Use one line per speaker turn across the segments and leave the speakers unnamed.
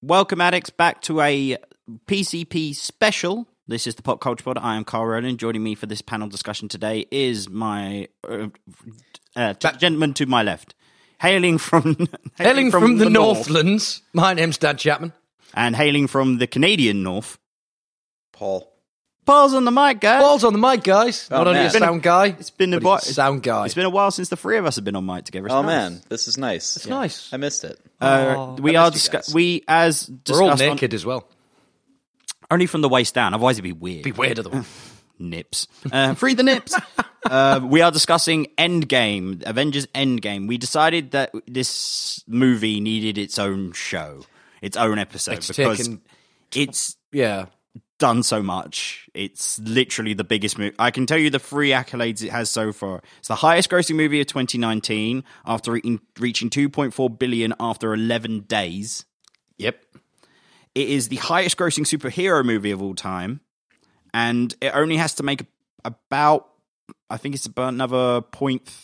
Welcome, addicts, back to a PCP special. This is the Pop Culture Pod. I am Carl Rowland. Joining me for this panel discussion today is my uh, uh, gentleman to my left, hailing from hailing,
Hailing from, the, Northlands, my name's Dad Chapman.
and hailing from the Canadian North.
Paul.
Paul's on the mic, guys.
Balls on the mic, guys. Not only
man.
a sound guy,
Oh, it's been a
but
while.
he's a sound guy.
It's been a while since the three of us have been on mic together. It's
Oh
nice.
man, this is nice. It's
nice.
I missed it.
Oh,
Uh, we are
missed you
discuss-
guys.
we as discussed
We're all
on-
naked as well.
only from the waist down. Otherwise, it'd be weird.
Be weird otherwise.
nips. Uh, free the nips. uh, we are discussing Endgame, Avengers Endgame. We decided that this movie needed its own show, its own episode
It's
because
taken-
it's
yeah.
done so much. It's literally the biggest movie. I can tell you the three accolades it has so far. It's the highest grossing movie of 2019 after re- reaching 2.4 billion after 11 days.
Yep.
It is the highest grossing superhero movie of all time, and it only has to make about I think it's about another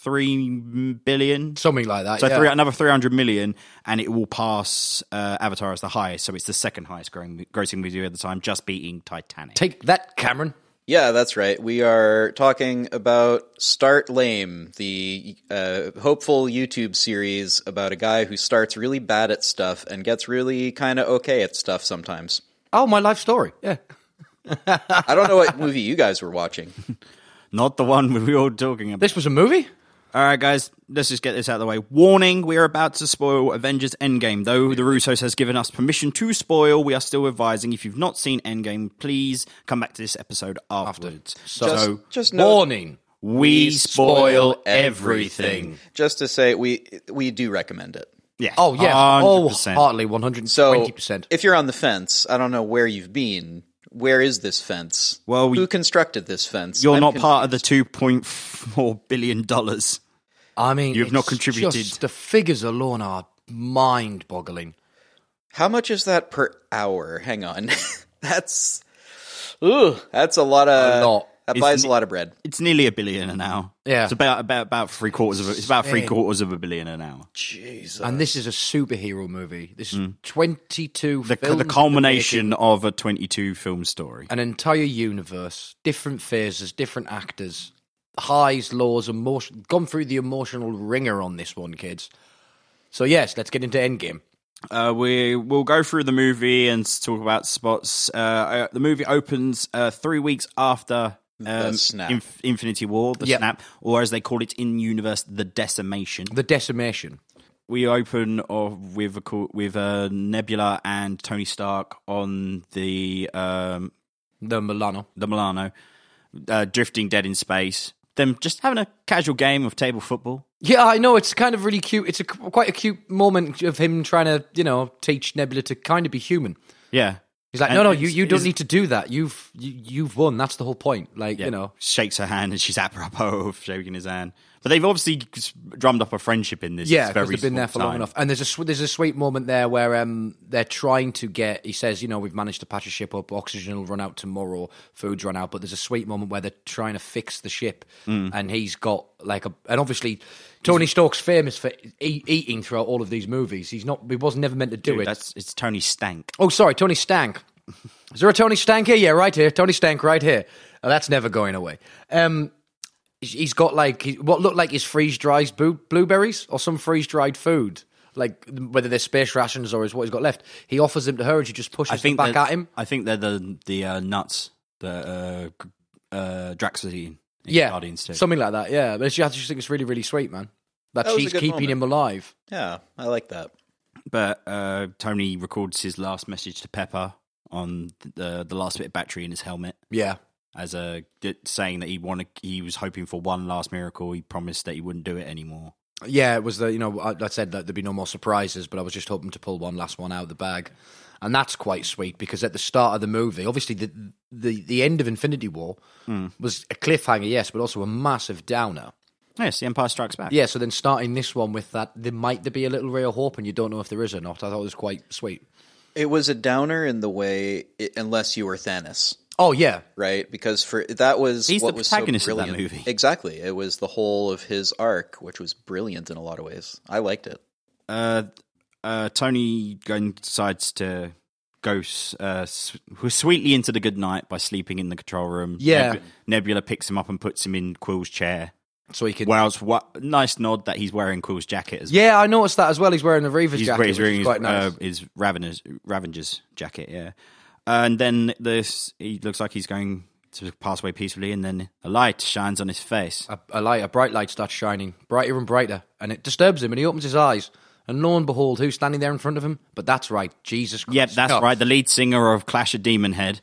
0.3 billion.
Something like that.
So
yeah.
three, another 300 million, and it will pass uh, Avatar as the highest. So it's the second highest growing, grossing movie at the time, just beating Titanic.
Take that, Cameron.
Yeah, that's right. We are talking about Start Lame, the uh, hopeful YouTube series about a guy who starts really bad at stuff and gets really kind of okay at stuff sometimes.
Oh, my life story. Yeah.
I don't know what movie you guys were watching.
Not the one we were all talking about.
This was a movie?
All right, guys, let's just get this out of the way. Warning, we are about to spoil Avengers Endgame. Though the Russos has given us permission to spoil, we are still advising if you've not seen Endgame, please come back to this episode afterwards. So,
Just know,
Warning.
we spoil
spoil
everything.
just to say, we we do recommend it.
Yeah.
Oh, yeah. Oh,
100%.
hardly
So
120%.
if you're on the fence, I don't know where you've been. Where is this fence?
Well, we-
who constructed this fence?
You're
I'm
not
confused.
part of the $2.4 billion. dollars.
I mean,
you've not
it's
contributed.
Just the figures alone are mind boggling.
How much is that per hour? Hang on. that's ooh, that's a lot of
A lot.
That
It's
buys
n-
a lot of bread.
It's nearly a billion an hour.
Yeah.
It's about, about, about three quarters of a, It's about three quarters of a billion an hour.
Jesus.
And this is a superhero movie. This is 22
Hmm. The,
films
the culmination of a 22 film story.
an entire universe, different phases, different actors, highs, lows, emotion. Gone through the emotional ringer on this one, kids. So yes, let's get into Endgame.
Uh, we will go through the movie and s- talk about spots. Uh, uh, the movie opens uh, three weeks after um,
snap.
Inf- Infinity War, the
Yep.
snap, or as they call it in universe, the decimation.
The decimation.
We open off with a co- with uh, Nebula and Tony Stark on the um,
The Milano.
the Milano, uh, drifting dead in space. Them just having a casual game of table football.
Yeah, I know. It's kind of really cute. It's a quite a cute moment of him trying to, you know, teach Nebula to kind of be human.
Yeah,
He's like,
And
no, no,
it's-
you, you don't
it's-
need to do that. You've you, you've won. That's the whole point. Like, you know,
shakes her hand and she's apropos of shaking his hand. But they've obviously drummed up a friendship in this.
Yeah,
very
because they've been there for
small
long
time.
enough. And there's a sw- there's a sweet moment there where um they're trying to get. He says, you know, we've managed to patch a ship up. Oxygen will run out tomorrow. Food's run out. But there's a sweet moment where they're trying to fix the ship,
Mm.
and he's got like a. And obviously, Tony Stark's famous for e- eating throughout all of these movies. He's not. He was never meant to do it.
That's it's Tony Stank.
Oh, sorry, Tony Stank. Is there a Tony Stank here? Yeah, right here. Tony Stank, right here. Uh, that's never going away. Um, he's- he's got like he- what looked like his freeze dried boo- blueberries or some freeze dried food, like whether they're space rations or is what he's got left. He offers them to her, and she just pushes them back
they're-
at him.
I think they're the the uh, nuts the uh, uh, Draxidine.
Yeah,
Guardians too.
something like that. Yeah, but she, I just think it's really, really sweet, man. That,
That was a
she's
good
keeping
moment.
him alive.
Yeah, I like that.
But uh, Tony records his last message to Pepper on the the last bit of battery in his helmet
Yeah,
as a saying that he wanted he was hoping for one last miracle. He promised that he wouldn't do it anymore.
Yeah, it was the you know I, I said that there'd be no more surprises, but I was just hoping to pull one last one out of the bag, and that's quite sweet because at the start of the movie, obviously the the, the end of Infinity War
Hmm.
was a cliffhanger, yes, but also a massive downer.
Yes, the Empire Strikes Back.
Yeah, so then starting this one with that, there might there be a little ray of hope, and you don't know if there is or not. I thought it was quite sweet.
It was a downer in the way, i unless you were Thanos,
Oh yeah,
right? Because for that was
He's
what
the
was so
protagonist of that
brilliant.
movie.
Exactly, it was the whole of his arc, which was brilliant in a lot of ways. I liked it.
uh, uh, Tony going decides to go uh, s- sweetly into the good night by sleeping in the control room.
Yeah.
Neb- Nebula picks him up and puts him in Quill's chair.
so he can.
Whereas, what nice nod that he's wearing Quill's jacket as well.
yeah, I noticed that as well. He's wearing the Reaver's
He's,
jacket,
he's
which
wearing
is
his,
quite nice.
uh, his Raveners, Ravenger's jacket, yeah. And then this, he looks like he's going to pass away peacefully, and then a light shines on his face.
a, a light, a bright light starts shining, brighter and brighter, and it disturbs him, and he opens his eyes, and lo and behold, who's standing there in front of him? But that's right, Jesus Christ.
Yep, that's
Oh.
right. The lead singer of Clash of Demon Head.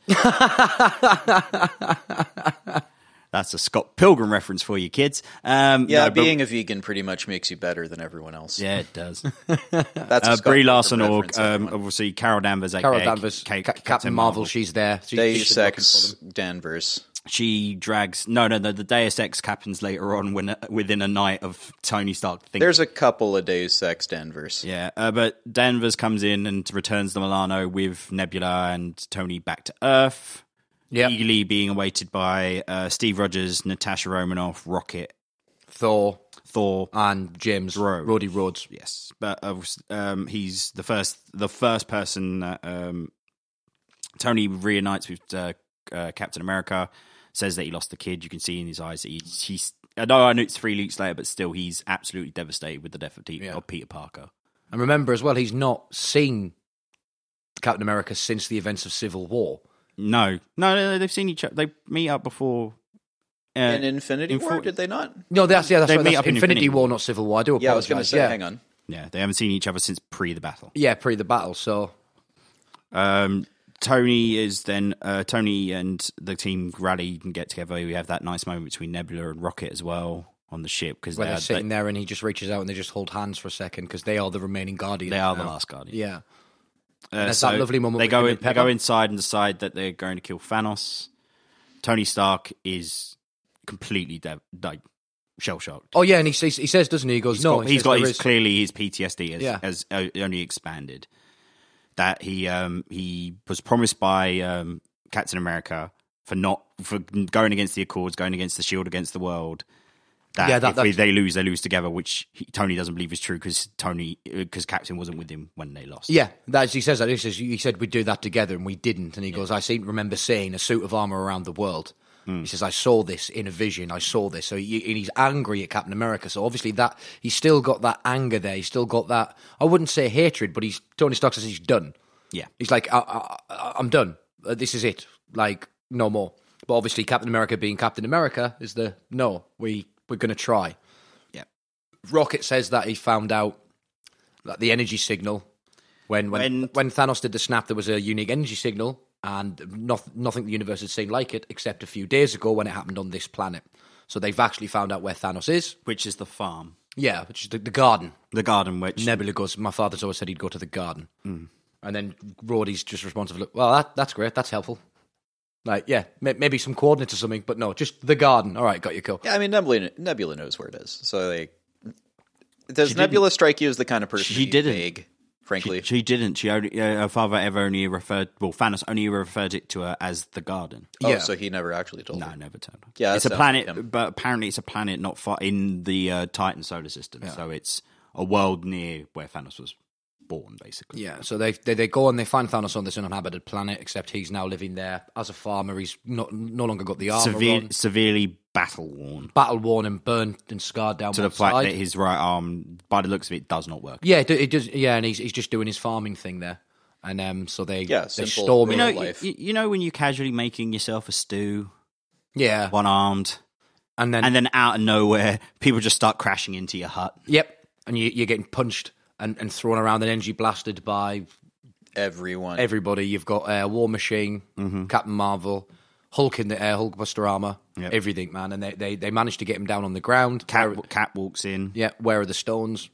that's a Scott Pilgrim reference for you kids. Um,
Yeah,
no, but-
being a vegan pretty much makes you better than everyone else.
yeah, it does.
That's a
Uh,
Scott
Brie
Pilgrim
Larson or
reference,
um,
everyone.
obviously Carol Danvers, aka
Carol Danvers,
Ca-
Ca- Captain Marvel, she's there. She, she's
Deus
looking for
Ex
them.
Danvers.
She drags no, no, no. The Deus Ex happens later on when within a night of Tony Stark. Thinking.
There's a couple of Deus Ex Danvers.
yeah, uh, but Danvers comes in and returns the Milano with Nebula and Tony back to Earth.
Yep.
eagerly being awaited by uh, Steve Rogers, Natasha Romanoff, Rocket,
Thor
Thor.
and James
Rhodes.
Roddy Rhodes.
yes, but uh, um, he's the first the first person that um, Tony reunites with uh, uh, Captain America. Says that he lost the kid. You can see in his eyes that he's. he's I know, I know it's three weeks later, but still, he's absolutely devastated with the death of, T-
Yeah.
of Peter Parker.
And remember as well, he's not seen Captain America since the events of Civil War.
No, no, no, they've seen each other. They meet up before. Uh,
In Infinity
In
War,
for-
did they not?
No, that's yeah, that's,
They
right,
meet
that's
up in
Infinity,
Infinity
War, not Civil War. I do apologize.
Yeah, I was going to say,
yeah.
hang on.
yeah, they haven't seen each other since pre the battle.
Yeah, pre the battle. So
Um, Tony is then uh, Tony and the team rally and get together. We have that nice moment between Nebula and Rocket as well on the ship because
where
they,
they're
are-
sitting
they,
there and he just reaches out and they just hold hands for a second because they are the remaining guardians.
they are the
now.
last Guardian.
Yeah.
Uh,
there's that lovely moment
They
with
go
him
in,
and
they
Pepper.
go inside and decide that they're going to kill Thanos. Tony Stark is completely de- like shell shocked.
Oh yeah, and he says he says, doesn't he? He goes, no. he
he's
says
got
there
his,
is-
clearly his PTSD has,
Yeah.
has uh, only expanded. That he um, he was promised by um, Captain America for not for going against the Accords, going against the Shield, E against the world. That,
Yeah, that-
if we-
that-
they lose, they lose together, which he, Tony doesn't believe is true because Tony because Captain wasn't with him when they lost.
Yeah, that's he says that. He says he said we'd do that together, and we didn't. And he goes, I seem to remember seeing a suit of armor around the world.
Hmm.
He says I saw this in a vision. I saw this. So he, and he's angry at Captain America. So obviously that he's still got that anger there. He's still got that. I wouldn't say hatred, but he's Tony Stark says he's done.
yeah.
He's like, I, I, I- I'm done. Uh, This is it. Like no more. But obviously Captain America, being Captain America, is the no. We we're gonna try.
Yeah.
Rocket says that he found out that the energy signal when when
When-
when, Thanos did the snap, there was a unique energy signal, and not, nothing the universe had seen like it except a few days ago when it happened on this planet. So they've actually found out where Thanos is.
which is the farm,
Yeah, which is the, the garden.
the garden, which
Nebula goes. My father's always said he'd go to the garden, and then Rhodey's just responsive. Look, well, that, that's great. That's helpful. Like, yeah, may, maybe some coordinates or something, but no, just the garden. All right, got you, cool.
Yeah, I mean Nebula, Nebula knows where it is. So they does Nebula strike you as the kind of person
She
to be
didn't.
vague? Frankly,
she didn't. She only uh, her father ever only referred well Thanos only referred it to her as the garden.
oh,
yeah.
so he never actually told.
No,
her.
never turned on.
Yeah, that
it's a
sounds
planet,
like him.
but apparently it's a planet not far in the uh, Titan solar system. So it's a world near where Thanos was born, basically.
Yeah, so they, they they go and they find Thanos on this uninhabited planet, except he's now living there as a farmer. He's not no longer got the armor
Severe,
on,
severely battle worn
battle worn and burnt and scarred down
to
one
the fact
side.
that his right arm, by the looks of it, does not work.
yeah, it, do- it does. Yeah, and he's he's just doing his farming thing there, and um, so they
Yeah,
they
simple
storm
You
him.
know,
Real
you,
life.
you know when you're casually making yourself a stew,
yeah,
one armed,
and then
and then out of nowhere, people just start crashing into your hut.
Yep. And you, you're getting punched and, and thrown around and energy blasted by
Everyone,
everybody. You've got uh, War Machine, Captain Marvel, Hulk in the air, Hulkbuster armor, everything, man. And they, they, they managed to get him down on the ground.
Cat,
Where-
cat walks in.
yeah, where are the stones?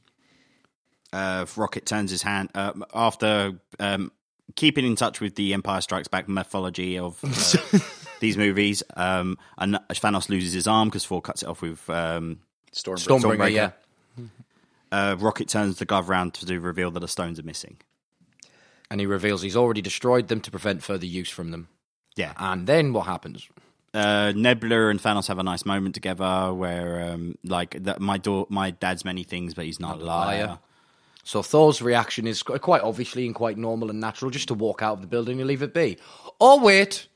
uh, Rocket turns his hand uh, after um, keeping in touch with the Empire Strikes Back mythology of uh, these movies. Um, and Thanos loses his arm because Thor cuts it off with. Um,
Stormbreaker.
Stormbreaker,
Stormbreaker.
yeah.
uh, Rocket turns the glove round to reveal that the stones are missing.
And he reveals he's already destroyed them to prevent further use from them.
Yeah,
And then what happens?
uh, Nebula and Thanos have a nice moment together where, um, like, that my da- my dad's many things, but he's not a liar.
So Thor's reaction is qu- quite obviously and quite normal and natural, just to walk out of the building and leave it be. Oh wait,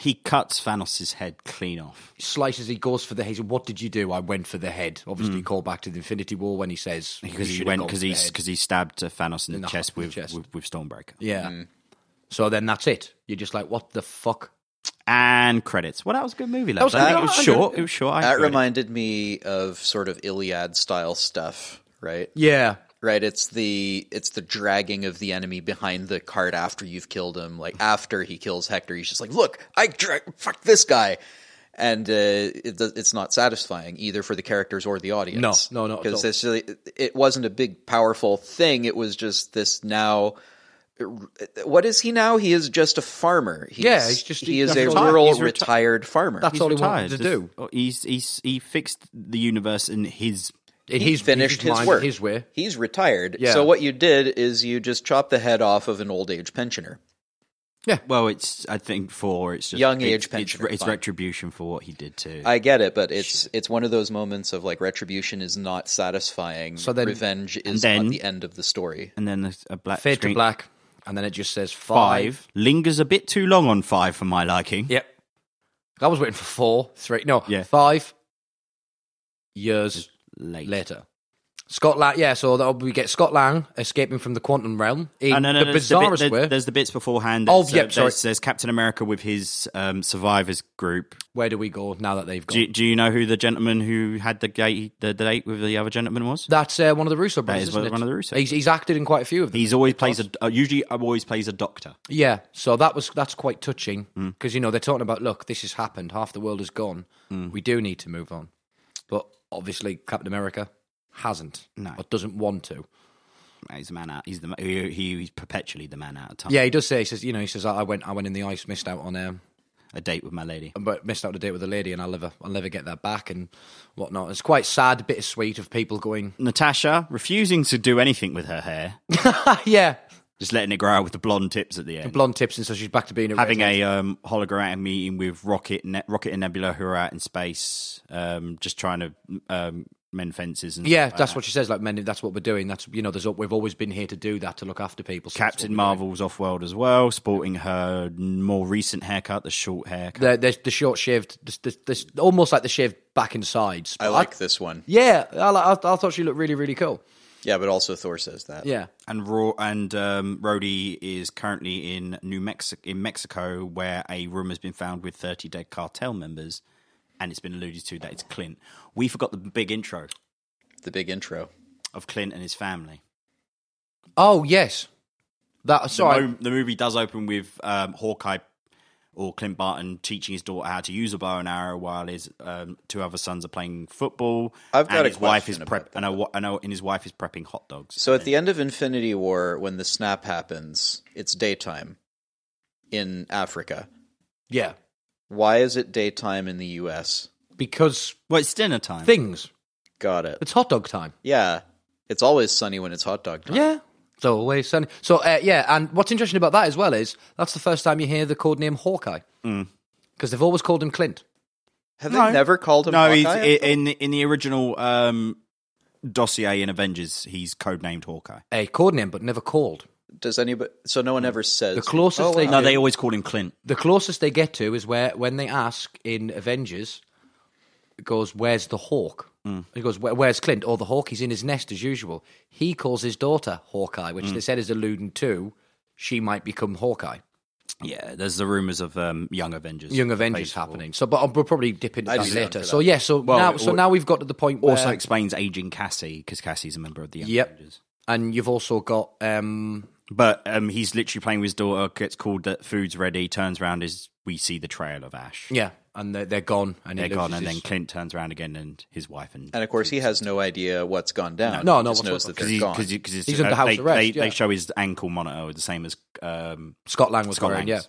He cuts Thanos' head clean off.
slices. He goes for the head. What did you do? I went for the head. Obviously, call back to the Infinity War when he says
Hmm. Because he
should've
went
gone
because
for the
he
head.
because he stabbed uh, Thanos in, the,
the
chest,
heart- in the
with,
chest.
with with Stormbreaker.
yeah. So then that's it. You're just like, what the fuck?
And credits. Well, that was a good movie. That
was good.
It was
Yeah, I
short.
did-
It was short. I
That
enjoyed it.
reminded me of sort of Iliad style stuff, right?
Yeah.
Right, it's the it's the dragging of the enemy behind the cart after you've killed him. Like after he kills Hector, he's just like, "Look, I dra- fuck this guy," and uh, it, does- it's not satisfying either for the characters or the audience.
No, no, not at all.
because it wasn't a big powerful thing. It was just this now. What is he now? He is just a farmer. He's,
Yeah, he's just-
he
he's
is a
retired.
rural
He's reti-
retired farmer.
That's
He's
all he
retired.
wanted to do.
This- He's he's he fixed the universe in his.
In
He
his
finished his
mind,
work.
His way.
He's retired.
Yeah.
So what you did is you just chopped the head off of an old age pensioner.
Well, it's I think for it's just
Young
it-
age
It's,
pensioner,
it's
fine.
retribution for what he did to.
I get it, but it's it's one of those moments of like retribution is not satisfying.
So then-
revenge is
then-
not the end of the story.
and then there's a black
Fade
screen.
to black, and then it just says five.
five lingers a bit too long on five for my liking.
Yep. I was waiting for four, three, no,
Yeah.
five years
Late.
later. Scott Lang, yeah, so that we get Scott Lang escaping from the quantum realm in
Oh, no, no,
the
no, there's the bit-
bizarrest
there-
way.
There's the bits beforehand.
Oh,
There's,
yep, sorry.
There's, there's Captain America with his um, survivors group.
Where do we go now that they've gone?
Do, do you know who the gentleman who had the gate the date with the other gentleman was?
That's uh, one of the Russo brothers.
is
isn't
one
it?
of the Russo
He's, he's acted in quite a few of them.
He's always plays a uh, usually always plays a doctor.
Yeah, so that was that's quite touching
Hmm.
because you know they're talking about look, this has happened, half the world is gone,
Hmm.
we do need to move on, but obviously Captain America hasn't
No.
or doesn't want to.
He's the man out. He's the ma- he, he- he's perpetually the man out of time.
Yeah, he does say he says you know he says I I went I went in the ice, missed out on um,
a date with my lady.
but missed out the date with a lady, and I'll never I'll never get that back and whatnot. It's quite sad, bittersweet of people going,
Natasha refusing to do anything with her hair,
ah, yeah,
just letting it grow out with the blonde tips at the end.
blonde tips, and so she's back to being a
Having a um, holographic meeting with Rocket, ne- Rocket and Nebula, who are out in space, um, just trying to um, mend fences and
yeah, that's what she says. Like men, that's what we're doing. That's you know, there's we've always been here to do that to look after people. so that's
Captain
what we're doing.
Marvel's off world as well, sporting her more recent haircut, the short haircut.
the the, the short shaved, this, this, this, almost like the shaved back and sides.
I like this one.
yeah, I, li- I, I thought she looked really really cool.
Yeah, but also Thor says that.
Yeah,
And Raw and um, Rhodey is currently in New Mexico, in Mexico, where a room has been found with thirty dead cartel members, and it's been alluded to that it's Clint. We forgot the big intro
The big intro.
of Clint and his family.
Oh yes, that
The,
sorry.
mo- the movie does open with um, Hawkeye or Clint Barton teaching his daughter how to use a bow and arrow while his um, two other sons are playing football.
I've got
and
a
his wife is
question
prep
about
and, a, wa- and, a, and his wife is prepping hot dogs.
So at the end of Infinity War, when the snap happens, it's daytime in Africa.
yeah,
Why is it daytime in the U.S.?
because
Well, it's dinner time.
things.
Got it.
It's hot dog time.
Yeah, it's always sunny when it's hot dog time.
Yeah. It's always sunny. So uh, yeah, and what's interesting about that as well is that's the first time you hear the code name Hawkeye because they've always called him Clint.
Have
No.
they never called him?
No, he's
Hawkeye?
i- in in the original um, dossier in Avengers. He's codenamed Hawkeye.
A code name, but never called.
Does anybody? So no one ever says
The closest
Oh,
they
wow.
No, they always call him Clint.
the closest they get to is where when they ask in Avengers, it goes, "Where's the hawk?"
Mm.
He goes, Where, "Where's Clint?" Or the hawk? He's in his nest as usual. He calls his daughter Hawkeye,
Mm.
which they said is alluding to she might become Hawkeye.
Yeah, there's the rumors of um, Young Avengers.
Young Avengers happening. So, but um, we'll probably dip into
I'd
that
be down
later.
for
So yeah, so now,
it
so
would-
now we've got to the point where
Also explains aging Cassie because Cassie's a member of the Young
Yep.
Avengers.
and you've also got um,
But um, he's literally playing with his daughter. Gets called that food's ready. Turns around is we see the trail of ash.
yeah, and they're, they're gone, and he
They're gone,
loses
and then
his-
Clint turns around again, and his wife and
And of course, he has no idea what's gone down.
No,
He
no,
just
what's
knows
what-
that
because
they're gone.
he's
He's under house
uh, they,
arrest,
They,
yeah.
they show his ankle monitor the same as um,
Scott Lang was
Scott
wearing, yeah.
Lang's.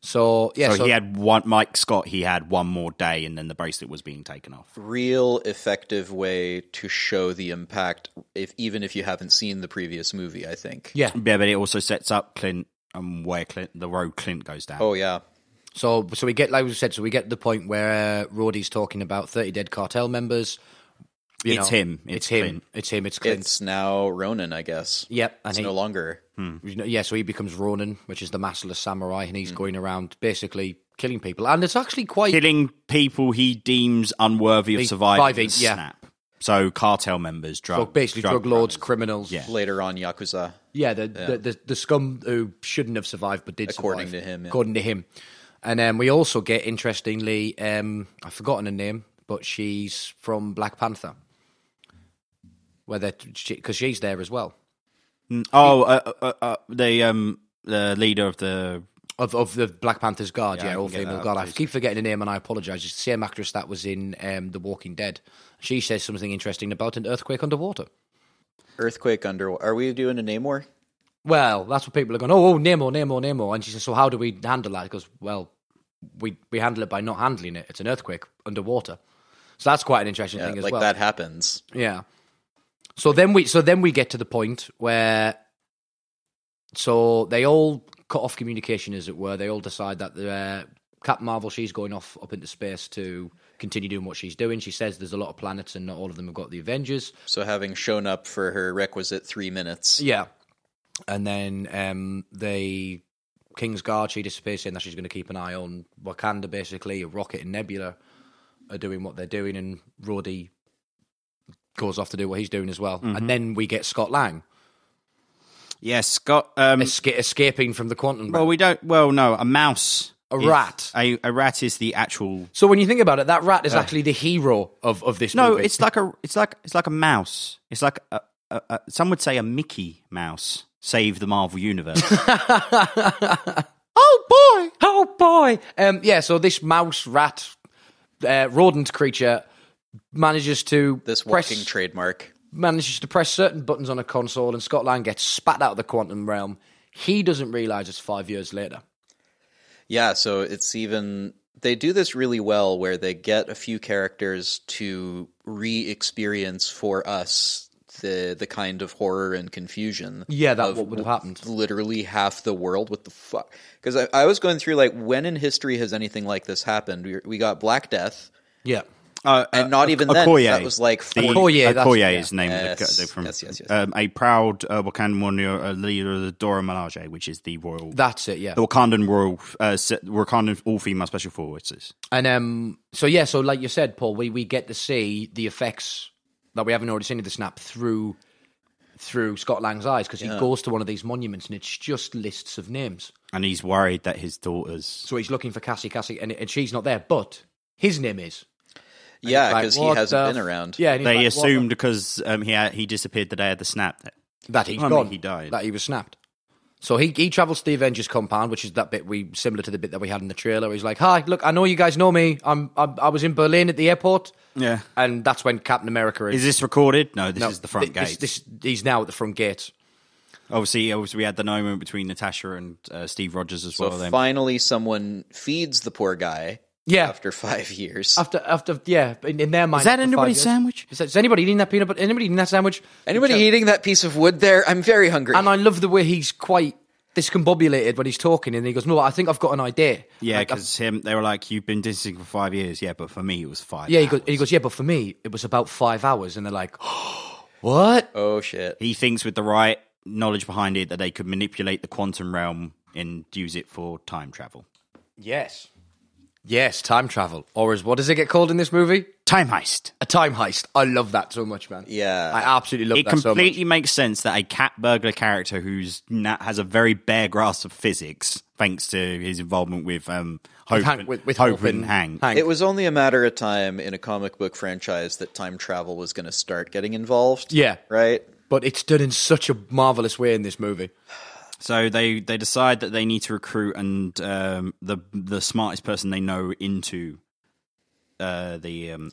So yeah,
so,
so,
he had one Mike Scott. He had one more day, and then the bracelet was being taken off.
Real effective way to show the impact, if even if you haven't seen the previous movie. I think.
yeah.
Yeah, but it also sets up Clint and where Clint, the road Clint goes down.
Oh yeah.
So, so we get like we said, so we get to the point where uh, Roddy's talking about thirty dead cartel members. You
It's
know,
him.
It's,
It's
him.
Clint.
It's him. It's Clint.
It's now Ronan, I guess.
yep. And
It's
he,
no longer.
you know, yeah, so he becomes Ronin, which is the masterless samurai, and
Hmm.
he's going around basically killing people. And it's actually quite
killing people he deems unworthy of
Be-
surviving.
surviving, yeah.
Snap. So cartel members, drug,
so basically drug, lords, criminals.
Yeah.
Later on, Yakuza.
Yeah, the, The, the the scum who shouldn't have survived but did
According
survive,
to him, yeah.
According to him. And then we also get, interestingly, um, I've forgotten her name, but she's from Black Panther. Whether because she's there as well
Oh, uh, uh, uh, the um, the leader of the
of of the Black Panther's guard, yeah,
I
all
can get
female
that
guard.
up,
I keep forgetting her name, and I apologize. It's the same actress that was in um, The Walking Dead. She says something interesting about an earthquake underwater.
Earthquake Underwater. Are we doing a name war?
Well, that's what people are going. Oh, oh, Nemo, Nemo, Nemo. And she says, so how do we handle that? He goes, well, we we handle it by not handling it. It's an earthquake underwater, so that's quite an interesting
Yeah,
thing as
like
well.
that happens.
Yeah. So then we so then we get to the point where so they all cut off communication, as it were. They all decide that the uh, Captain Marvel she's going off up into space to continue doing what she's doing. She says there's a lot of planets and not all of them have got the Avengers.
So having shown up for her requisite three minutes,
Yeah. And then um, they King's Guard, she disappears, saying that she's going to keep an eye on Wakanda, basically. Rocket and Nebula are doing what they're doing, and Roddy goes off to do what he's doing as well. And then we get Scott Lang
yes, Scott. Um,
esca- escaping from the quantum.
well,
realm.
we don't. Well, no, a mouse,
A
is-
rat.
A, a rat is the actual.
so when you think about it, that rat is actually the hero of, of this
No,
movie.
it's like a. It's like it's like a mouse. It's like a, a, a some would say a Mickey Mouse save the Marvel universe.
oh boy, oh boy. Um, yeah, so this mouse rat uh, rodent creature manages to
this
press-
walking trademark.
manages to press certain buttons on a console and Scott Lang gets spat out of the quantum realm. He doesn't realize it's five years later.
Yeah, so it's even they do this really well where they get a few characters to re-experience for us the the kind of horror and confusion.
Yeah, that
of
what would have
w-
happened.
Literally half the world. What the fuck? Because I, I was going through like when in history has anything like this happened? We, we got Black Death,
Yeah.
Uh,
and not even then.
Okoye.
That was like
The,
40,
Okoye, that's-
Okoye
yeah.
is named the-
Yes,
the- from
yes, yes, yes.
Um, a proud uh, Wakandan warrior, uh, leader of the Dora Milaje, which is the royal,
That's it, yeah.
the Wakandan royal, uh, se- Wakandan all female special forces.
And um so yeah, so like you said, Paul, we, we get to see the effects that we haven't already seen of the snap through through Scott Lang's eyes because he goes to one of these monuments and it's just lists of names.
And he's worried that his daughters.
So he's looking for Cassie Cassie and, and she's not there, but his name is.
yeah,
Like,
because he
what
hasn't
the
been
f-
around.
Yeah, and he's
They
like, what the-
assumed because um, he had, he disappeared the day of the snap. That,
That he's
I mean,
gone.
he died.
That he was snapped. So he, he travels to the Avengers compound, which is that bit we similar to the bit that we had in the trailer. Where he's like, "Hi, look, I know you guys know me. I'm, I'm I was in Berlin at the airport,
yeah.
and that's when Captain America is.
Is this recorded? No, this
No,
is the front
thi- this-
gate.
This, he's now at the front gate.
obviously, obviously, we had the moment between Natasha and uh, Steve Rogers as
So
well. Then
finally, someone feeds the poor guy
Yeah,
after five years.
after after yeah, in, in their mind,
is that
for five
anybody's
years-
sandwich?
Is that- is anybody eating that peanut butter? Anybody eating that sandwich?
Anybody eating that piece of wood there? I'm very hungry.
And I love the way he's quite discombobulated when he's talking, and he goes, "No, I think I've got an idea."
Yeah,
Like, I-
because him they were like, "You've been distancing for five years." Yeah, but for me, it was five.
yeah, he goes,
hours.
he goes, "Yeah, but for me, it was about five hours," and they're like, "What?"
oh shit.
he thinks with the right knowledge behind it that they could manipulate the quantum realm and use it for time travel.
Yes. Yes, time travel. Or is what does it get called in this movie?
Time heist.
A time heist. I love that so much, man.
Yeah.
I absolutely love
It
that Oh, so
completely makes sense that a cat burglar character who's na has a very bare grasp of physics, thanks to his involvement with um, Hope,
Hank-
and,
with- with
Hope
Hope
and
and
Hank.
much. Hank.
It was only a matter of time in a comic book franchise that time travel was going to start getting involved.
Yeah.
Right?
but it's done in such a marvelous way in this movie.
So they they decide that they need to recruit and um, the the smartest person they know into uh, the um,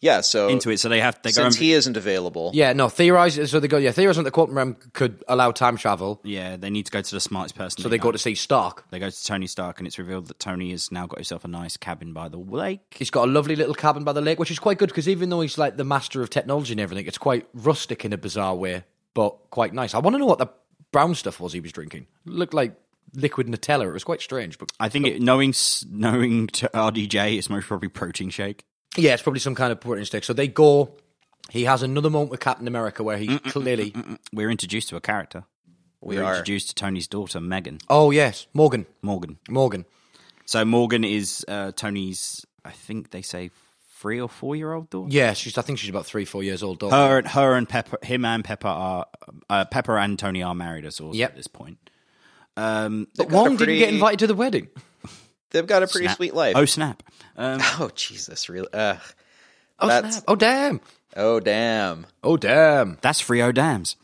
Yeah, so
into it. So they have they go.
since
And,
he isn't available,
Yeah, no, theorize. So they go, yeah, theorize that the quantum realm could allow time travel.
yeah, they need to go to the smartest person.
So they go to see Stark.
They go to Tony Stark, and it's revealed that Tony has now got himself a nice cabin by the lake.
He's got a lovely little cabin by the lake, which is quite good because even though he's like the master of technology and everything, it's quite rustic in a bizarre way, but quite nice. I want to know what the brown stuff was he was drinking. looked like liquid Nutella. It was quite strange, but
I think it, knowing s- knowing t- RDJ, it's most probably protein shake.
Yeah, it's probably some kind of protein stick. So they go He has another moment with Captain America where he clearly.
We're introduced to a character.
We
We're
are.
introduced to Tony's daughter, Megan
Oh yes, Morgan.
Morgan.
Morgan.
So Morgan is uh, Tony's. I think they say three or four year old daughter.
Yeah, she's. I think she's about three, four years old. Daughter.
Her, her and Pepper, him and Pepper are uh, Pepper and Tony are married as well
Yep.
at this point. Um,
but
got a
Wong didn't get
pretty-
invited to the wedding.
They've got a pretty
snap.
sweet life.
Oh snap! Um,
Oh, Jesus, really? Ugh.
Oh,
That's-
snap. oh damn.
Oh, damn.
Oh damn.
That's Frio Dams.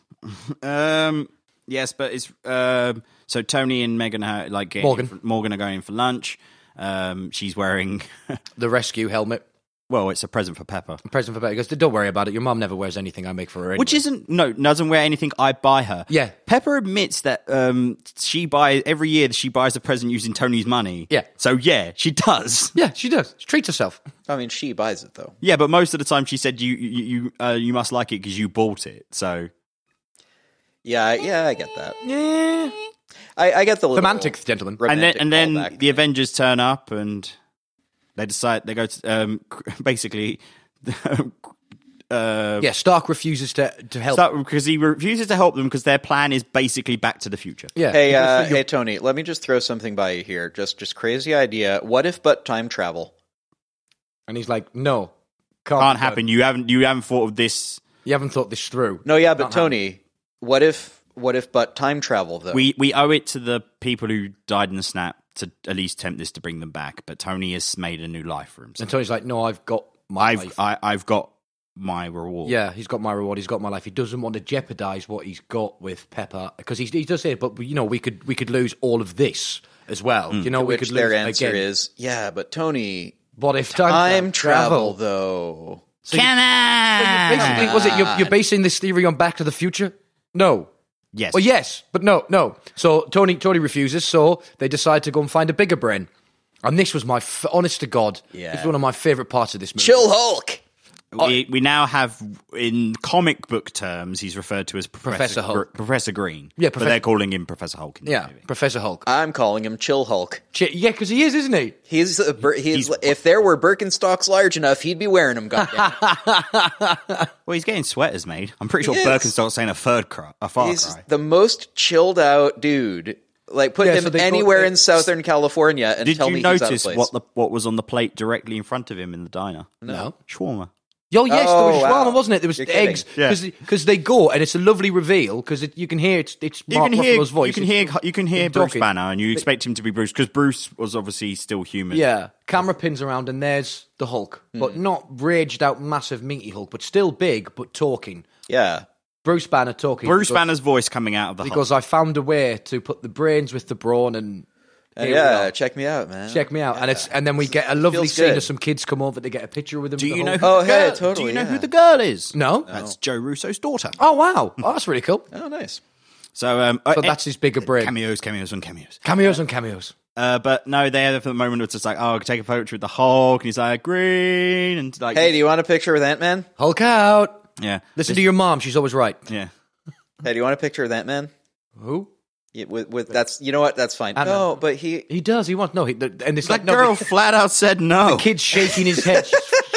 um, yes, but it's um, so Tony and Megan are like getting
Morgan.
in for- Morgan are going in for lunch. Um, she's wearing
The rescue helmet.
well, it's a present for Pepper,
Present for Betty goes. Don't worry about it. Your mom never wears anything I make for her. Anyway.
which isn't no doesn't wear anything I buy her.
Yeah.
Pepper admits that um, she buys every year that she buys a present using Tony's money.
Yeah.
so yeah, she does.
Yeah, she does. She treats herself.
I mean, she buys it, though.
Yeah, but most of the time she said you you you, uh, you must like it because you bought it. So
Yeah, I- yeah, I get that.
Yeah.
I, I get the little
Semantics, gentlemen.
and then
romantic
and then
callback.
the Avengers turn up and they decide they go to um, basically
Yeah, Stark refuses to to help.
because he refuses to help them because their plan is basically Back to the Future.
Yeah.
Hey, uh, hey, Tony. Let me just throw something by you here. Just, just crazy idea. What if but time travel?
and he's like, "No,
can't happen. You haven't you haven't thought of this.
You haven't thought this through."
No, yeah, but Tony, what if, what if but time travel though?
We we owe it to the people who died in the snap to at least attempt this to bring them back. But Tony has made a new life for himself.
And Tony's like, "No, I've got my
I've
life."
I, I've got my reward.
yeah, he's got my reward. He's got my life. He doesn't want to jeopardize what he's got with Pepper because he, he does say, "But you know, we could we could lose all of this as well." You know, we
Hmm. Which
could
their
lose
answer
again.
is, yeah, but Tony,
What if time,
time
travel?
travel though.
Can I?
Basically, was it you're, you're basing this theory on Back to the Future? No.
Yes.
Well, Oh, yes, but no, no. So Tony, Tony refuses. So they decide to go and find a bigger brain. And this was my f- honest to God.
Yeah.
it's one of my favorite parts of this movie.
Chill Hulk.
we, we now have, in comic book terms, he's referred to as Professor
Professor Hulk.
Gr- Professor Green.
Yeah,
but
Professor-
they're calling him Professor Hulk. In this
Yeah,
movie.
Professor Hulk. Uh,
I'm calling him Chill Hulk.
Chi- yeah, because he is, isn't he?
He's, a, bir- he's if there were Birkenstocks large enough, he'd be wearing them. Goddamn,
Well, he's getting sweaters made. I'm pretty sure
is.
Birkenstock's saying a third cry, a far
he's
cry.
the most chilled out dude. Like put
Yeah,
him
so they go-
anywhere
they-
in Southern California and
Did
tell
you
me he's out of
notice
place.
what the what was on the plate directly in front of him in the diner?
No.
shawarma.
Yo, yes,
Oh,
there was shawarma,
wow.
wasn't it? There was
You're kidding.
eggs.
Yeah.
Because they go, and it's a lovely reveal because you can hear it's, it's
You
Mark
can hear
Ruffalo's voice.
you can
It's-
hear you can hear Bruce
talking.
Banner, and you expect him to be Bruce because Bruce was obviously still human.
Yeah, camera pins around, and there's the Hulk, but
Hmm.
not raged out, massive, meaty Hulk, but still big, but talking.
Yeah,
Bruce Banner talking.
Bruce
He goes-
Banner's voice coming out of the
He
Hulk.
goes, I found a way to put the brains with the brawn and.
And
Here we
Uh, yeah.
are.
Check me out, man.
Check me out, and it's and then we get a lovely
Feels
scene
good.
of some kids come over to get a picture with him.
Do
with
you
the
know? Who
Hulk.
Oh,
the
hey,
girl, Do
totally,
you know who
yeah.
the girl is?
No.
that's Joe Russo's daughter.
Oh wow, oh, that's really cool.
Oh, nice.
So, um,
But that's his bigger brain.
cameos, cameos, and cameos.
Cameos on cameos.
Uh, but no, there for the moment it was just like, oh, take a photo with the Hulk, and he's like, green, and like,
Hey, do you want a picture with Ant Man?
Hulk out.
yeah,
Listen to your mom; she's always right.
yeah.
Hey, do you want a picture with Ant Man?
Who?
Yeah, with, with that's you know what that's fine.
Ant-Man.
No, but he
He does. He wants no. He, the- and it's
That
like no.
girl
the
flat out said no.
kid's shaking his head.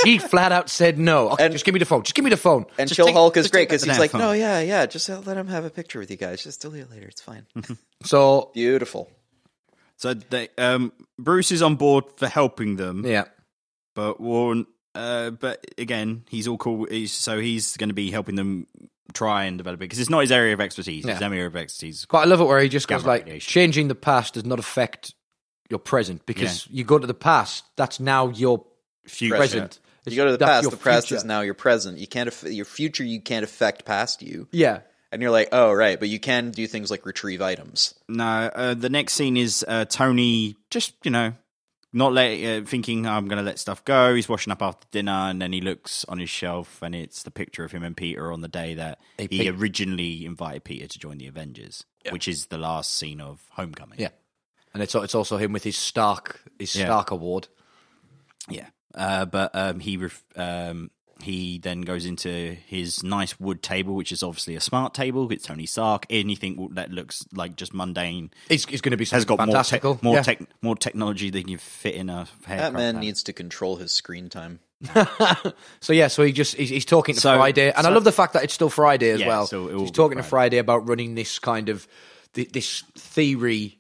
she flat out said no. Okay,
And-
just give me the phone. Just give me the phone.
and
Just
Chill
take-
Hulk is
just
great
take out
because
the
he's
damn
like,
phone.
no, yeah, yeah, just uh, let him have a picture with you guys. Just delete it later. It's fine.
So
Beautiful.
So they, um, Bruce is on board for helping them,
yeah,
but Warren, uh, but again, he's all cool. He's, so he's going to be helping them try and develop it because it's not his area of expertise. His
Yeah.
area of expertise.
but I love it where he just goes
Gamma
like,
radiation.
changing the past does not affect your present because you go to the past. That's now your
Future.
present.
You go to the
That's
past.
your
The past
future.
is now your present. You can't aff- your future. You can't affect past you.
Yeah.
And you're like, oh right, but you can do things like retrieve items.
No, uh, the next scene is uh, Tony just you know not let, uh, thinking I'm going to let stuff go. He's washing up after dinner, and then he looks on his shelf, and it's the picture of him and Peter on the day that he,
Pete-
originally invited Peter to join the Avengers, which is the last scene of Homecoming.
Yeah. And it's it's also him with his Stark his
Yeah.
Stark award.
yeah. Uh, but um, he ref- um, he then goes into his nice wood table, which is obviously a smart table. It's Tony Stark. Anything that looks like just mundane
It's, it's going to be
has got
fantastical.
more te- more
Yeah.
tech more technology than you fit in a hair.
Ant Man needs to control his screen time.
so yeah, so he just he's, he's talking to
So-
Friday, and I
so-
love the fact that it's still Friday as
Yeah,
well.
so it will
he's
be
talking to
Friday.
Friday about running this kind of thi- this theory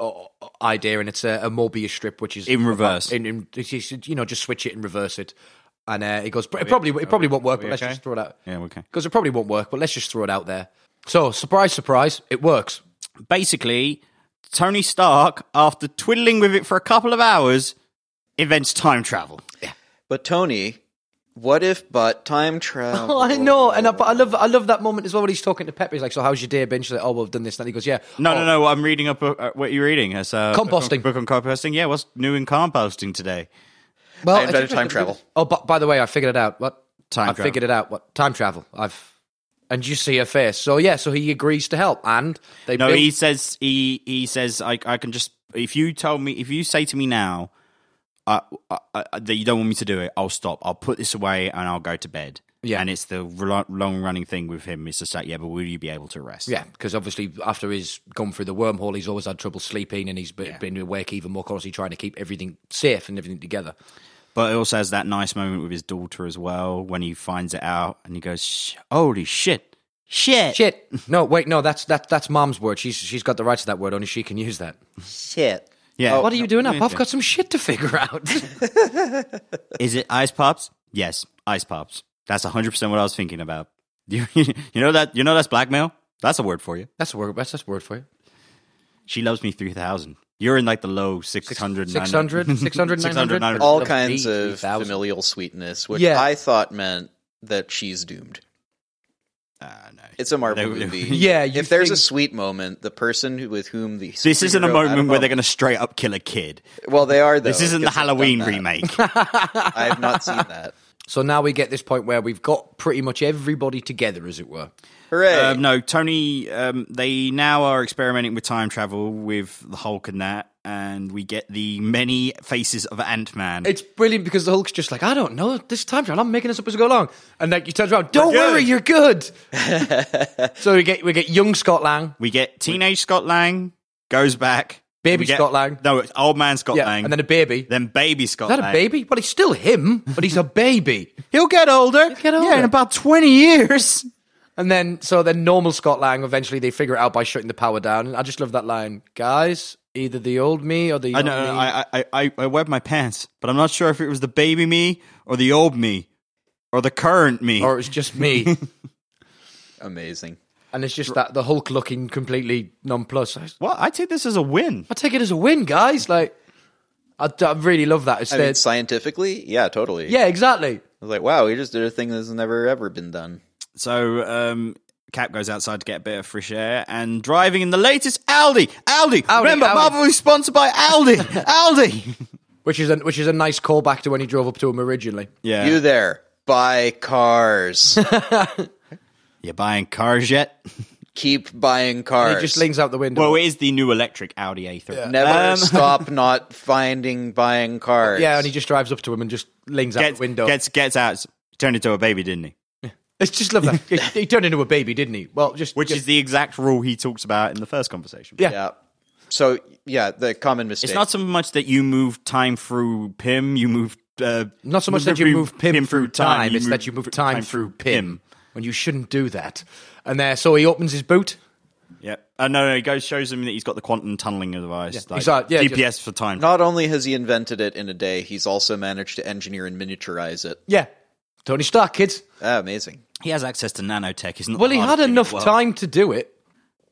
o- o- idea, and it's a, a Mobius strip, which is
In reverse.
In, in, it's just, you know, just switch it and reverse it, and uh, he goes, it probably it probably won't work, but let's
okay?
just throw it out
Yeah, okay.
because it probably won't work, but let's just throw it out there. So surprise, surprise, it works.
Basically, Tony Stark, after twiddling with it for a couple of hours, invents time travel.
But Tony, what if but time travel?
Oh, I know, and I, but I love I love that moment as well when he's talking to Pep. He's like, "So how's your day been?" She's like, "Oh, well, I've done this." And that." he goes, "Yeah,
No,
Oh,
no, no. I'm reading a book. Uh, what are you reading? It's, uh,
Composting.
Book on, book on composting. Yeah, what's new in composting today?
Well,
I invented
it's
time
interesting
travel.
because- Oh, but by the way, I figured it out. What
Time
I
travel.
figured it out. What time travel? I've and you see her face. So yeah, so he agrees to help, and they
No,
build-
he says he he says I I can just if you tell me if you say to me now, I, I, I- that you don't want me to do it, I'll stop. I'll put this away and I'll go to bed.
Yeah.
and it's the long running thing with him. It's just like yeah, but will you be able to rest?
yeah, because obviously after he's gone through the wormhole, he's always had trouble sleeping, and he's be- been awake even more, constantly trying to keep everything safe and everything together.
But it also has that nice moment with his daughter as well when he finds it out and he goes, "Sh- "Holy shit, shit,
Shit! No, wait, no, that's that, that's mom's word. She's she's got the rights to that word. Only she can use that.
Shit.
Yeah,
what are you doing up? I've got some shit to figure out.
Is it ice pops? Yes, ice pops. That's hundred percent what I was thinking about. You, you know that you know that's blackmail. That's a word for you.
that's a word. That's that's a word for you.
She loves me three thousand. You're in like the low 600,
600, 600, 900.
900.
All
Love
kinds
me,
of
3,000.
familial sweetness, which
Yeah.
I thought meant that she's doomed.
Ah, no.
It's a Marvel
They-
movie.
Yeah, you
if there's a
think-
sweet moment, the person who, with whom the
This isn't a
superhero- I don't
moment
know.
where they're going to straight up kill a kid.
Well, they are. Though,
This isn't the
because they've done
Halloween
that.
remake.
I have not seen that.
So now we get this point where we've got pretty much everybody together, as it were.
Hooray!
um, no, Tony. Um, they now are experimenting with time travel with the Hulk and that, and we get the many faces of Ant Man.
It's brilliant because the Hulk's just like, I don't know, this time travel, I'm making this up as I go along. And like, he turns around, don't
We're good.
worry, you're good. so we get we get young Scott Lang,
We get teenage Scott Lang goes back.
Baby
We get-
Scott Lang.
No, it's old man Scott
yeah,
Lang.
and then a baby. Is
then baby Scott
that a
Lang.
baby? Well, he's still him, but he's a baby.
He'll get older.
get older.
Yeah, in about 20 years.
And then, so then normal Scott Lang, eventually they figure it out by shutting the power down. And I just love that line, guys, either the old me or the
I
young
know.
me.
I, I, I, I wet my pants, but I'm not sure if it was the baby me or the old me or the current me.
or it's just me.
Amazing.
and it's just that the Hulk looking completely nonplussed. I-
well, I take this as a win.
I take it as a win, guys. Like, I, I really love that. It's
I
the-
mean, scientifically, yeah, totally.
yeah, exactly.
I was like, wow, we just did a thing that's never ever been done.
So, um, Cap goes outside to get a bit of fresh air and driving in the latest Aldi. Aldi. Remember,
Aldi.
Marvel is sponsored by Aldi. Aldi.
Which is a, which is a nice callback to when he drove up to him originally.
Yeah.
You there? Buy cars.
you buying cars yet?
Keep buying cars.
He just leans out the window.
Well, it is the new electric Audi A3.
Never
Um,
stop not finding buying cars.
yeah, and he just drives up to him and just leans out
gets,
the window.
gets gets out. Turned into a baby, didn't he?
It's just love that. he, he turned into a baby, didn't he? Well, just
Which
yeah,
is the exact rule he talks about in the first conversation.
yeah.
yeah. So yeah, the common mistake.
It's not so much that you move time through Pym, you move. Uh,
Not so much that you move Pim, through time, it's that you move time, through Pim.
Pym.
And you shouldn't do that. And there, so he opens his boot.
Yep. Uh, no, no, he goes shows him that he's got the quantum tunneling device, like
Exact- yeah,
GPS for time.
Not only has he invented it in a day, he's also managed to engineer and miniaturize it.
Yeah, Tony Stark, kids.
Ah, amazing.
he has access to nanotech, isn't
Well, he had enough time to do it.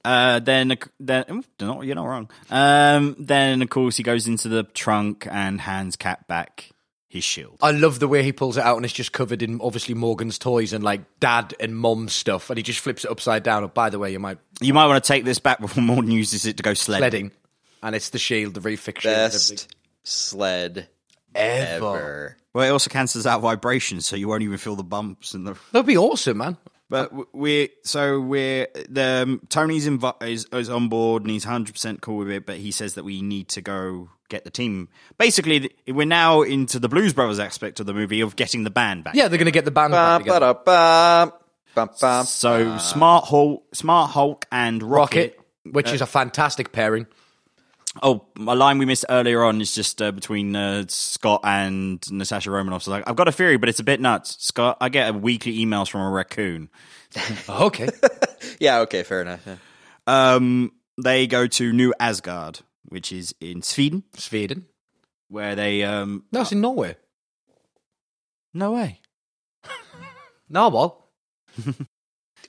Uh, then, then ooh, you're not, you're not wrong. Um, then of course he goes into the trunk and hands Cap back his shield.
I love the way he pulls it out and it's just covered in obviously Morgan's toys and like dad and mom stuff. And he just flips it upside down. Oh, by the way, you might
You might want to take this back before Morton uses it to go sledding.
sledding. And it's the shield, the refix shield. and
Best sled
everything. Ever.
ever.
Well, it also cancels out vibrations, so you won't even feel the bumps and the
That'd be awesome, man.
But w- we're so we're the um, Tony's invi- is, is on board and he's hundred percent cool with it. But he says that we need to go get the team. Basically, th- we're now into the Blues Brothers aspect of the movie of getting the band back.
Yeah, they're going to get the band back
Ba,
together.
ba, da, ba, ba, ba.
So smart Hulk, smart Hulk, and Rocket,
Rocket, which is a fantastic pairing.
Oh, a line we missed earlier on is just uh, between uh, Scott and Natasha Romanoff. So like, I've got a theory, but it's a bit nuts. Scott, I get weekly emails from a raccoon.
Okay.
Yeah, okay, fair enough. yeah.
Um, they go to New Asgard, which is in Sweden,
Sweden.
where they um,
No, it's in Norway.
no way.
Narwhal.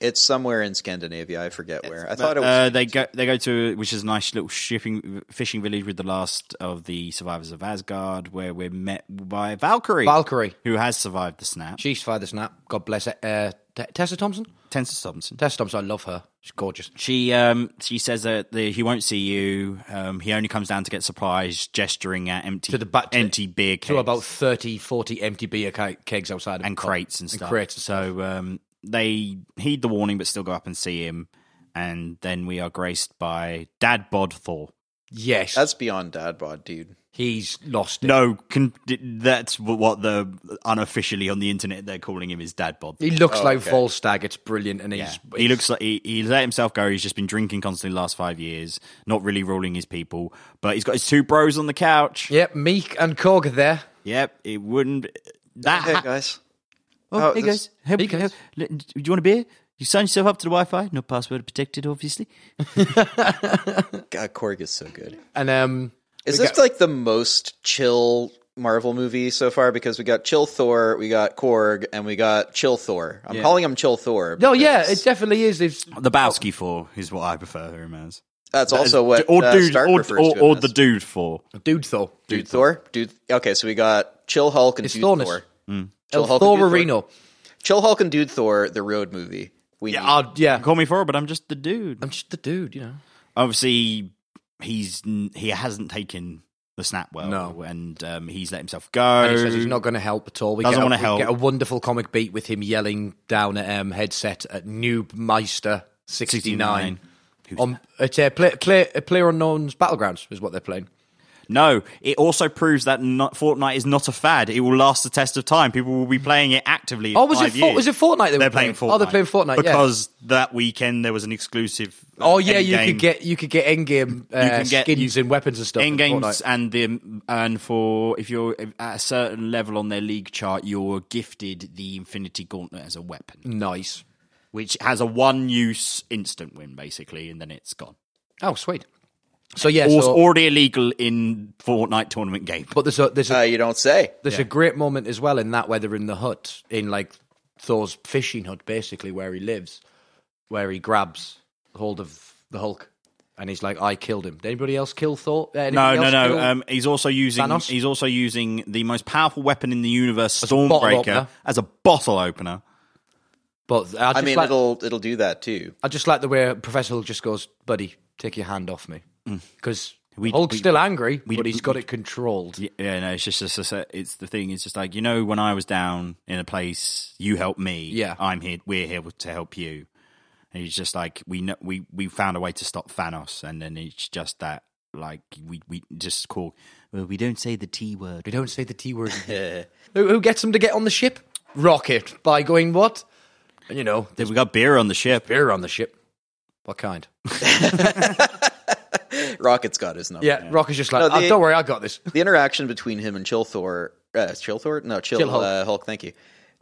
It's somewhere in Scandinavia. I forget where. I thought it was.
Uh, they go they go to which is a nice little shipping fishing village with the last of the survivors of Asgard, where we're met by Valkyrie,
Valkyrie.
who has survived the snap.
She's fired the snap. God bless her. Uh, T- Tessa Thompson?
Tessa Thompson.
Tessa Thompson, I love her. She's gorgeous.
She um she says that the, he won't see you. Um, he only comes down to get supplies, gesturing at empty
To the back- to-
empty beer kegs
There were about 30, 40 empty beer ke- kegs outside. Of
and
the pub.
crates and stuff.
crates and
so um, they heed the warning, but still go up and see him. And then we are graced by Dad Bod Thor.
Yes.
That's beyond dad bod, dude.
he's lost it.
No, con- d- that's what the unofficially on the internet they're calling him is Dad Bod.
He looks
Oh,
like
okay.
Volstagg. It's brilliant. And he's,
he looks like he, he let himself go. He's just been drinking constantly the last five years, not really ruling his people. But he's got his two bros on the couch.
Yep, Meek and Korg are there.
Yep, it wouldn't. That
Hey
ha-
guys.
Oh,
Oh,
hey
this-
guys. Hey,
Hey, guys.
hey, l- do you want a beer? You sign yourself up to the Wi-Fi. No password protected, obviously.
God, Korg is so good.
And um,
Is
we
this
got-
like the most chill Marvel movie so far? Because we got Chill Thor, we got Korg, and we got Chill Thor. I'm calling him Chill Thor.
No, yeah,
because
it definitely is. It's,
The Bowski four is what I prefer him as.
that's also what
or
uh,
dude
Stark
or,
refers
or,
to him
or
as.
the dude four.
dude, Thor.
dude Thor. Dude. Okay, so we got Chill Hulk and
It's
Dude
Thornus.
Thor.
El
Chill Hulk and
Thor
Dude
Areno.
Chill Hulk and Dude Thor, the road movie. We
Yeah,
need-
I'll- Uh, yeah.
Call me four, but I'm just the dude.
I'm just the dude, you know.
Obviously, he's n- he hasn't taken the snap well,
No.
and um, he's let himself go.
And he says he's not going to help at all. We
Um, Doesn't
get a-
wanna
we
help.
Get a wonderful comic beat with him yelling down at um, headset at Noob Meister sixty
69.
nine. On it's uh, play, play, uh, player unknown's battlegrounds is what they're playing.
No, it also proves that not, Fortnite is not a fad. It will last the test of time. People will be playing it actively.
Oh, was it
five
Fort-
years.
was it Fortnite they were
They're playing Fortnite.
playing? Oh, they're playing Fortnite, yeah.
because that weekend there was an exclusive. uh,
Oh yeah, you
endgame-
could get you could get endgame uh,
can get-
skins and weapons and stuff. in
end games
Fortnite.
and the um, and for if you're at a certain level on their league chart, you're gifted the Infinity Gauntlet as a weapon,
Nice.
which has a one-use instant win basically, and then it's gone.
Oh sweet. So yeah,
Or
so,
already illegal in Fortnite tournament game.
but there's a there's a
Uh, you don't say.
There's a great moment as well in that where they're in the hut, in like Thor's fishing hut, basically where he lives, where he grabs hold of the Hulk, and he's like, "I killed him." Did anybody else kill Thor? Uh,
No,
anybody
no,
else
no.
kill-
Um, he's also using
Thanos?
he's also using the most powerful weapon in the universe,
bottle
Stormbreaker,
opener.
as a bottle opener.
but I, just
I mean,
like,
it'll it'll do that too.
I just like the way Professor Hulk just goes, "Buddy, take your hand off me,"
Mm.
because
We-
Hulk's
we-
still angry, but he's got it controlled.
Y- Yeah, no, it's just, it's just it's the thing. It's just like you know, when I was down in a place, you helped me.
Yeah.
I'm here. We're here to help you. And he's just like we know, we we found a way to stop Thanos, and then it's just that like we we just call. Well, we don't say the T
We
word.
don't say the T word. who, who gets him to get on the ship? Rocket by going what? And you know,
We got beer on the ship.
beer on the ship. What kind?
Rocket's got his number.
Yeah, Rock is just like,
No,
"Oh,
the-
don't worry, I got this.
The interaction between him and Chill Thor, uh, Chill Thor, no, Chill,
Chill Hulk.
Hulk. Uh, Hulk. Thank you.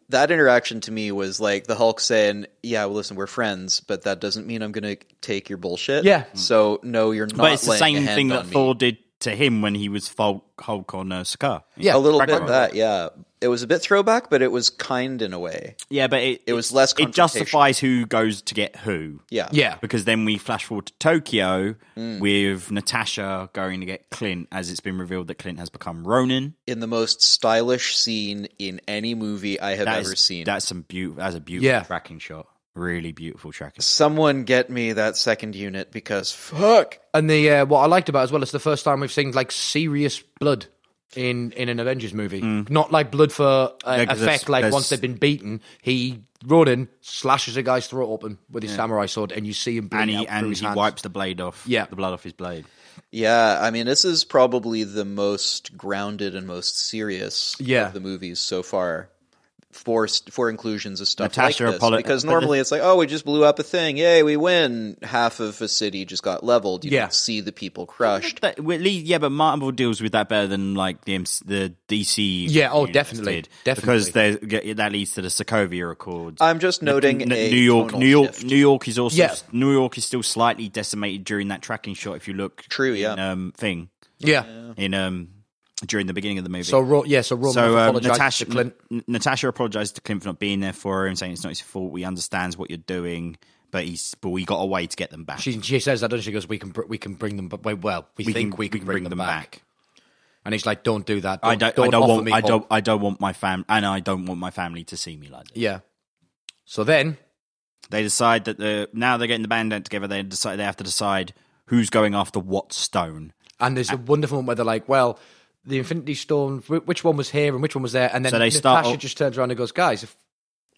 That interaction to me was like the Hulk saying, "Yeah, well, listen, we're friends, but that doesn't mean I'm going to take your bullshit."
Yeah.
So no, you're not.
But it's the
laying a
same
hand
thing
on
that
me.
Thor did to him when he was Hulk, Hulk on uh, Sakaar.
Yeah,
A little bit
Ragnarok.
of that, yeah. It was a bit throwback, but it was kind in a way.
Yeah, but it,
It was less
It
confrontational.
justifies who goes to get who.
Yeah. Mm.
Yeah,
Because then we flash forward to Tokyo with Natasha going to get Clint, as it's been revealed that Clint has become Ronin.
In the most stylish scene in any movie I have
That
ever
is-
seen.
That's some beautiful. That's a beautiful
Yeah.
tracking shot. Really beautiful tracking.
Someone get me that second unit because fuck.
and the uh, what I liked about it as well is the first time we've seen like serious blood in in an Avengers movie, not like blood for uh,
Mm. 'cause
effect.
there's-
like
there's-
once they've been beaten, he Ronan slashes a guy's throat open with his samurai sword, and you see him bleeding
And he
out through
and
his
he
hands.
wipes the blade off.
Yeah.
the blood off his blade.
Yeah, I mean, this is probably the most grounded and most serious
Yeah.
of the movies so far. for for inclusions of stuff
Natasha
like this
apolo-
because
but the-
normally it's like oh we just blew up a thing yay we win half of a city just got leveled you
Yeah.
don't see the people crushed
That, well, at least- yeah, but Marvel deals with that better than like the MC, the DC.
Yeah, oh,
universe
definitely,
did,
definitely.
because they- that leads to the Sokovia Accords.
I'm just noting
N-
a
New York,
tonal
New York,
shift.
New York is also
Yeah.
New York is still slightly decimated during that tracking shot. If you look,
True, yeah. Oh.
in, um, thing
Yeah.
in um during the beginning of the movie.
So Ro- yeah, so Roman
So, um,
apologized
Natasha,
to Clint.
N- Natasha apologized to Clint for not being there for her and saying it's not his fault. He understands what you're doing, but he's but we got a way to get them back.
She she says that, doesn't she? She Goes, we can br- we can bring them, but well, we, think we can, bring, them, back. And he's like, don't do that. Don't,
I don't, I
offer
don't want
me
I
hope."
don't I don't want my fam and I don't want my family to see me like this.
Yeah. So then,
They decide that the now they're getting the band together. They decide they have to decide who's going after what stone.
and there's a wonderful one where they're like, well, the Infinity Stone, wh- which one was here and which one was there? And then
So they
Natasha
start off-
just turns around and goes, guys, if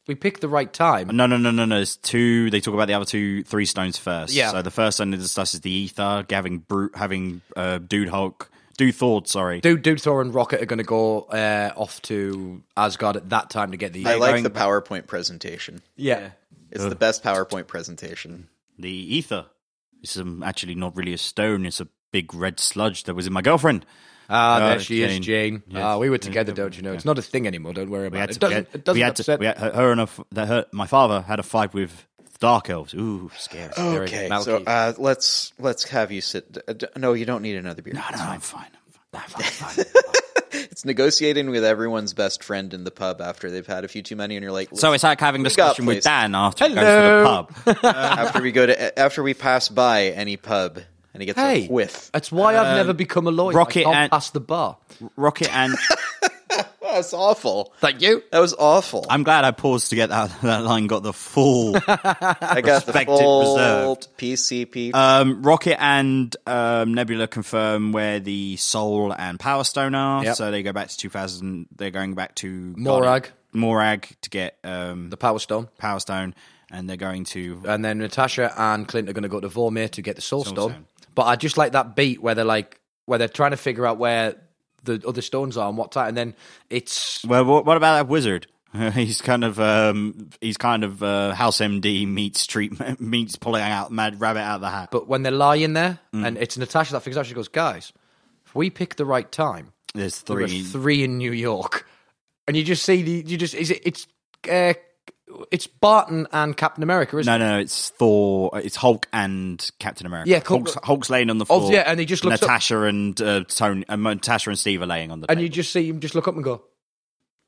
we pick the right time,
No, no, no, no, no. There's two. They talk about the other two, three stones first.
Yeah.
So the first stone they discuss is the ether, having brute, having uh, dude Hulk, dude Thord. Sorry.
Dude, Dude, Thor, and Rocket are going to go uh, off to Asgard at that time to get the.
I like
going
the PowerPoint presentation
yeah.
it's the best PowerPoint presentation
The ether. It's um, actually not really a stone. It's a big red sludge that was in my girlfriend.
Ah,
Oh,
there she
Jane.
is, Jane.
Yes.
Ah, we were together, don't you know? It's not a thing anymore. Don't worry
We
about
had
it.
to.
It doesn't.
we had,
It doesn't
we had to.
upset.
We had, her and her, f- that her. My father had a fight with dark elves. Ooh, scary. scary.
okay
Malkeith.
so uh, let's let's have you sit d- d- no you don't need another beer
No, no, I'm fine. I'm fine.
it's negotiating with everyone's best friend in the pub after they've had a few too many and you're like
So it's like having a
got
discussion with
places.
Dan after he goes to the pub.
after we go to after we pass by any pub and he gets
Hey,
a whiff.
That's why I've never become a lawyer.
Um, Rocket
I can't
and-
pass the bar.
Rocket and
That's awful.
Thank you.
That was awful. i
I'm glad I paused to get that that line got the full
got the
respected,
full
reserved.
PCP.
Um, Rocket and um, Nebula confirm where the Soul and Power Stone are.
Yep.
So they go back to 2000. They're going back to
Morag.
Guardian- Morag to get um,
The Power Stone.
Power Stone, and they're going to.
And then Natasha and Clint are going to go to Vormir to get the Soul, Stone.
Stone.
But I just like that beat where they're like, where they're trying to figure out where the other stones are and what time. And then it's
Well, what, what about that wizard? he's kind of um, he's kind of uh, House MD meets treatment meets pulling out Mad Rabbit out of the hat.
But when they're lying there,
Mm.
and it's Natasha that figures out, she goes, "Guys, if we pick the right time,
There's
there
three.
are three in New York." And you just see the you just is it it's uh, it's Barton and Captain America, isn't
No, no, it's Thor. It's Hulk and Captain America.
Yeah, Hulk-
Hulk's, Hulk's laying on the
Oh,
floor.
yeah, and he just looks up-
Natasha and uh, Tony, uh, Natasha and Steve are laying on the.
it? And
table.
you just see him just look up and go,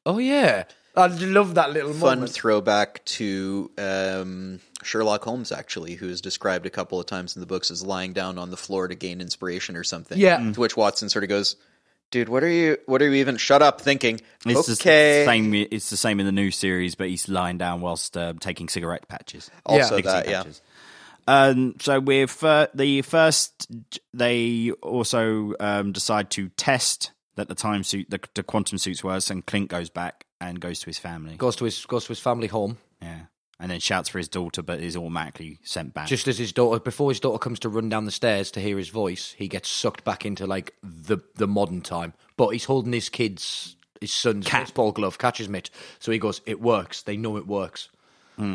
"Oh yeah." I love that little
Fun
moment.
throwback to um, Sherlock Holmes, actually, who is described a couple of times in the books as lying down on the floor to gain inspiration or something.
Yeah.
To which Watson sort of goes, "Dude, what are you? What are you even? Shut up, thinking."
It's just
okay.
the same. It's the same in the new series, but he's lying down whilst uh, taking cigarette patches.
Also
Nicotine
that, yeah.
patches. Um, so we're fir- the first. They also um, decide to test that the time suit, the, the quantum suits worse, and Clint goes back and goes to his family.
Goes to his goes to his family home
Yeah, and then shouts for his daughter, but is automatically sent back.
just as his daughter before his daughter comes to run down the stairs to hear his voice. He gets sucked back into like the the modern time, but he's holding his kid's his son's baseball glove, catches mitt. So he goes, "It works. They know it works."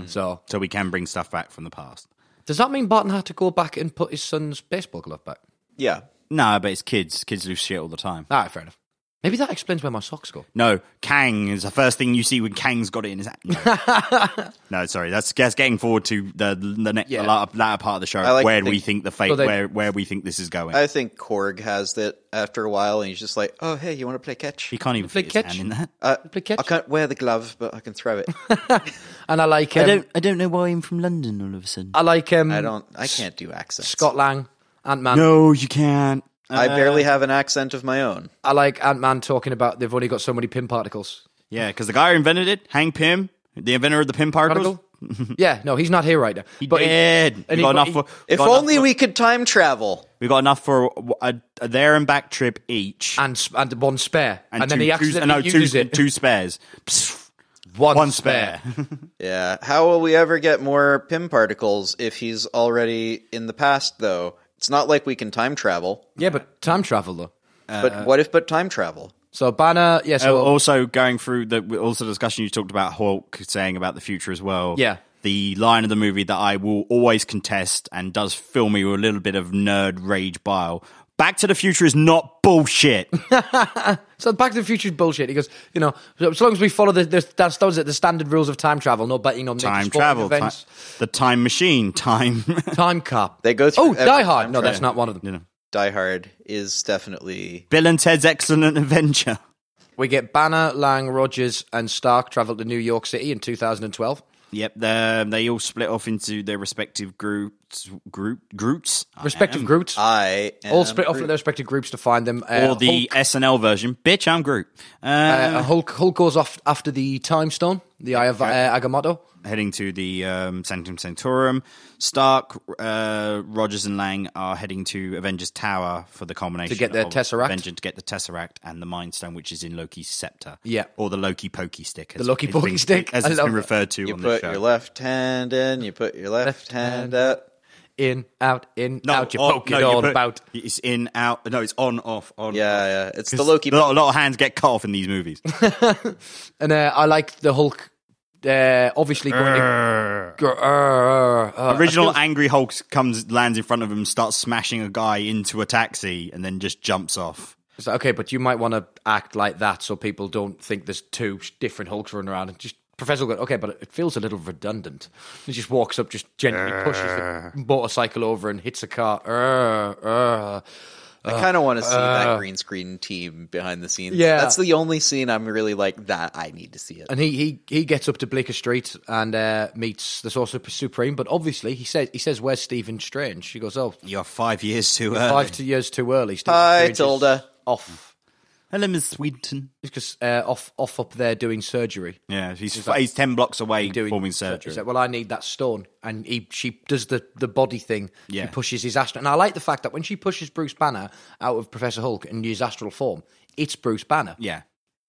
So
so we can bring stuff back from the past.
does that mean Barton had to go back and put his son's baseball glove back?
Yeah.
No, but it's kids. Kids lose shit all the time.
Ah, fair enough. Maybe that explains where my socks go.
No, Kang is the first thing you see when Kang's got it in his hand. No, No, sorry, that's, that's getting forward to the the next
Yeah.
the latter, latter part of the Uh, show
like to
where
think-
we think the fate
So they-
where where we think this is going.
I think Korg has that after a while, and he's just like, "Oh, hey, you want to play catch?
he can't even fit his
catch.
hand in that.
Uh,
Play catch.
I can't wear the glove, but I can throw it.
And I like um, I,
I don't know why I'm from London all of a sudden.
like um,
I don't. I can't do accents.
Scott Lang, Ant Man.
no, you can't.
I barely have an accent of my own.
I like Ant Man talking about they've only got so many pin particles.
Yeah, because the guy who invented it, Hank Pym, the inventor of the Pym particles,
Particle? yeah, no, he's not here right now. But he-
dead.
and
we
he-
got enough
but he-
for
If
got enough
only
for-
we could time travel.
we got enough for a, a, a there and back trip each,
and s- and one spare, and, then
two-
he
two- no,
accidentally
two,
uses it.
two spares. Psst,
one,
one spare.
Yeah. How will we ever get more Pym particles if he's already in the past, though? It's not like we can time travel.
Yeah, but time travel though.
but what if but time travel?
So Banner, yeah, so
Uh, also going through the also the discussion you talked about Hulk saying about the future as well.
Yeah.
The line of the movie that I will always contest and does fill me with a little bit of nerd rage bile. Back to the Future is not bullshit.
So Back to the Future is bullshit. He goes, you know, so so long as we follow the, the that's those are the standard rules of time travel, no betting on
time travel, ti-
events,
the time machine, time.
time, cap.
They go through
Oh,
every
Die Hard.
time
No, that's
travel.
not one of them.
you know,
Die Hard is definitely
Bill and Ted's Excellent Adventure.
We get Banner, Lang, Rogers, and Stark travel to New York City in 2012.
Yep, they're- they all split off into their respective groups. Group groups. I
Respective
am.
groups,
I am
all split off
Groot.
into their respective groups to find them. Uh,
or the SNL version. Bitch, I'm Groot. Uh,
Hulk, uh, Hulk, Hulk goes off after the Time Stone, the Eye of uh, Agamotto.
heading to the um, Sanctum Sanctorum. Stark, uh, Rogers, and Lang are heading to Avengers Tower for the culmination
To get the
of
Tesseract.
Avengers to get the Tesseract and the Mind Stone, which is in Loki's scepter.
Yeah.
or the Loki Pokey Stick. as
The Loki
it's been-
Pokey Stick.
as
I
it's
love
been
that.
referred to
You
on the
put
show.
your left hand in. You put your left,
Left
hand,
hand.
out.
In, out, in,
No,
out. You
on-
poke
no,
it
you
all
put-
about.
It's in out. No, it's on off on.
Yeah, yeah. It's the
Because
Loki.
A lot, a lot of hands get cut off in these movies.
And uh, I like the Hulk. Uh, obviously, going to, Gr- uh, uh, uh,
Original Angry Hulk comes lands in front of him, starts smashing a guy into a taxi, and then just jumps off.
It's like, okay, but you might want to act like that so people don't think there's two sh- different Hulks running around. And just Professor will go, okay, but it feels a little redundant. He just walks up, just gently pushes the motorcycle over and hits a car. Uh, uh.
I kind of want to see
uh,
that green screen team behind the scenes.
Yeah.
that's the only scene I'm really like that. I need to see it.
And he, he he gets up to Bleecker Street and uh, meets the Sorcerer Supreme. But obviously, he says he says, "Where's Stephen Strange?" She goes, "Oh,
You're five years too early.
five two years too early." Stephen
Hi,
Strange is
Tilda.
Off
Hello, Miss Swinton.
because uh, off off up there doing surgery.
Yeah, he's he's ten blocks away
doing
performing surgery.
He said, "Well, I need that stone," and he she does the the body thing.
Yeah.
She pushes his astral, and I like the fact that when she pushes Bruce Banner out of Professor Hulk and his astral form, it's Bruce Banner.
yeah,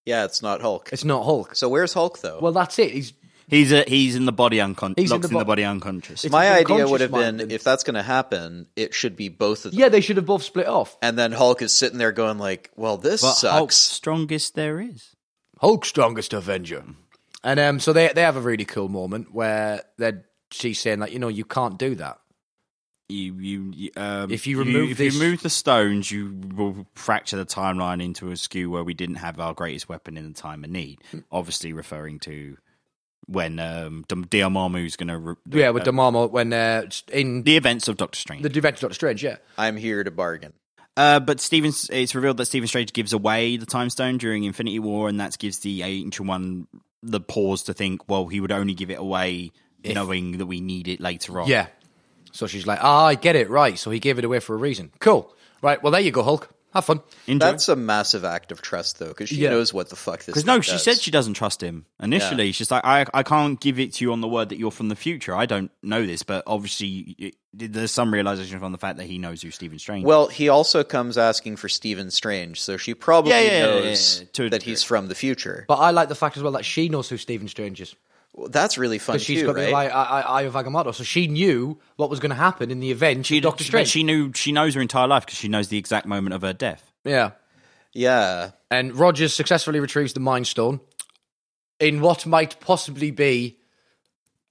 Yeah, it's not Hulk.
It's not Hulk.
So where's Hulk though?
Well, that's it. He's
he's a, he's in the body unconscious.
He's
He's
in
in the,
the bo-
body unconscious.
It's-
My
an
idea
unconscious
would have
mind,
been
and-
if that's going to happen, it should be both of them.
yeah. They should have both split off.
And then Hulk is sitting there going like, "Well, this
But Hulk's
sucks."
strongest there is.
Hulk, strongest Avenger. And um, so they they have a really cool moment where they're she's saying like, you know, you can't do that.
You, you, you, um,
If you remove
if
this-
you remove the stones, you will fracture the timeline into a skew where we didn't have our greatest weapon in the time of need. Obviously, referring to when um, Dom- Diamamu's going to re-
Yeah, with the Damamo when uh, in
the events of Doctor Strange.
the Adventure Doctor Strange. Yeah.
I'm here to bargain.
Uh, but Steven, it's revealed that Stephen Strange gives away the time stone during Infinity War, and that gives the Ancient One the pause to think. Well, he would only give it away knowing that we need it later on.
Yeah. So she's like, ah, I get it, right. So he gave it away for a reason. Cool. Right. Well, there you go, Hulk. Have fun.
Enjoy.
That's a massive act of trust though, because she
Yeah.
knows what the fuck this.
because no,
guy
she
does.
said she doesn't trust him initially. She's like, I, I can't give it to you on the word that you're from the future. I don't know this, but obviously it, there's some realization from the fact that he knows who Stephen Strange. is.
Well, he also comes asking for Stephen Strange, so she probably
Yeah, yeah, yeah, yeah,
knows
yeah, yeah, to a
that he's from the future.
But I like the fact as well that she knows who Stephen Strange is.
Well, that's really fun
But she's
too,
got the
right?
eye, eye, eye of Agamotto. So she knew what was going to happen in the event. She, Doctor
She-
Strange.
She knew she knows her entire life because she knows the exact moment of her death.
yeah.
Yeah,
And Rogers successfully retrieves the Mind Stone in what might possibly be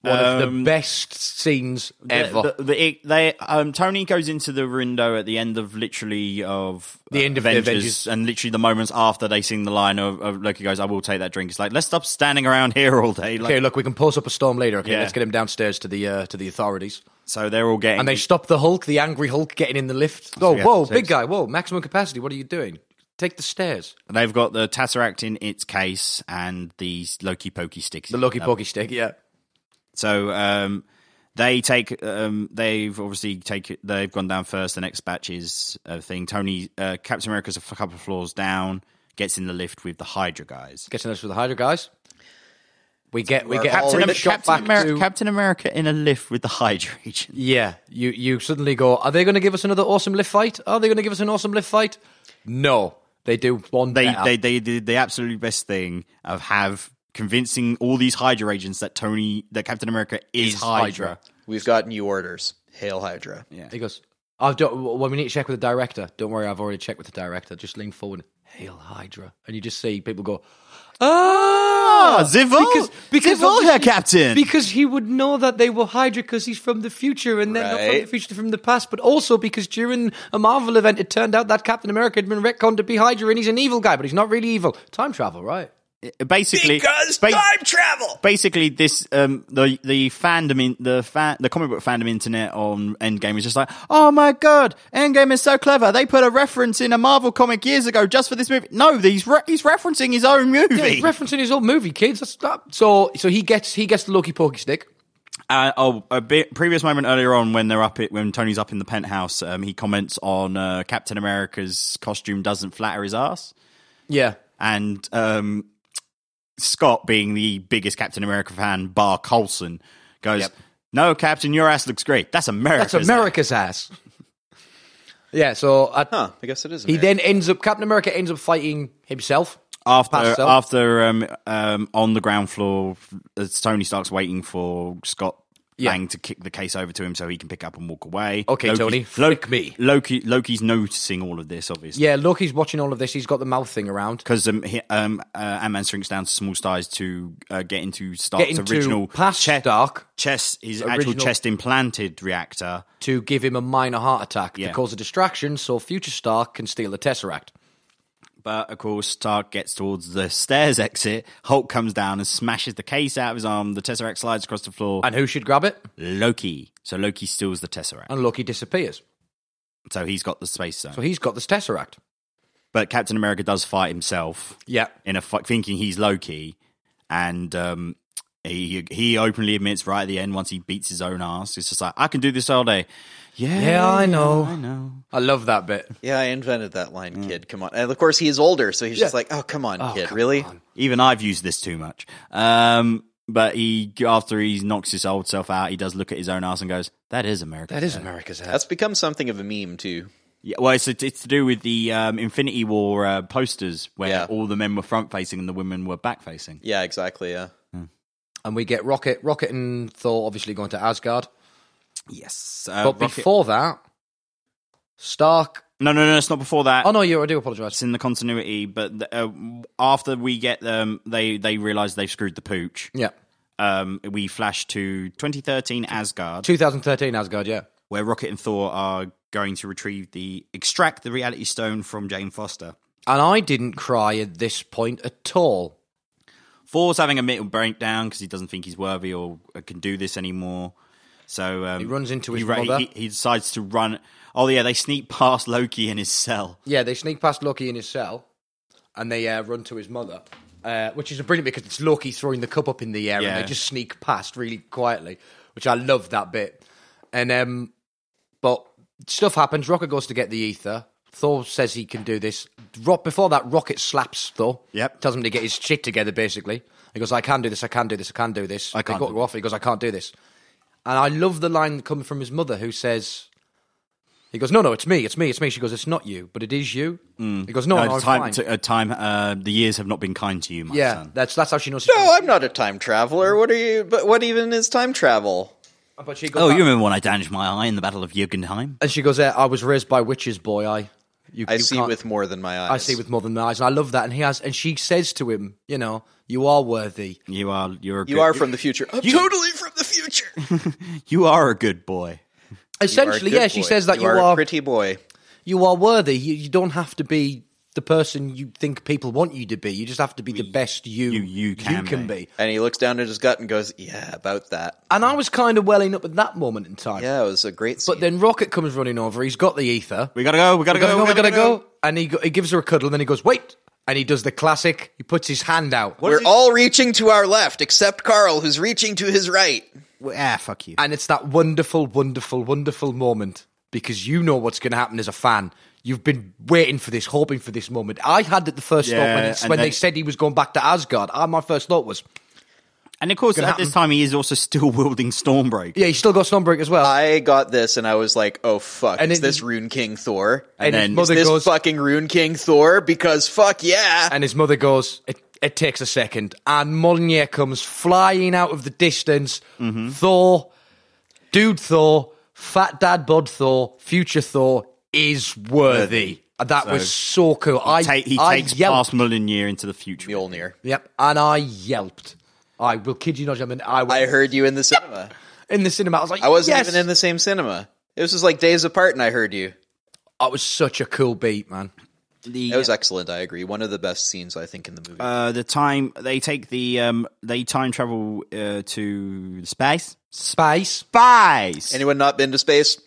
one of the best scenes ever.
Um, The, the, it- they, um, Tony goes into the window at the end of literally of
The end of the Avengers.
and literally the moments after they sing the line of, of Loki goes, "I will take that drink." It's like let's stop standing around here all day. Like,
okay, look, we can post up a storm later. Okay,
Yeah.
let's get him downstairs to the uh, to the authorities.
so they're all getting
And they stop the Hulk, the angry Hulk, getting in the lift. Oh,
yeah,
whoa,
so
big
it's-
guy, whoa, maximum capacity. What are you doing? Take the stairs.
they've got the Tesseract in its case and the Loki Pokey sticks.
The Lucky Pokey stick, yeah.
So um, they take um, they've obviously take they've gone down first. The next batch is a thing. Tony uh, Captain America's a f- couple of floors down, gets in the lift with the Hydra guys.
Getting us with the Hydra guys. We get we
We're
get
all
Captain,
Already
Amer-
shot
Captain,
back
Ameri-
to-
Captain America in a lift with the Hydra agent.
yeah. You you suddenly go, are they going to give us another awesome lift fight? Are they going to give us an awesome lift fight? No, they do one.
They,
better.
they they did the absolute best thing of have convincing all these Hydra agents that Tony that Captain America is,
Is
Hydra.
Hydra.
we've got new orders. Hail Hydra.
He goes, I've done, well, we need to check with the director. Don't worry, I've already checked with the director. Just lean forward. Hail Hydra. And you just see people go, ah!
Ah, Zivol? Zivol,
obviously-
Herr Captain.
Because he would know that they were Hydra because he's from the future and they're not from the
Right.
future, they're from the past. But also because during a Marvel event, it turned out that Captain America had been retconned to be Hydra and he's an evil guy, but he's not really evil. Time travel, right?
Basically, ba-
travel.
basically this um the the fandom in the fan the comic book fandom internet on Endgame is just like, oh my god, Endgame is so clever. They put a reference in a Marvel comic years ago just for this movie. No, he's re- he's referencing his own movie.
Yeah, he's referencing his old movie, kids. That's that. So, so he gets he gets the Loki Pokey stick.
Uh, oh, a bit, previous moment earlier on when they're up it, when Tony's up in the penthouse, um, he comments on uh, Captain America's costume doesn't flatter his ass,
Yeah,
and um, Scott, being the biggest Captain America fan, bar Colson, goes,
Yep.
"No, Captain, your ass looks great. That's America.
that's America's ass. Yeah. So at,
Huh? I guess it is.
he
America.
then ends up Captain America ends up fighting himself.
after
Past self.
after um, um, on the ground floor, as Tony Stark's waiting for Scott
Yeah.
Lang to kick the case over to him so he can pick up and walk away.
Okay, Tony, flick me.
Loki Loki's noticing all of this, obviously.
Yeah, Loki's watching all of this. He's got the mouth thing around.
Because um, he- um, uh, Ant-Man shrinks down to small size to uh, get into Stark's
Getting
original
to past
chest,
Stark
chest, his actual
Original-
chest implanted reactor.
to give him a minor heart attack
Yeah.
to cause a distraction, so future Stark can steal the Tesseract.
But of course, Stark gets towards the stairs exit. Hulk comes down and smashes the case out of his arm. The Tesseract slides across the floor.
And who should grab it?
Loki. So Loki steals the Tesseract.
And Loki disappears.
So he's got the space zone.
So he's got this Tesseract.
but Captain America does fight himself
Yeah.
in a fight, thinking he's Loki, and um, he he openly admits right at the end once he beats his own ass, it's just like I can do this all day. Yeah,
Yeah, I know.
I know.
I love that bit.
yeah, I invented that line, kid. Come on. And of course, he's older, so he's just
Mm. Yeah.
like, oh, come on, kid.
come
really?
on.
Even I've used this too much. Um, but he after he knocks his old self out, he does look at his own ass and goes, "That is America."
That is America's ass.
That's become something of a meme too.
Yeah, well, it's, it's to do with the um, Infinity War uh, posters where
Yeah.
all the men were front facing and the women were back facing.
Yeah, exactly. Yeah.
And we get Rocket, Rocket and Thor obviously going to Asgard.
Yes, uh,
But
Rocket-
before that, Stark.
no, no, no, it's not before that.
Oh no, you. I do apologize.
it's in the continuity, but the, uh, after we get them, they they realize they've screwed the pooch.
Yeah,
Um, we flash to 2013 Asgard,
2013 Asgard. Yeah,
where Rocket and Thor are going to retrieve the extract the Reality Stone from Jane Foster.
and I didn't cry at this point at all.
Thor's having a mental breakdown because he doesn't think he's worthy or uh, can do this anymore. So um, he
runs into his
ra-
mother.
He, he decides to run. Oh yeah, they sneak past Loki in his cell.
Yeah, they sneak past Loki in his cell, and they uh, run to his mother, uh, which is brilliant because it's Loki throwing the cup up in the air,
Yeah.
and they just sneak past really quietly, which I love that bit. And um, but stuff happens. Rocket goes to get the ether. Thor says he can do this. Rock before that, Rocket slaps Thor.
Yep.
tells him to get his shit together. Basically, he goes, "I can do this. I can do this. I can do this."
I can't
They go,
do
go off. He goes, "I can't do this." And I love the line coming from his mother, who says, "He goes, no, no, it's me, it's me, it's me." She goes, "It's not you, but it is you." He goes, "No, no,
Uh,
I'm
time,
Oh, fine."
to- uh, time. Uh, the years have not been kind to you, my
yeah,
son.
that's that's how she knows.
No, "Oh, I'm not a time traveler. What are you? But what even is time travel?
but she goes,
Oh, you remember when I damaged my eye in the Battle of Jugendheim?
and she goes, eh, "I was raised by witches, boy. I, you,
I
you
see
can't-
with more than my eyes.
I see with more than my eyes, and I love that." And he has, and she says to him, "You know, you are worthy."
You are you're a
You
good,
are from the future. I'm totally from the future.
you are a good boy.
Essentially,
You are a
yeah,
good
she
boy.
says that you,
a
are
pretty boy.
you are worthy. You, you don't have to be the person you think people want you to be. You just have to be the best you
you- you can be.
be.
And he looks down at his gut and goes, "Yeah, about that."
And I was kind of welling up at that moment in time.
Yeah, it was a great scene.
But then Rocket comes running over. He's got the ether.
We gotta go. We gotta,
gotta
go.
go, we gotta go. And he, go, he gives her a cuddle, and then he goes, wait. And he does the classic. He puts his hand out.
We're all reaching to our left except Carl, who's reaching to his right.
Ah, fuck you.
And it's that wonderful, wonderful, wonderful moment because you know what's going to happen as a fan. You've been waiting for this, hoping for this moment. I had it the first thought when,
Yeah,
it's,
and
when
then-
they said he was going back to Asgard. I, my first thought was,
And of course, at
happen.
this time, he is also still wielding Stormbreaker.
yeah, he's still got Stormbreak as well.
I got this and I was like, "Oh fuck,
And
is
it-
this Rune King Thor?"
and
then-
his
Is
mother
this
goes,
fucking Rune King Thor? Because fuck yeah.
and his mother goes, it, it takes a second. And Molyneux comes flying out of the distance. Thor, dude Thor, Fat Dad Bod Thor, Future Thor is worthy. That was so cool. I
Ta- he
I
takes
yelped.
past Mullinir into the future.
Mjolnir.
Yep, and I yelped. I will kid you not, gentlemen. I,
I
went
heard you in the cinema.
in the cinema. I was like,
I wasn't
yes!
even in the same cinema. It was just like days apart, and I heard you.
That was such a cool beat, man.
The-
It was excellent. I agree. One of the best scenes I think in the movie.
uh, the time they take the um, they time travel uh, to space.
Space.
Spies.
Anyone not been to space?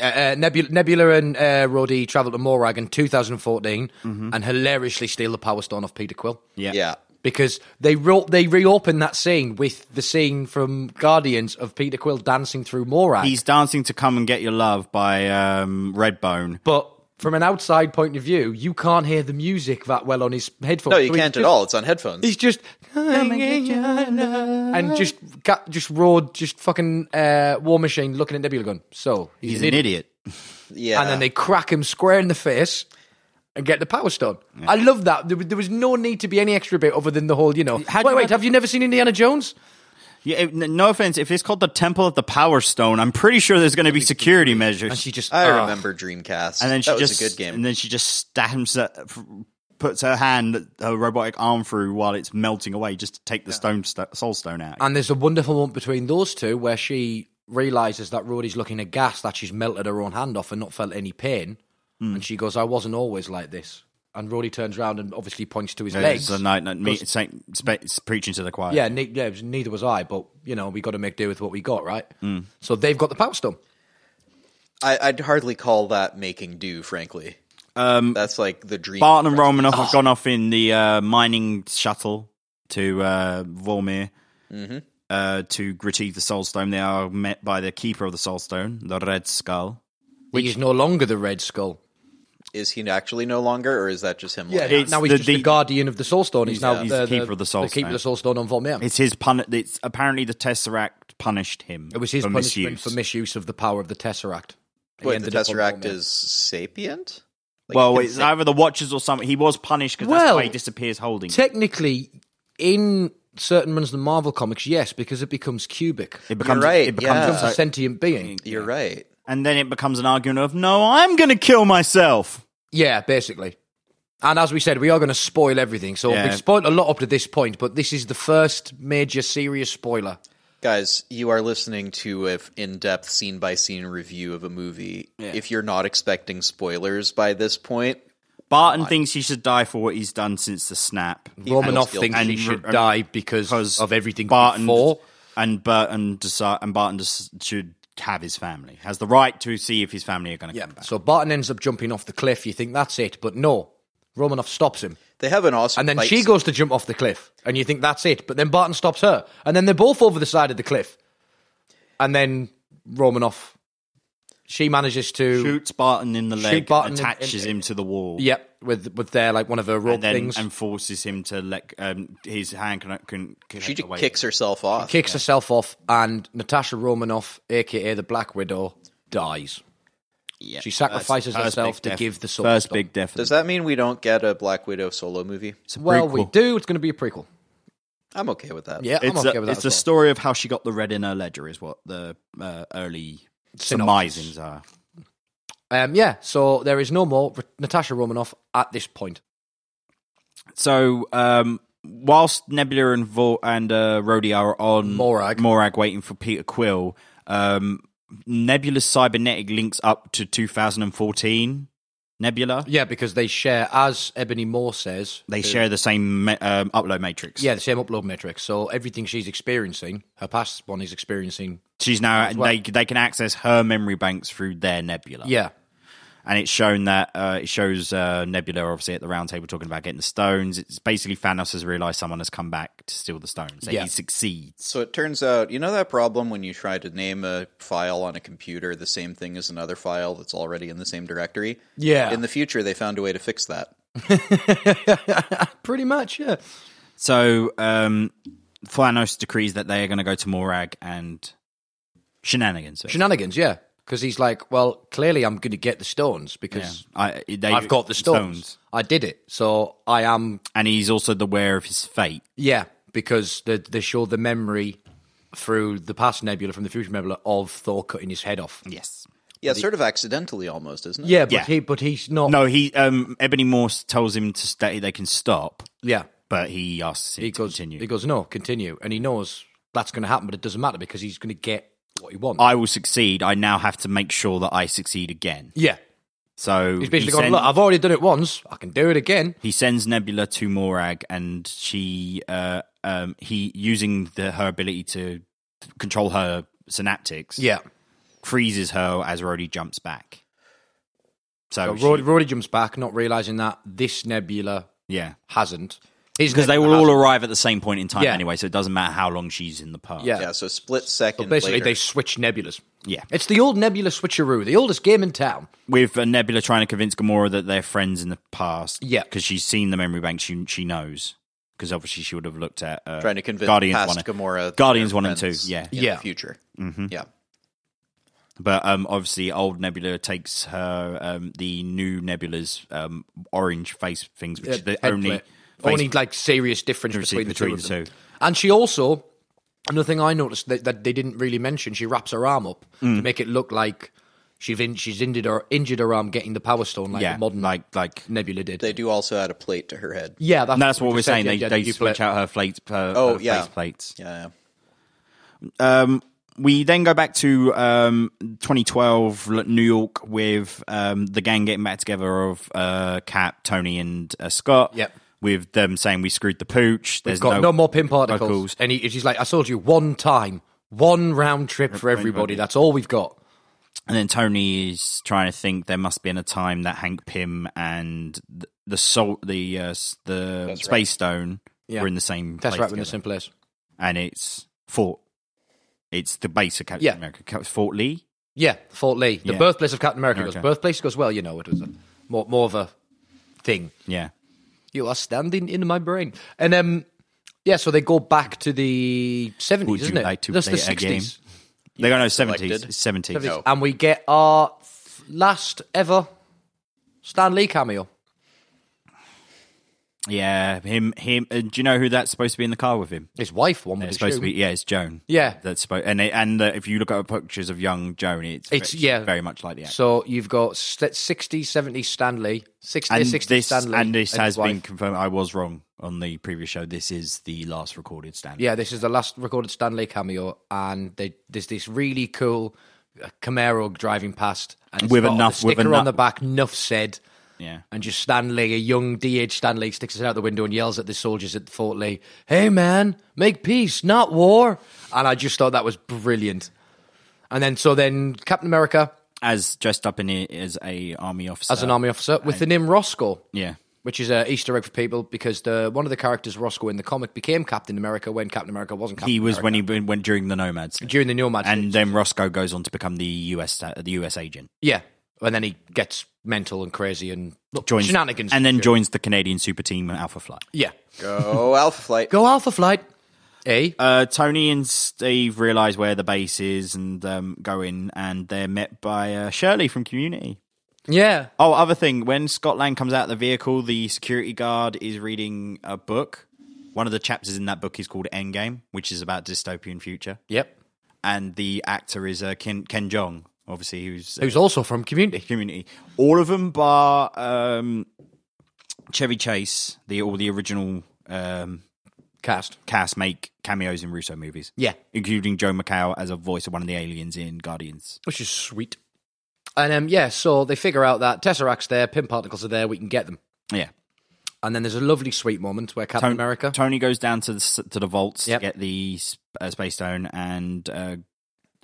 Uh, uh, Nebula, Nebula and uh, Roddy travel to Morag in 2014 and hilariously steal the Power Stone off Peter Quill.
yeah.
Yeah.
because they re- they reopen that scene with the scene from Guardians of Peter Quill dancing through Morag.
He's dancing to "Come and Get Your Love" by um, Redbone.
but from an outside point of view, you can't hear the music that well on his headphones.
No, you
So he's
can't at
just-
all. It's on headphones.
He's just and just ga- just roared, just fucking uh, War Machine looking at Nebula going. So he's,
He's
an
an
idiot.
idiot.
yeah.
and then they crack him square in the face. And get the power stone. I love that. There was, there was no need to be any extra bit other than the whole, you know.
How do
wait,
you
wait.
have-
Have you never seen Indiana Jones?
Yeah, if- n- no offense. If it's called the Temple of the Power Stone, I'm pretty sure there's going to be security measures.
She just.
I
ah.
remember Dreamcast.
and then she
that was
just
a good game.
And then she just stamps, her, f- puts her hand, her robotic arm through while it's melting away, just to take the stone st- soul stone out.
And there's a wonderful moment between those two where she realizes that Rhodey's looking aghast that she's melted her own hand off and not felt any pain.
Hmm.
And she goes, I wasn't always like this. And Rhodey turns round and obviously points to his
It's
legs.
a night, night me, Saint, spe- it's preaching to the choir.
yeah, ne- yeah, it was- neither was I, but you know, we got to make do with what we got, right?
Hmm.
So they've got the power stone.
I, I'd hardly call that making do, frankly. Um, That's like the dream.
Bart and Romanoff
Oh.
have gone off in the uh, mining shuttle to uh, Vormir
Mm-hmm.
uh, to retrieve the Soul Stone. They are met by the keeper of the Soul Stone, the Red Skull.
he is no longer the Red Skull.
Is he actually no longer, or is that just him? lying?
Yeah,
It's
now he's
the-
just the,
the-
guardian of the Soul Stone. He's, now
he's the keeper of the Soul
keeper of the Soul Stone on Vormir.
It's his pun. It's apparently the Tesseract punished him.
It was his
for
punishment
misuse.
for misuse of the power of the Tesseract. He
Wait, the
ended up on
Tesseract
Vormir.
is sapient? Like,
well,
you can
it's
think-
either the Watchers or something. He was punished because that's
Well,
why he disappears holding. it.
technically in certain runs of the Marvel comics, yes, because it becomes cubic. It
It becomes,
right,
it becomes
becomes a sentient being.
you're right.
and then it becomes an argument of no, I'm going to kill myself.
Yeah, basically. And as we said, we are going to spoil everything. So
Yeah.
we've spoiled a lot up to this point, but this is the first major serious spoiler.
Guys, you are listening to an in depth, scene by scene review of a movie. If you're not expecting spoilers by this point,
Barton thinks he should die for what he's done since the snap.
Romanoff
guilty.
thinks
And
he
Ro-
should
and-
die because,
because
of everything
Barton
before.
and Burton deci- and Barton deci- should have his family has the right to see if his family are going to come back.
So Barton ends up jumping off the cliff. You think that's it, but no. Romanoff stops him.
they have an awesome.
And then
fight
she goes to jump off the cliff, and you think that's it. But then Barton stops her, and then they're both over the side of the cliff. And then Romanoff, she manages to
Shoots Barton in the leg,
Barton in-
attaches
in-
him to the wall,
yep with with their like one of her rope
and then
things,
and forces him to let um, his hand can, can, can
She just kicks herself off.
kicks herself off, and Natasha Romanoff, aka the Black Widow, dies.
Yeah.
She sacrifices
First big
herself to
death.
give the soul.
First
stone.
big death.
Does that mean we don't get a Black Widow solo movie?
Well, we
prequel?
do. It's going to be a prequel.
I'm okay with that.
Yeah,
It's
I'm okay
a,
with that.
it's a
as well.
story of how she got the red in her ledger, is what the uh, early
Synopsis.
surmisings are.
um, yeah. So there is no more R- Natasha Romanoff at this point.
So, um, whilst Nebula and Vol- and uh, Rhodey are on
Morag.
Morag waiting for Peter Quill, um, Nebula's cybernetic links up to 2014. Nebula,
Yeah, because they share, as Ebony Moore says,
they share the same ma- um, upload matrix.
Yeah, the same upload matrix. So everything she's experiencing, her past one is experiencing.
she's now they they can access her memory banks through their Nebula.
Yeah,
and it's shown that uh, it shows uh, Nebula obviously at the round table talking about getting the stones. It's basically Thanos has realized someone has come back to steal the stones. So
Yeah.
he succeeds.
So it turns out, you know that problem when you try to name a file on a computer the same thing as another file that's already in the same directory?
Yeah.
In the future, they found a way to fix that.
pretty much. Yeah,
So um, Thanos decrees that they are going to go to Morag and shenanigans.
shenanigans. Yeah, because he's like, well, clearly I'm going to get the stones because
I, they,
I've got the stones. I did it, so I am.
and he's also the aware of his fate.
Yeah, because they they show the memory through the past nebula from the future nebula of Thor cutting his head off.
Yes.
Yeah, sort of accidentally almost, isn't it?
Yeah, but
Yeah.
he but he's not.
No, he um Ebony Morse tells him to stay they can stop,
Yeah,
but he asks him
he
to
goes.
continue.
He goes no, continue, and he knows that's going to happen, but it doesn't matter because he's going to get what he wants.
I will succeed. I now have to make sure that I succeed again.
yeah,
So
he's basically
he,
going.
send-
Look, I've already done it once. I can do it again.
he sends Nebula to Morag, and she, uh, um, he using the, her ability to control her synaptics,
Yeah.
freezes her as Rhodey jumps back. So,
So
she-
Rhodey, Rhodey jumps back, not realizing that this nebula
yeah,
hasn't. His
because they
nebula
will all
hasn't.
arrive at the same point in time
Yeah.
anyway, so it doesn't matter how long she's in the past.
Yeah.
Yeah, so split
But
second
basically,
later.
they switch nebulas.
yeah.
It's the old nebula switcheroo, the oldest game in town.
with uh, Nebula trying to convince Gamora that they're friends in the past.
Yeah.
because she's seen the memory bank. She she knows because obviously she would have looked at uh,
trying to convince
Guardians
past
one. and-
Gamora that
Guardians
they're
one and two.
friends
Yeah,
in
Yeah.
the future. Yeah.
but um, obviously old Nebula takes her um, the new Nebula's um, orange face things, which is the
Head
only
plate.
face
only like serious difference
difference
between,
between
the, two,
the
of them.
two.
And she also another thing I noticed that, that they didn't really mention. She wraps her arm up
Mm.
to make it look like she's in, she's injured her injured her arm getting the power stone like
yeah,
the modern
like like.
nebula did.
They do also add a plate to her head.
yeah, that's,
No, that's what we're saying.
Yeah,
They
yeah,
they
you
switch
play-
out her plate. Her,
Oh,
her
yeah.
face plates.
Yeah.
we then go back to um, 2012 L- New York with um, the gang getting back together of uh, Cap, Tony, and uh, Scott.
Yep.
With them saying we screwed the pooch. There's
Got no, more pin particles.
particles.
And he, she's like, I sold you one time, one round trip for everybody. That's all we've got.
And then Tony is trying to think there must be in a time that Hank Pym and th- the salt, the uh, s- the space stone
Yeah.
were in the same
That's
place
right, we're in the
together.
same place.
and it's Fort. It's the base of Captain
Yeah.
America. Cap- Fort Lee.
Yeah, Fort Lee, the
Yeah.
birthplace of Captain America. He goes,
America.
birthplace He goes well. You know, it was a, more more of a thing.
Yeah.
You are standing in my brain, and um, yeah. So they go back to the
Would
seventies,
you
isn't it?
like to
That's the
play a game?
sixties,
They're going, no, 70s.
Selected.
70s.
No.
and we get our f- last ever Stan Lee cameo.
Yeah, him. Him. Uh, do you know who that's supposed to be in the car with him?
His wife, one would
It's supposed to be.
assume.
Yeah, it's Joan.
Yeah.
that's supposed. And it, and uh, if you look at pictures of young Joan, it's
It's-
very,
yeah.
very much like the actor.
So you've got st- 60s, 70s Stan Lee, 60s,
And
60s
this
Stan Lee,
and this
and
has
his
been
wife.
confirmed. I was wrong on the previous show. This is the last recorded stand.
Yeah, this is the last recorded Stanley cameo, and they, there's this really cool uh, Camaro driving past, and it's
With
got
a
the
nuff-
sticker
with a
on
nuff-
the back, "Nuff said,"
yeah.
and just Stanley, a young DH Stanley, sticks his head out the window and yells at the soldiers at Fort Lee, "Hey man, make peace, not war!" And I just thought that was brilliant. And then, so then Captain America
As dressed up in it as a army officer.
as an army officer with the name Roscoe.
Yeah.
Which is a Easter egg for people because the one of the characters Roscoe in the comic became Captain America when Captain America wasn't Captain
He was
America.
when he went during the Nomads,
during the Nomads
and then Roscoe goes on to become the U.S. sta- the U.S. agent,
Yeah, and then he gets mental and crazy and look,
joins
shenanigans,
and then
Sure.
joins the Canadian super team Alpha Flight.
yeah,
Go Alpha Flight.
go Alpha Flight. Eh?
uh, Tony and Steve realize where the base is and um, go in, and they're met by uh, Shirley from Community.
yeah,
Oh, other thing, when Scott Lang comes out of the vehicle, the security guard is reading a book. One of the chapters in that book is called Endgame, which is about dystopian future,
yep.
and the actor is uh, Ken Ken Jong, obviously who's
Who's also from Community?
Community. All of them bar um, Chevy Chase, the all the original um,
Cast.
cast make cameos in Russo movies.
Yeah,
including Joe McHale as a voice of one of the aliens in Guardians.
which is sweet. And um, yeah, so they figure out that Tesseract's there, pin particles are there, we can get them.
Yeah.
And then there's a lovely sweet moment where Captain America.
Tony goes down to the, s- to the vaults
Yep.
to get the s- uh, space stone, and uh,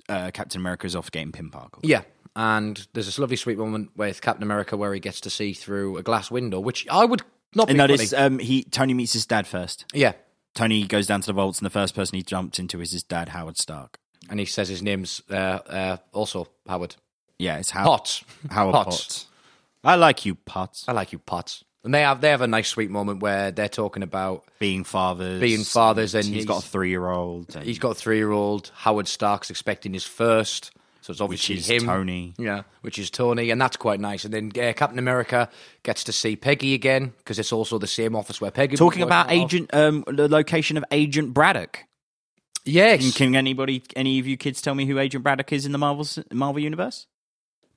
uh, Captain America's off getting pinparkle.
Yeah. And there's this lovely sweet moment with Captain America where he gets to see through a glass window, which I would not be
And
funny.
notice um, he Tony meets his dad first.
Yeah.
Tony goes down to the vaults, and the first person he jumps into is his dad, Howard Stark.
And he says his name's uh, uh, also Howard.
Yeah, it's Howard.
Potts.
Howard
Potts.
Potts. I like you, Potts.
I like you, Potts. And they have they have a nice sweet moment where they're talking about
Being fathers.
being fathers, and
He's got a three-year-old. and-
he's got a three year old. Howard Stark's expecting his first, so it's obviously
is
him.
Tony.
yeah, which is Tony, and that's quite nice. And then uh, Captain America gets to see Peggy again because it's also the same office where Peggy. was
Talking
working
about
out of.
agent, um, the location of Agent Braddock. Can,
Yes.
can anybody, any of you kids, tell me who Agent Braddock is in the Marvel Marvel universe?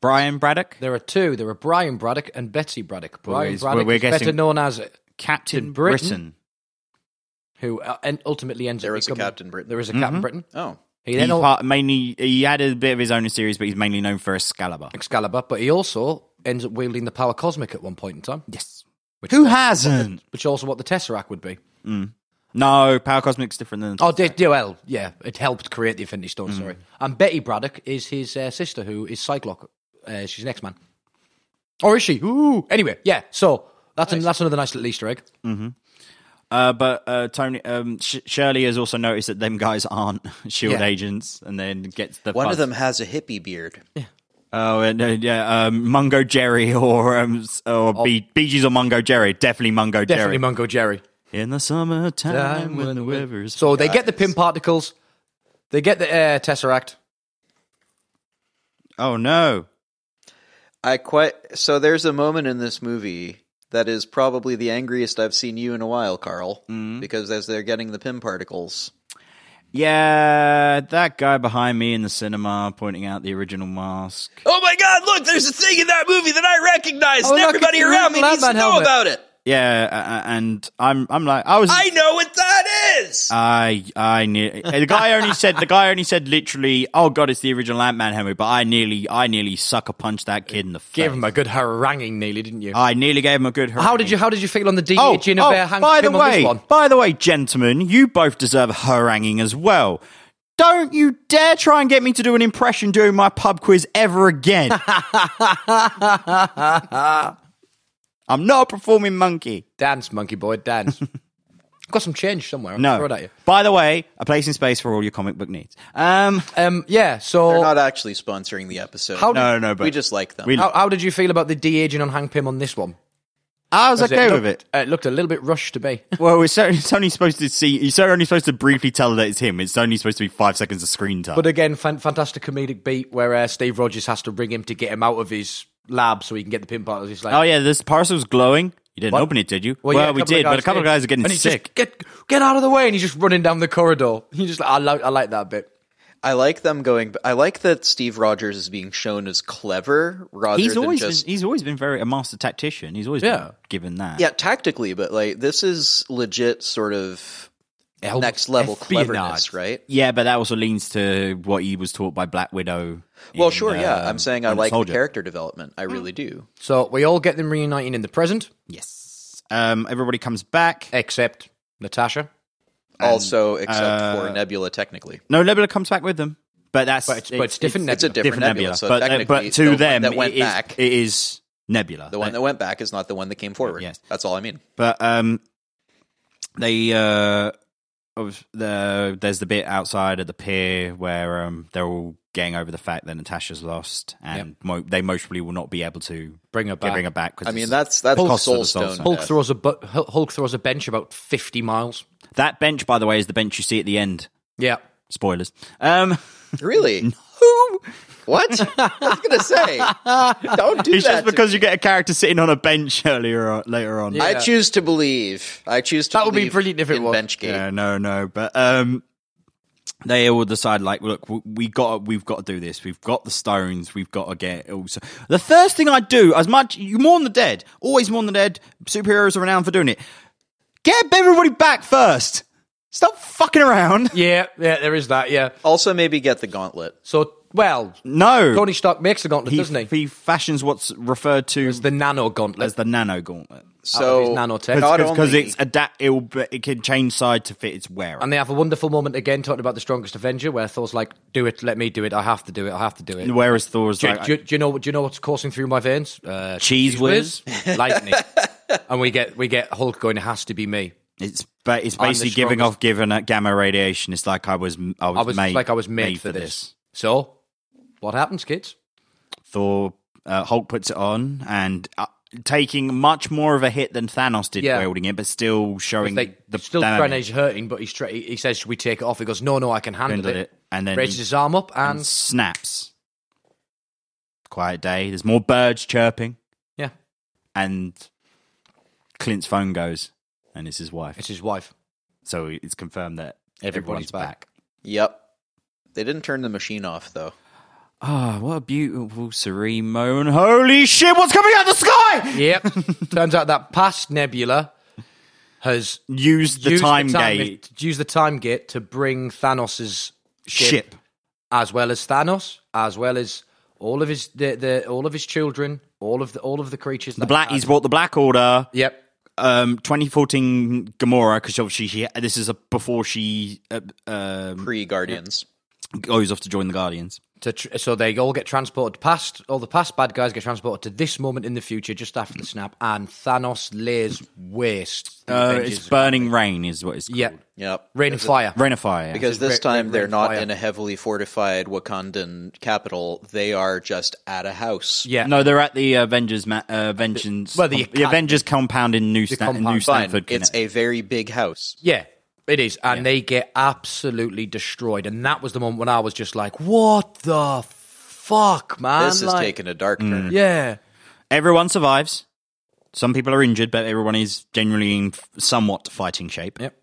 Brian Braddock,
There are two. There are Brian Braddock and Betsy Braddock.
Well,
Brian
is-
Braddock
we're
is better
guessing-
known as
Captain
Captain Britain?
Britain.
who uh, and ultimately ends
There
up
is a
becoming-
Captain Britain.
There is a
Mhm.
Captain Britain.
Oh,
He
He
then al-
part, mainly he had a bit of his own in series, but he's mainly known for Excalibur.
Excalibur, but he also ends up wielding the power cosmic at one point in time,
Yes.
Which
Who
is-
hasn't?
which also what the Tesseract would be.
No, Power Cosmic's different than.
Oh, did well, yeah, it helped create the Infinity Stone. Sorry,
Mm.
and Betty Braddock is his uh, sister, who is Cyclope. Uh, she's an X Man, or is she? Ooh. Anyway, yeah. So that's an, that's another nice little Easter egg.
Uh, but uh, Tony um, Sh- Shirley has also noticed that them guys aren't Shield
Yeah.
E agents, and then gets the
one
buzz.
of them has a hippie beard.
Oh, and, uh, yeah, um, Mungo Jerry or um, s- or Bee, Bee Gees or Mungo Jerry. Definitely Mungo
Definitely
Jerry.
Mungo Jerry.
In the summertime when the weather's
So they get the pin particles, they get the uh, Tesseract.
oh no,
I quite so. There's a moment in this movie that is probably the angriest I've seen you in a while, Carl, because as they're getting the pim particles,
yeah, that guy behind me in the cinema pointing out the original mask.
oh my God! Look, there's a thing in that movie that I recognize,
Oh,
and
look,
everybody
it's the
around me
Red
needs to
Lantern
know
helmet.
about it.
Yeah, uh, uh, and I'm I'm like I was
I know what that is.
I I ne- the guy only said the guy only said literally oh god it's the original Ant Man Henry but I nearly I nearly sucker punched that kid in the face.
Gave him a good haranguing, nearly, didn't you?
I nearly gave him a good.
how did you How did you feel on the DH
Oh,
in
oh,
of uh, Hank
by the
Pym on this
way,
one?
by the way, gentlemen, you both deserve a haranguing as well. Don't you dare try and get me to do an impression during my pub quiz ever again. I'm not a performing monkey.
Dance, monkey boy, dance. Got some change somewhere. I'll
No.
throw it at you.
By the way, a place in space for all your comic book needs. Um,
Um, yeah.
They're
So
not actually sponsoring the episode.
How did-
no, no, but
we just like them.
we-
how, how did you feel about the de aging on Hank Pym on this one?
I was
Does
okay with it.
looked- uh, it looked a little bit rushed to me.
Well, it's only, it's only supposed to see. It's only supposed to briefly tell that it's him. It's only supposed to be five seconds of screen time.
But again, fan- fantastic comedic beat where uh, Steve Rogers has to ring him to get him out of his lab so he can get the pin particles. He's like,
oh yeah, this parcel's glowing. You didn't open it, did you? Well,
yeah, a
we
couple of
did, but
guys
a couple of guys are getting
And he's just,
sick.
get get out of the way, and he's just running down the corridor. He just like, I like I like that bit.
I like them going. I like that Steve Rogers is being shown as clever rather
he's
than
always
just
been, he's always been very a master tactician. He's always
Yeah.
been given that.
yeah tactically, but like this is legit sort of next level
Espionage.
cleverness, right?
Yeah, but that also leans to what he was taught by Black Widow.
Well,
in,
sure, yeah.
um,
I'm saying I
Winter
like
Soldier.
the character development. I really do.
So we all get them reuniting in the present,
Yes, um, everybody comes back.
except Natasha.
also, except
uh,
for Nebula, technically.
No, Nebula comes back with them, but that's
But it's- but it's different
It's a
Nebula.
different, Nebula. So
but, uh,
technically,
but to
the one
them,
that went
it is-
back,
it is Nebula.
the one that went back is not the one that came forward.
Yes.
That's all I mean.
But um, they uh, of the there's the bit outside at the pier where um they're all getting over the fact that Natasha's lost and mo- they most probably will not be able to
Bring her
bring
back.
her back. 'cause
I mean,
it's-
that's that's
Hulk-
Hulk,
Cost of the
Soul
Soul
Stone.
Stone.
Hulk
death.
throws a bu- Hulk Hulk throws a bench about fifty miles.
that bench, by the way, is the bench you see at the end.
Yeah,
Spoilers. Um,
Really? what? I was gonna say. Don't do
it's
that.
just
to
because you get a character sitting on a bench earlier on, later on.
me. I
Yeah.
choose to believe. I choose to.
That would be
believe
brilliant if it
in
was.
Benchgate.
Yeah, no, no, but um, they all decide like, look, w- we got, we've got to do this. We've got the stones. We've got to get also. The first thing I do, as much you mourn the dead, always mourn the dead. Superheroes are renowned for doing it. Get everybody back first. Stop fucking around.
yeah, yeah. There is that. Yeah.
Also, maybe get the gauntlet.
So well,
No,
Tony Stark makes the gauntlet,
he,
doesn't he?
he fashions what's referred to
It's the nano gauntlet.
as the nano gauntlet
So
Out of his nanotech.
not
because
only-
it's adapt. It'll, be- it can change side to fit its wearer.
And they have a wonderful moment again talking about the strongest Avenger, where Thor's like, "Do it, let me do it. I have to do it. I have to do it." Do,
Whereas Thor's like,
do- do you know? Do you know what's coursing through my veins? Uh,
Cheese whiz.
lightning. and we get we get Hulk going. It has to be me.
It's but it's
I'm the
basically giving
strongest-
off given at gamma radiation. It's like I was I was,
I was
made,
like, I was made, for this. So, what happens, kids?
Thor uh, Hulk puts it on and uh, taking much more of a hit than Thanos did
Yeah.
wielding it, but still showing
They
the
still
damage.
trying is hurting, but he's tra- he he says, "Should we take it off?" He goes, "No, no, I can handle,
Handled
it.
it, and then
Raises his arm up and,
snaps. Quiet day. There's more birds chirping,
yeah,
and Clint's phone goes, and it's his wife.
it's his wife.
so it's confirmed that everybody's
Everyone's back.
back.
Yep. They didn't turn the machine off though.
Ah, what a beautiful serene moment. Holy shit, what's coming out of the sky?
Yep. Turns out that past Nebula has
Use the
used
time, gate.
Use the time gate to bring Thanos's
Ship.
as well as Thanos, as well as all of his the, the all of his children, all of the all of the creatures.
The black, he's brought the Black Order.
Yep.
Um, 2014 Gamora, because obviously she, this is a, before she uh, um,
Pre Guardians.
goes off to join the Guardians.
To tr- so they all get transported past all the past bad guys get transported to this moment in the future, just after the snap, and Thanos lays waste. the
Uh,
Avengers.
it's Burning Rain, is what it's called.
yeah,
Yep.
rain and fire.
Rain of Fire. yeah.
Because this
red-
time
red-
they're
red
not
fire.
in a heavily fortified Wakandan capital. They are just at a house.
yeah,
No, they're at the Avengers. Ma- uh, Vengeance.
Well, the acad-
Avengers compound in New, Stan- in
compound.
New
Fine.
Stanford.
It's
Connecticut.
a very big house.
yeah, it is, and they get absolutely destroyed. And that was the moment when I was just like, "What the fuck, man!"
This is
like,
taking a dark
Mm.
turn.
yeah,
everyone survives. Some people are injured, but everyone is generally in f- somewhat fighting shape.
Yep.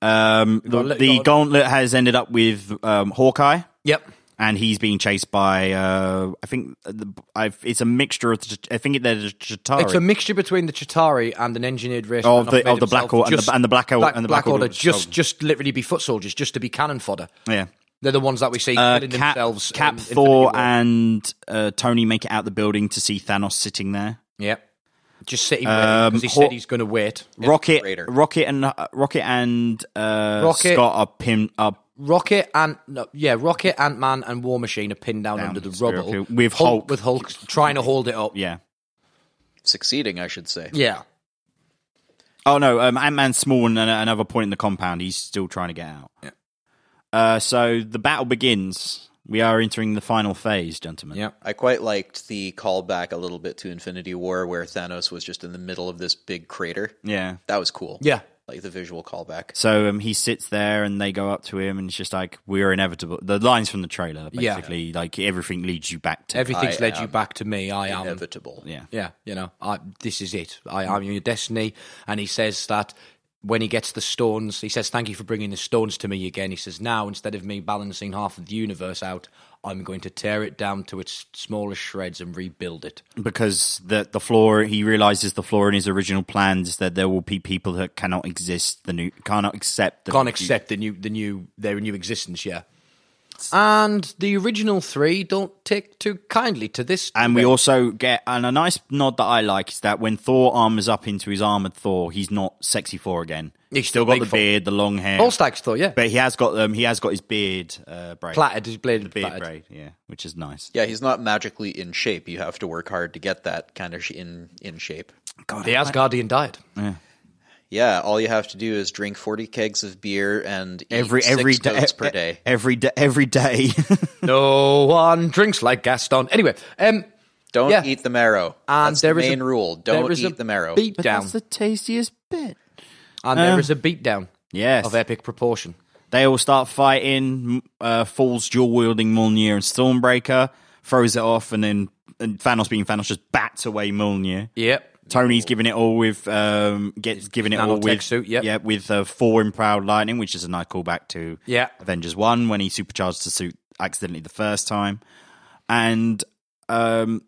Um, the
gotta let-
the
gotta-
gauntlet has ended up with um, Hawkeye,
yep.
and he's being chased by. Uh, I think the, I've, it's a mixture of. the- I think they're the Chitauri.
It's a mixture between the Chitari and an engineered race
Of
man
the-
who made
of the Black Or-
himself
and the- and the Black Or- and the Black Order
just
soldiers.
just literally be foot soldiers just to be cannon fodder.
yeah.
They're the ones that we see
Uh,
killing
Cap,
themselves.
Cap
in Infinity
Thor,
War.
and uh, Tony make it out the building to see Thanos sitting there.
yep, just sitting
Um,
because he
Hor-
said he's going to wait.
Rocket,
Raider.
Rocket, and uh, Rocket and uh,
Rocket-
Scott are pinned up
Rocket and no, yeah, Rocket, Ant Man, and War Machine are pinned down, under the
so
rubble
okay, with Hulk.
with Hulk trying to hold it up.
Yeah.
Succeeding, I should say.
yeah.
Oh no, um, Ant Man's small and at another point in the compound. He's still trying to get out.
Yeah.
Uh, so the battle begins. We are entering the final phase, gentlemen.
Yeah.
I quite liked the callback a little bit to Infinity War where Thanos was just in the middle of this big crater.
Yeah.
That was cool.
Yeah.
Like the visual callback.
So um, he sits there, and they go up to him, and it's just like we are inevitable. The lines from the trailer,
Yeah.
basically, like everything leads you back to.
Everything's
I
led you
am
back to me. I am
Inevitable.
yeah.
Yeah, you know, I, this is it. I am your destiny. And he says that when he gets the stones, he says, Thank you for bringing the stones to me again. He says, Now, instead of me balancing half of the universe out, I'm going to tear it down to its smallest shreds and rebuild it.
because the the flaw he realizes the flaw in his original plans is that there will be people that cannot exist the new cannot accept the
Can't accept the new, the new, their new existence, yeah. And the original three don't take too kindly to this.
and we also get and a nice nod that I like is that when Thor armors up into his armored Thor, he's not sexy Thor again.
He's
still
still
got the
big Thor.
beard, the long hair,
All stacks, though, yeah.
but he has got um he has got his beard uh, braid,
Platted, his blade
beard
platted.
braid, yeah, which is nice.
Yeah, he's not magically in shape. You have to work hard to get that kind of sh- in in shape.
God,
The Asgardian diet.
Yeah, all you have to do is drink 40 kegs of beer and eat
every
six
every day
toads per day.
every day every day.
No one drinks like Gaston. Anyway, um,
Don't
yeah.
eat the marrow.
Um,
And
That's
there
the
is a-
main rule. Don't
there is
eat
a
the marrow.
Beat down,
That's the tastiest bit.
and there is a beat down
Yes,
of epic proportion.
They all start fighting. Uh, falls dual wielding Mjolnir and Stormbreaker, throws it off, and then and Thanos, being Thanos, just bats away Mjolnir.
Yep.
Tony's giving it all with um, gets giving it all
nanotech
with
suit, yep.
yeah with uh, four improud lightning, which is a nice callback to
Yeah.
Avengers One when he supercharged the suit accidentally the first time, and um,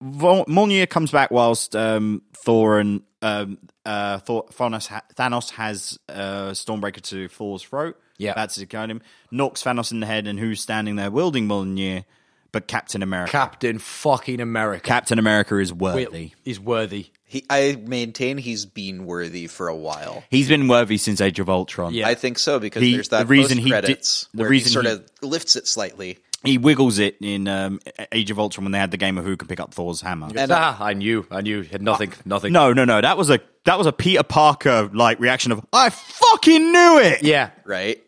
Vol- Mjolnir comes back whilst um, Thor and um, uh, Thor- Thanos, ha- Thanos has uh, Stormbreaker to Thor's throat.
Yeah.
that's to kind him. Knocks Thanos in the head, and who's standing there wielding Mjolnir? But Captain America.
Captain fucking America
Captain America is worthy.
is worthy.
He, I maintain he's been worthy for a while.
He's been worthy since Age of Ultron.
Yeah.
I think so because
He-
there's that
the reason he did-
post-credits
the
where
reason
he sort
he-
of lifts it slightly.
he wiggles it in um, Age of Ultron when they had the game of who can pick up Thor's hammer.
And
ah, I knew, I knew, had nothing, nothing.
No, no, no. That was a that was a Peter Parker like reaction of I fucking knew it.
Yeah.
right?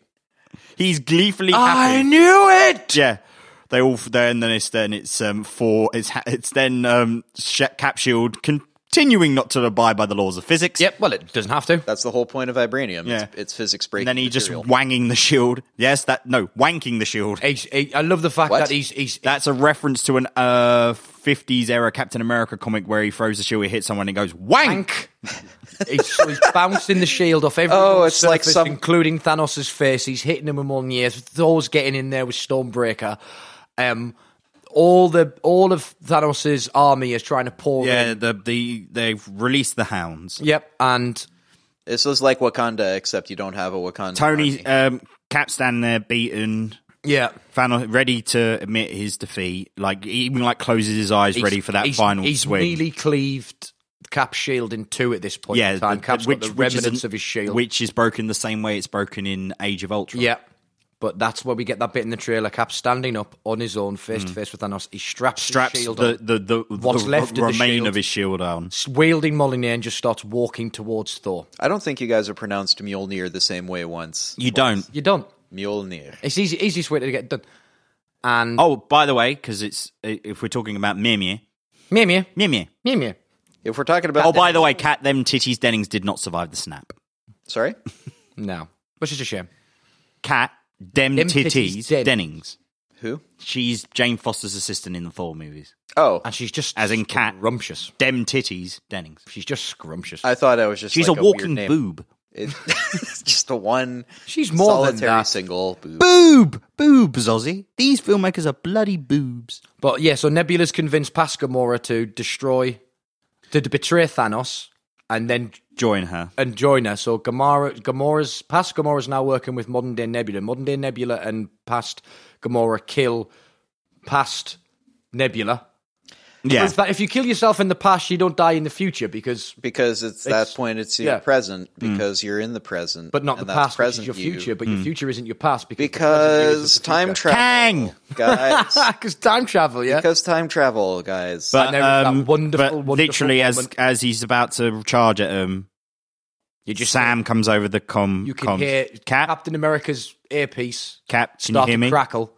He's gleefully happy.
I knew it.
Yeah. They all then then it's then it's um for it's ha- it's then um sh- Cap Shield continuing not to abide by the laws of physics.
Yep. Well, it doesn't have to.
That's the whole point of vibranium.
Yeah.
It's, it's physics
And
breaking.
then he just
material.
wanging the shield. Yes, that no wanking the shield.
He's, he, I love the fact
What?
that he's he's
That's a reference to an uh 50s era Captain America comic where he throws the shield, he hits someone, and he goes wank.
wank. He's, so he's bouncing the shield off every.
Oh, it's like some-
including Thanos' face. He's hitting him in one year. Thor's getting in there with Stormbreaker. Um, all the all of Thanos' army is trying to pour
Yeah,
in.
the, the they've released the hounds.
Yep, and
This is like Wakanda, except you don't have a Wakanda.
Tony
army.
um, Cap's standing there beaten.
yeah,
Thanos ready to admit his defeat. Like he even like closes his eyes, ready
He's-
for that
he's-
final
He's
swing.
nearly cleaved Cap's shield in two at this point.
yeah,
in time.
the-
Cap's
which,
got the
which is
remnants
an-
of his shield.
which is broken the same way it's broken in Age of Ultron.
Yeah. But that's where we get that bit in the trailer. Cap standing up on his own, face to face with Thanos. He straps,
Hmm. straps
his shield
the,
on,
the, the,
What's
the
left of the
remain
shield.
of his shield on.
s- wielding Molyneux, and just starts walking towards Thor.
I don't think you guys have pronounced Mjolnir the same way once.
You don't.
You don't.
Mjolnir.
It's easy, easiest way to get it done. And
Oh, by the way, because it's i- if we're talking about Mimir,
Mimir, Mimir,
Mimir.
Mimir.
If we're talking about,
Oh, by the way, cat them titties Dennings did not survive the snap.
sorry,
No, which is a shame.
Cat them,
Them
titties,
titties Den-
Dennings.
who?
She's Jane Foster's assistant in the Thor movies.
Oh,
And she's just
As in cat. Uh,
scrumptious.
Dem titties Dennings.
She's just scrumptious.
I thought I was just.
She's
like
a walking
weird name.
boob.
It- It's just a one.
She's more than
solitary
that.
single. Boob.
Boob, boobs, Ozzy. These filmmakers are bloody boobs.
But yeah, so Nebula's convinced Paz Gamora to destroy, to betray Thanos, and then
Join her.
and join her. So Gamora, Gamora's past Gamora's now working with modern day Nebula. Modern day Nebula and past Gamora kill past Nebula.
Yeah,
Is that if you kill yourself in the past, you don't die in the future because,
because it's, that point it's your
yeah. Mm.
present because you're in the present
but not
and
the
that's
past, which is your
you.
future. But
Hmm.
your future isn't your past because the present is
because
the
time
future.
travel
Kang.
guys
because time travel, yeah.
because time travel guys
But,
And there is that
um,
wonderful,
but
wonderful
literally, as
moment.
as he's about to charge at him,
you just
Sam comes over the com.
you can
comms.
hear
Cap, Cap,
Captain America's earpiece
can you
start
hear
to
me?
crackle,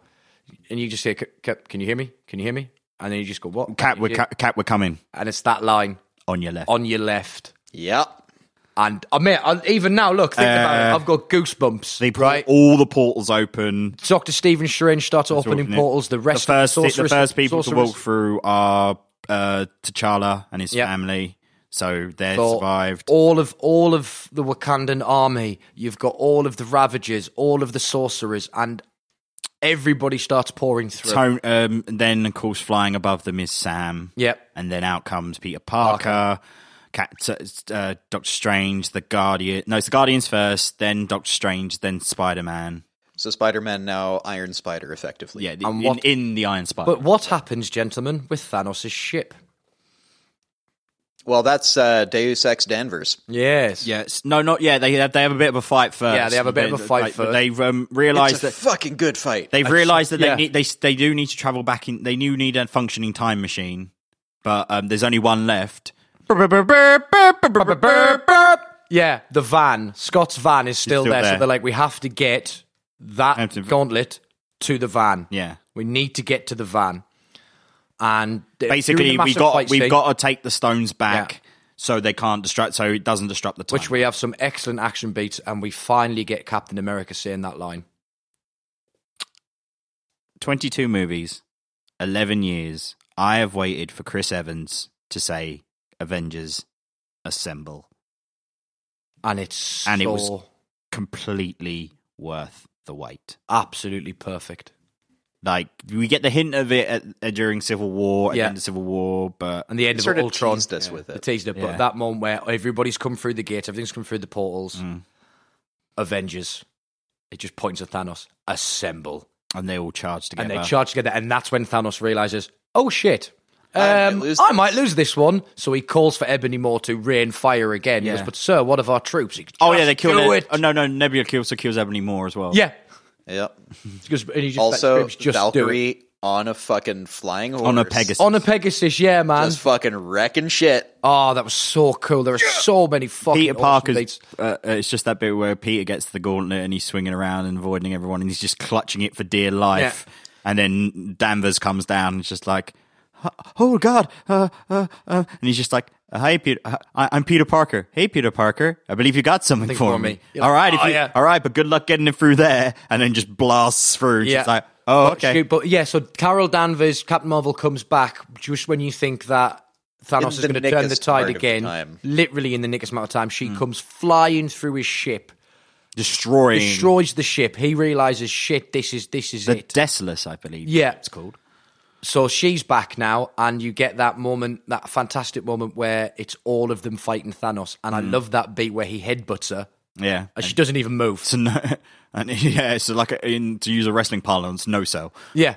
and you just hear, "C- Cap, "Can you hear me? Can you hear me?" And then you just go, "What?"
Cap,
Can
we're
you
ca- Cap, we're coming
hear-" and it's that line
on your left.
on your left.
yep
And I mean, I, even now, look, think about it. I've got goosebumps.
Uh, they brought
right.
all the portals open.
Doctor Stephen Strange starts opening
Open it.
portals. The rest,
the first,
of the,
the
sorceress,
first people
sorceress-
to walk through are uh, T'Challa and his
Yep.
family. So they
all-
survived.
All of all of the Wakandan army. You've got all of the Ravagers, all of the sorcerers, and everybody starts pouring through.
Tone, um, and then, of course, flying above them is Sam.
Yep.
and then out comes Peter Parker, Cat, uh, Doctor Strange, the Guardian. No, it's the Guardians first, then Doctor Strange, then Spider Man.
so spider-man now iron spider effectively
Yeah, the-
And
in,
what-
in the Iron Spider.
But what happens, gentlemen, with Thanos' ship?
well that's uh, deus ex danvers
Yes.
yes, no, not yeah. They have, they have a bit of a fight first.
Yeah, they have a bit of a fight first.
They've um,
it's
Oh,
realized
a
that.
fucking good fight
They've realised that
yeah.
they need they they do need to travel back in. They do need a functioning time machine, but um, there's only one left.
Yeah, the van, Scott's van is still,
still
there,
there.
So they're like, we have to get that
Have to-
gauntlet to the van.
Yeah,
We need to get to the van. And they're doing
basically
a
we
massive
got
fight
we've
scene,
got to take the stones back
Yeah.
so they can't distract so it doesn't disrupt the time.
which we have some excellent action beats, and we finally get Captain America saying that line.
22 movies, 11 years, I have waited for Chris Evans to say, Avengers, assemble.
And it's
And it
so
was- Completely worth the wait.
absolutely perfect.
Like, we get the hint of it at, at- during Civil War, at the
Yeah.
end of Civil War, but
And the end
sort
of
of
Ultron
teased us with
They
it
teased it,
Yeah.
but that moment where everybody's come through the gate, everything's come through the portals.
Mm.
Avengers. It just points at Thanos. Assemble,
and they all charge together.
and they charge together, and that's when Thanos realizes, oh shit.
I
Um,
might lose
I
this."
might lose this one, so he calls for Ebony Maw to rain fire again. He
Yeah.
goes, "But sir, what of our troops?" He goes,
oh, yeah, they
"Just
kill
do
it.
it.
Oh, no, no, Nebula kills, so kills Ebony Moore as well.
Yeah,
yep
He goes, and he just
also
screams, just do it.
valkyrie on a fucking flying horse
On a Pegasus.
on a Pegasus. Yeah, man.
just fucking wrecking shit
oh, that was so cool. There are so many fucking
Peter
awesome
Parker's.
beats.
Uh, uh, it's just that bit where Peter gets the gauntlet and he's swinging around and avoiding everyone, and he's just clutching it for dear life. And then Danvers comes down and it's just like, "Oh God!" Uh, uh, uh," and he's just like, "Hi, Peter. uh, I- I'm Peter Parker. Hey, Peter Parker. I believe you got something for,
for
me.
me. You're
All
like,
right, if
"Oh,
you,
yeah."
all right, but good luck getting it through there." And then just blasts through. Yeah. Just like, oh,
But
okay.
she- but yeah, so Carol Danvers, Captain Marvel comes back just when you think that Thanos
In
is
the
going to turn the
nickest
tide
part of the
again.
time. Hmm.
literally in the nickest amount of time, she comes flying through his ship,
destroying
Hmm.
destroys the ship. He realizes, shit, this is this is
the
it.
Desolus, I believe.
Yeah.
it's called.
so she's back now, and you get that moment, that fantastic moment where it's all of them fighting Thanos, and I
Hmm.
love that beat where he headbutts her,
Yeah,
and she doesn't even move.
So no, and yeah, it's like a, in to use a wrestling parlance, no sell.
Yeah,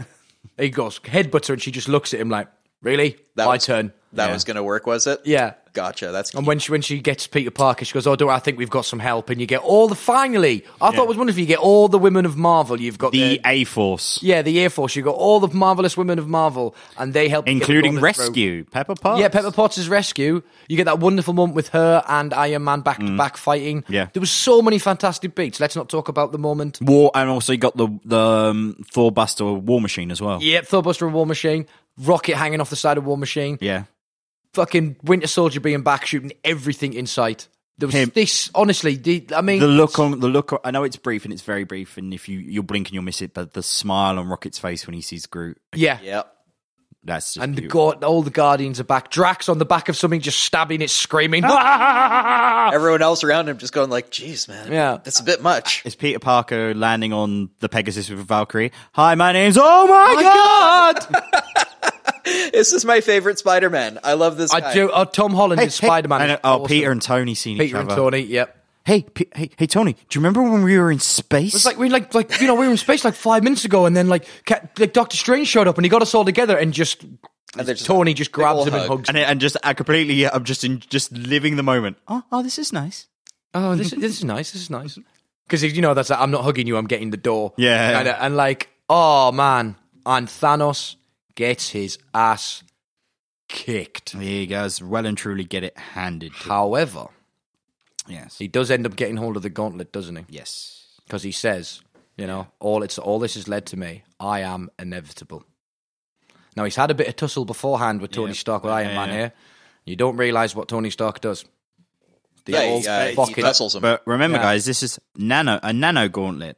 he goes headbutts her, and she just looks at him like, "Really?
That
My
was-
turn."
That
Yeah.
was going to work, was it?
Yeah. Oh
Gotcha. That's
And when she when she gets Peter Parker, she goes, "Oh, do I think we've got some help?" And you get all the finally. I thought it was wonderful. You get all the women of Marvel. You've got
The
the
A Force,
yeah, the Air Force. You got all the marvelous women of Marvel, and they help, you get the
including
gauntlet through.
Rescue Pepper Potts.
Yeah, Pepper Potter's rescue. You get that wonderful moment with her and Iron Man back to back fighting.
Mm. Yeah.
there was so many fantastic beats. Let's not talk about the moment.
War, and also you got the the um, Thor Buster War Machine as well.
Yep, Thorbuster and War Machine, Rocket hanging off the side of War Machine,
Yeah.
fucking Winter Soldier being back shooting everything in sight. There was
Him.
this. Honestly, the, I mean,
The look on the look. On, I know it's brief and it's very brief, and if you you'll blink and you'll miss it. But the smile on Rocket's face when he sees Groot,
yeah.
yeah.
that's just
And the
beautiful.
God, all the Guardians are back. Drax on the back of something, just stabbing it,
Oh,
screaming.
Everyone else around him just going like, "Jeez, man,
Yeah.
that's a bit much."
It's Peter Parker landing on the Pegasus with Valkyrie. Hi, my name's Oh my, God!
This is my favorite Spider-Man. I love this.
I
guy.
do. Oh, Tom Holland
Hey,
is Spider
and,
Man.
uh, Oh, Peter and Tony seen each
Peter
other.
and Tony. Yep.
Hey, P- hey, hey, Tony! Do you remember when we were in space?
It's like we like like you know we were in space like five minutes ago, and then like ca- like Doctor Strange showed up and he got us all together and just
they're just
Tony just
big
grabs
ol'
him and
hug.
hugs.
and it- and just I completely, yeah, I'm just in, just living the moment. Oh, oh, this is nice.
oh, this this is nice. This is nice because you know that's like, I'm not hugging you. I'm getting the door.
Yeah.
and, and like oh man, and Thanos gets his ass kicked.
He goes well and truly get it handed. To
However,
yes,
he does end up getting hold of the gauntlet, doesn't he?
yes.
Because he says, you know, all it's all this has led to me. I am inevitable. Now he's had a bit of tussle beforehand with Tony
Yeah.
Stark with Iron
Yeah,
Man
yeah.
here. You don't realize what Tony Stark does. The
Yeah,
old
he, uh, he
fucking
tussles him.
But remember,
Yeah.
guys, this is nano a nano gauntlet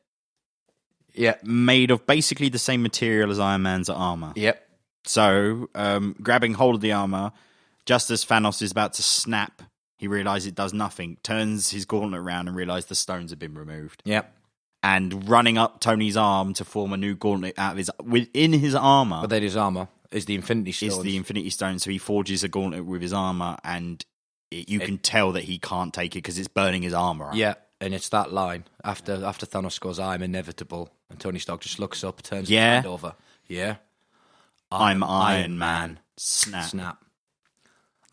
yeah,
made of basically the same material as Iron Man's armor.
yep.
So, um, grabbing hold of the armor, just as Thanos is about to snap, he realizes it does nothing. Turns his gauntlet around and realizes the stones have been removed.
Yep.
And running up Tony's arm to form a new gauntlet out of his within his armor
But then his armor is the Infinity Stone.
is the Infinity Stone. So he forges a gauntlet with his armor, and it, you can tell that he can't take it because it's burning his armor. up.
yeah, and it's that line after after Thanos goes, "I'm inevitable," and Tony Stark just looks up, turns his
Yeah.
hand over. Yeah,
I'm Iron Man. Snap.
snap.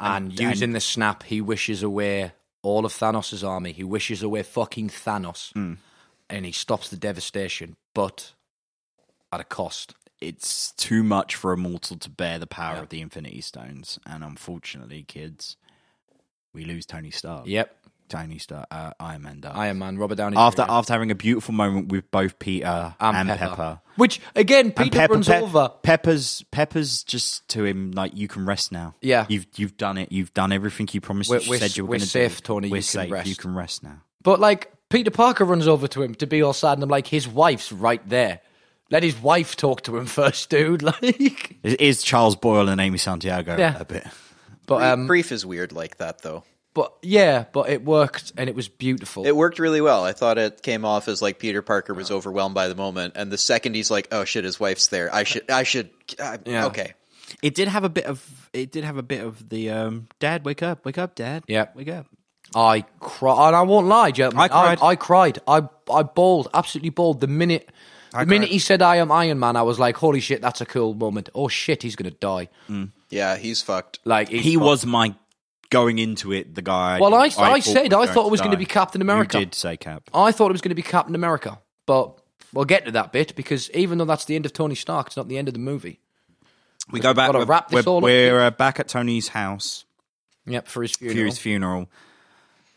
And, using the snap, he wishes away all of Thanos' army. He wishes away fucking Thanos.
Hmm.
And he stops the devastation, but at a cost.
It's too much for a mortal to bear the power of the Infinity Stones, and unfortunately, kids, we lose Tony Stark.
Yep.
Tony Stark, uh, Iron Man dies.
Iron Man, Robert Downey
after
Jr.
after having a beautiful moment with both Peter and, Pepper.
Which, again, Peter
And Pepper-
runs
Pep-
over.
Pepper's Pepper's just to him like you can rest now.
Yeah.
you've you've done it. You've done everything you promised.
We're-
you
we're-
said you were
we're
going to
safe,
do.
Tony,
We're
you can
safe. You
rest.
can rest now.
But, like, Peter Parker runs over to him to be all sad, and I'm like, his wife's right there. Let his wife talk to him first, dude. Like,
Is, is Charles Boyle and Amy Santiago
Yeah.
a bit?
but um,
Grief is weird like that, though.
but yeah, but it worked and it was beautiful.
It worked really well. I thought it came off as like Peter Parker was overwhelmed by the moment, and the second he's like, "Oh shit, his wife's there. I should, I should." I,
Yeah.
Okay,
It did have a bit of it did have a bit of the um, Dad, wake up, wake up, Dad.
Yep.
wake up.
I cried, and I won't lie, gentlemen.
I cried.
I, I cried. I I bawled, absolutely bawled. The minute, the minute he said, "I am Iron Man," I was like, "Holy shit, that's a cool moment." Oh shit, he's gonna die.
yeah, he's fucked.
Like he's
He
fu-
was my going into it the guy.
Well, I-
thought
I
was
said I
going
thought it was
die.
gonna be Captain America.
You did say Cap.
I thought it was gonna be Captain America, but we'll get to that bit because even though that's the end of Tony Stark, it's not the end of the movie.
We go back.
gotta
We're,
wrap this
we're,
all up.
we're, uh, back at Tony's house
Yep, for his funeral.
for his funeral.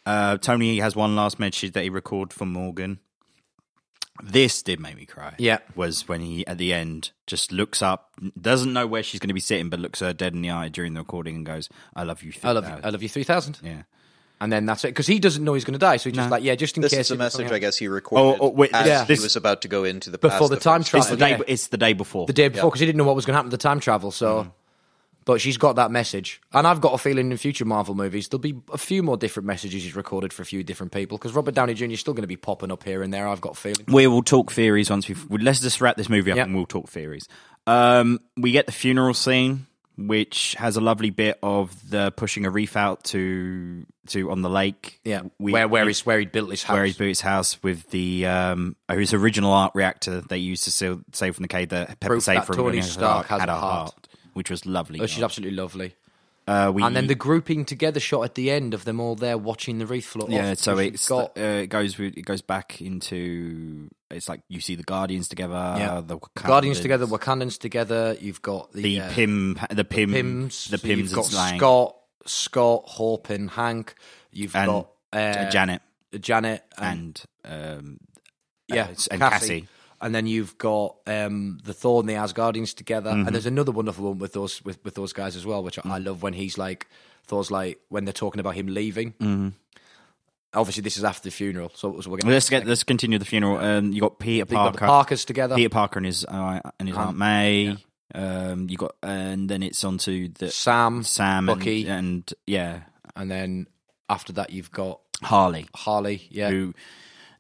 Uh, Tony has one last message that he recorded for Morgan. This did make me cry.
Yeah.
was when he at the end just looks up, doesn't know where she's going to be sitting, but looks her dead in the eye during the recording and goes, "I love you."
I love you. I love you. Three thousand,
Yeah.
and then that's it because he doesn't know he's gonna die, so he's just like, "Yeah, just in
This
case."
is a
if
message
something
I guess he recorded
Oh, oh, wait,
as
yeah.
he
this-
was about to go into the
Before
past
the time
first
It's
travel.
the day.
Yeah.
It's the day before. Mm.
the day before because he didn't know what was going to happen to time travel. So, But she's got that message, and I've got a feeling in future Marvel movies there'll be a few more different messages he's recorded for a few different people because Robert Downey Jr. is still going to be popping up here and there. I've got a feeling.
We will talk theories once we've. well, Let's just wrap this movie up
Yeah.
and we'll talk theories. Um, we get the funeral scene, which has a lovely bit of the pushing a reef out to to on the lake.
Yeah,
we,
where where he's where he built his house.
where he built his house with the um, his original art reactor they used to seal, save from the cave that Pepper
Proof
saved
that
from
Tony
when he
Stark has
had
a
a
heart.
heart, which was lovely.
Oh, she's absolutely lovely.
uh, we,
And then the grouping together shot at the end of them all there watching the wreath float off.
yeah, so
because
it's
she's got
uh, it goes with, it goes back into it's like you see the Guardians together,
Yeah.
the Wakandans.
Guardians together, Wakandans together. You've got the,
the
uh,
Pym, the Pim,
Pims.
the uh,
so
Pims,
You've got
is lying.
Scott, Scott, Hopin, Hank. You've
And
got uh,
Janet,
Janet, and,
and um,
yeah,
it's- and Cassie.
And then you've got um, the Thor and the Asgardians together,
Mm-hmm.
and there's another wonderful one with those with, with those guys as well, which I love when he's like Thor's like when they're talking about him leaving.
Mm-hmm.
Obviously, this is after the funeral, so, so we're going
let's get let's continue the funeral. Um, you got Peter
You've got Uh-huh. the
Parker,
Parkers together.
Peter Parker and his uh, and his Aunt May. Um, you got, and then it's on to the
Sam,
Sam
Bucky.
and, and yeah
and then after that you've got
Harley.
Harley. Yeah,
Who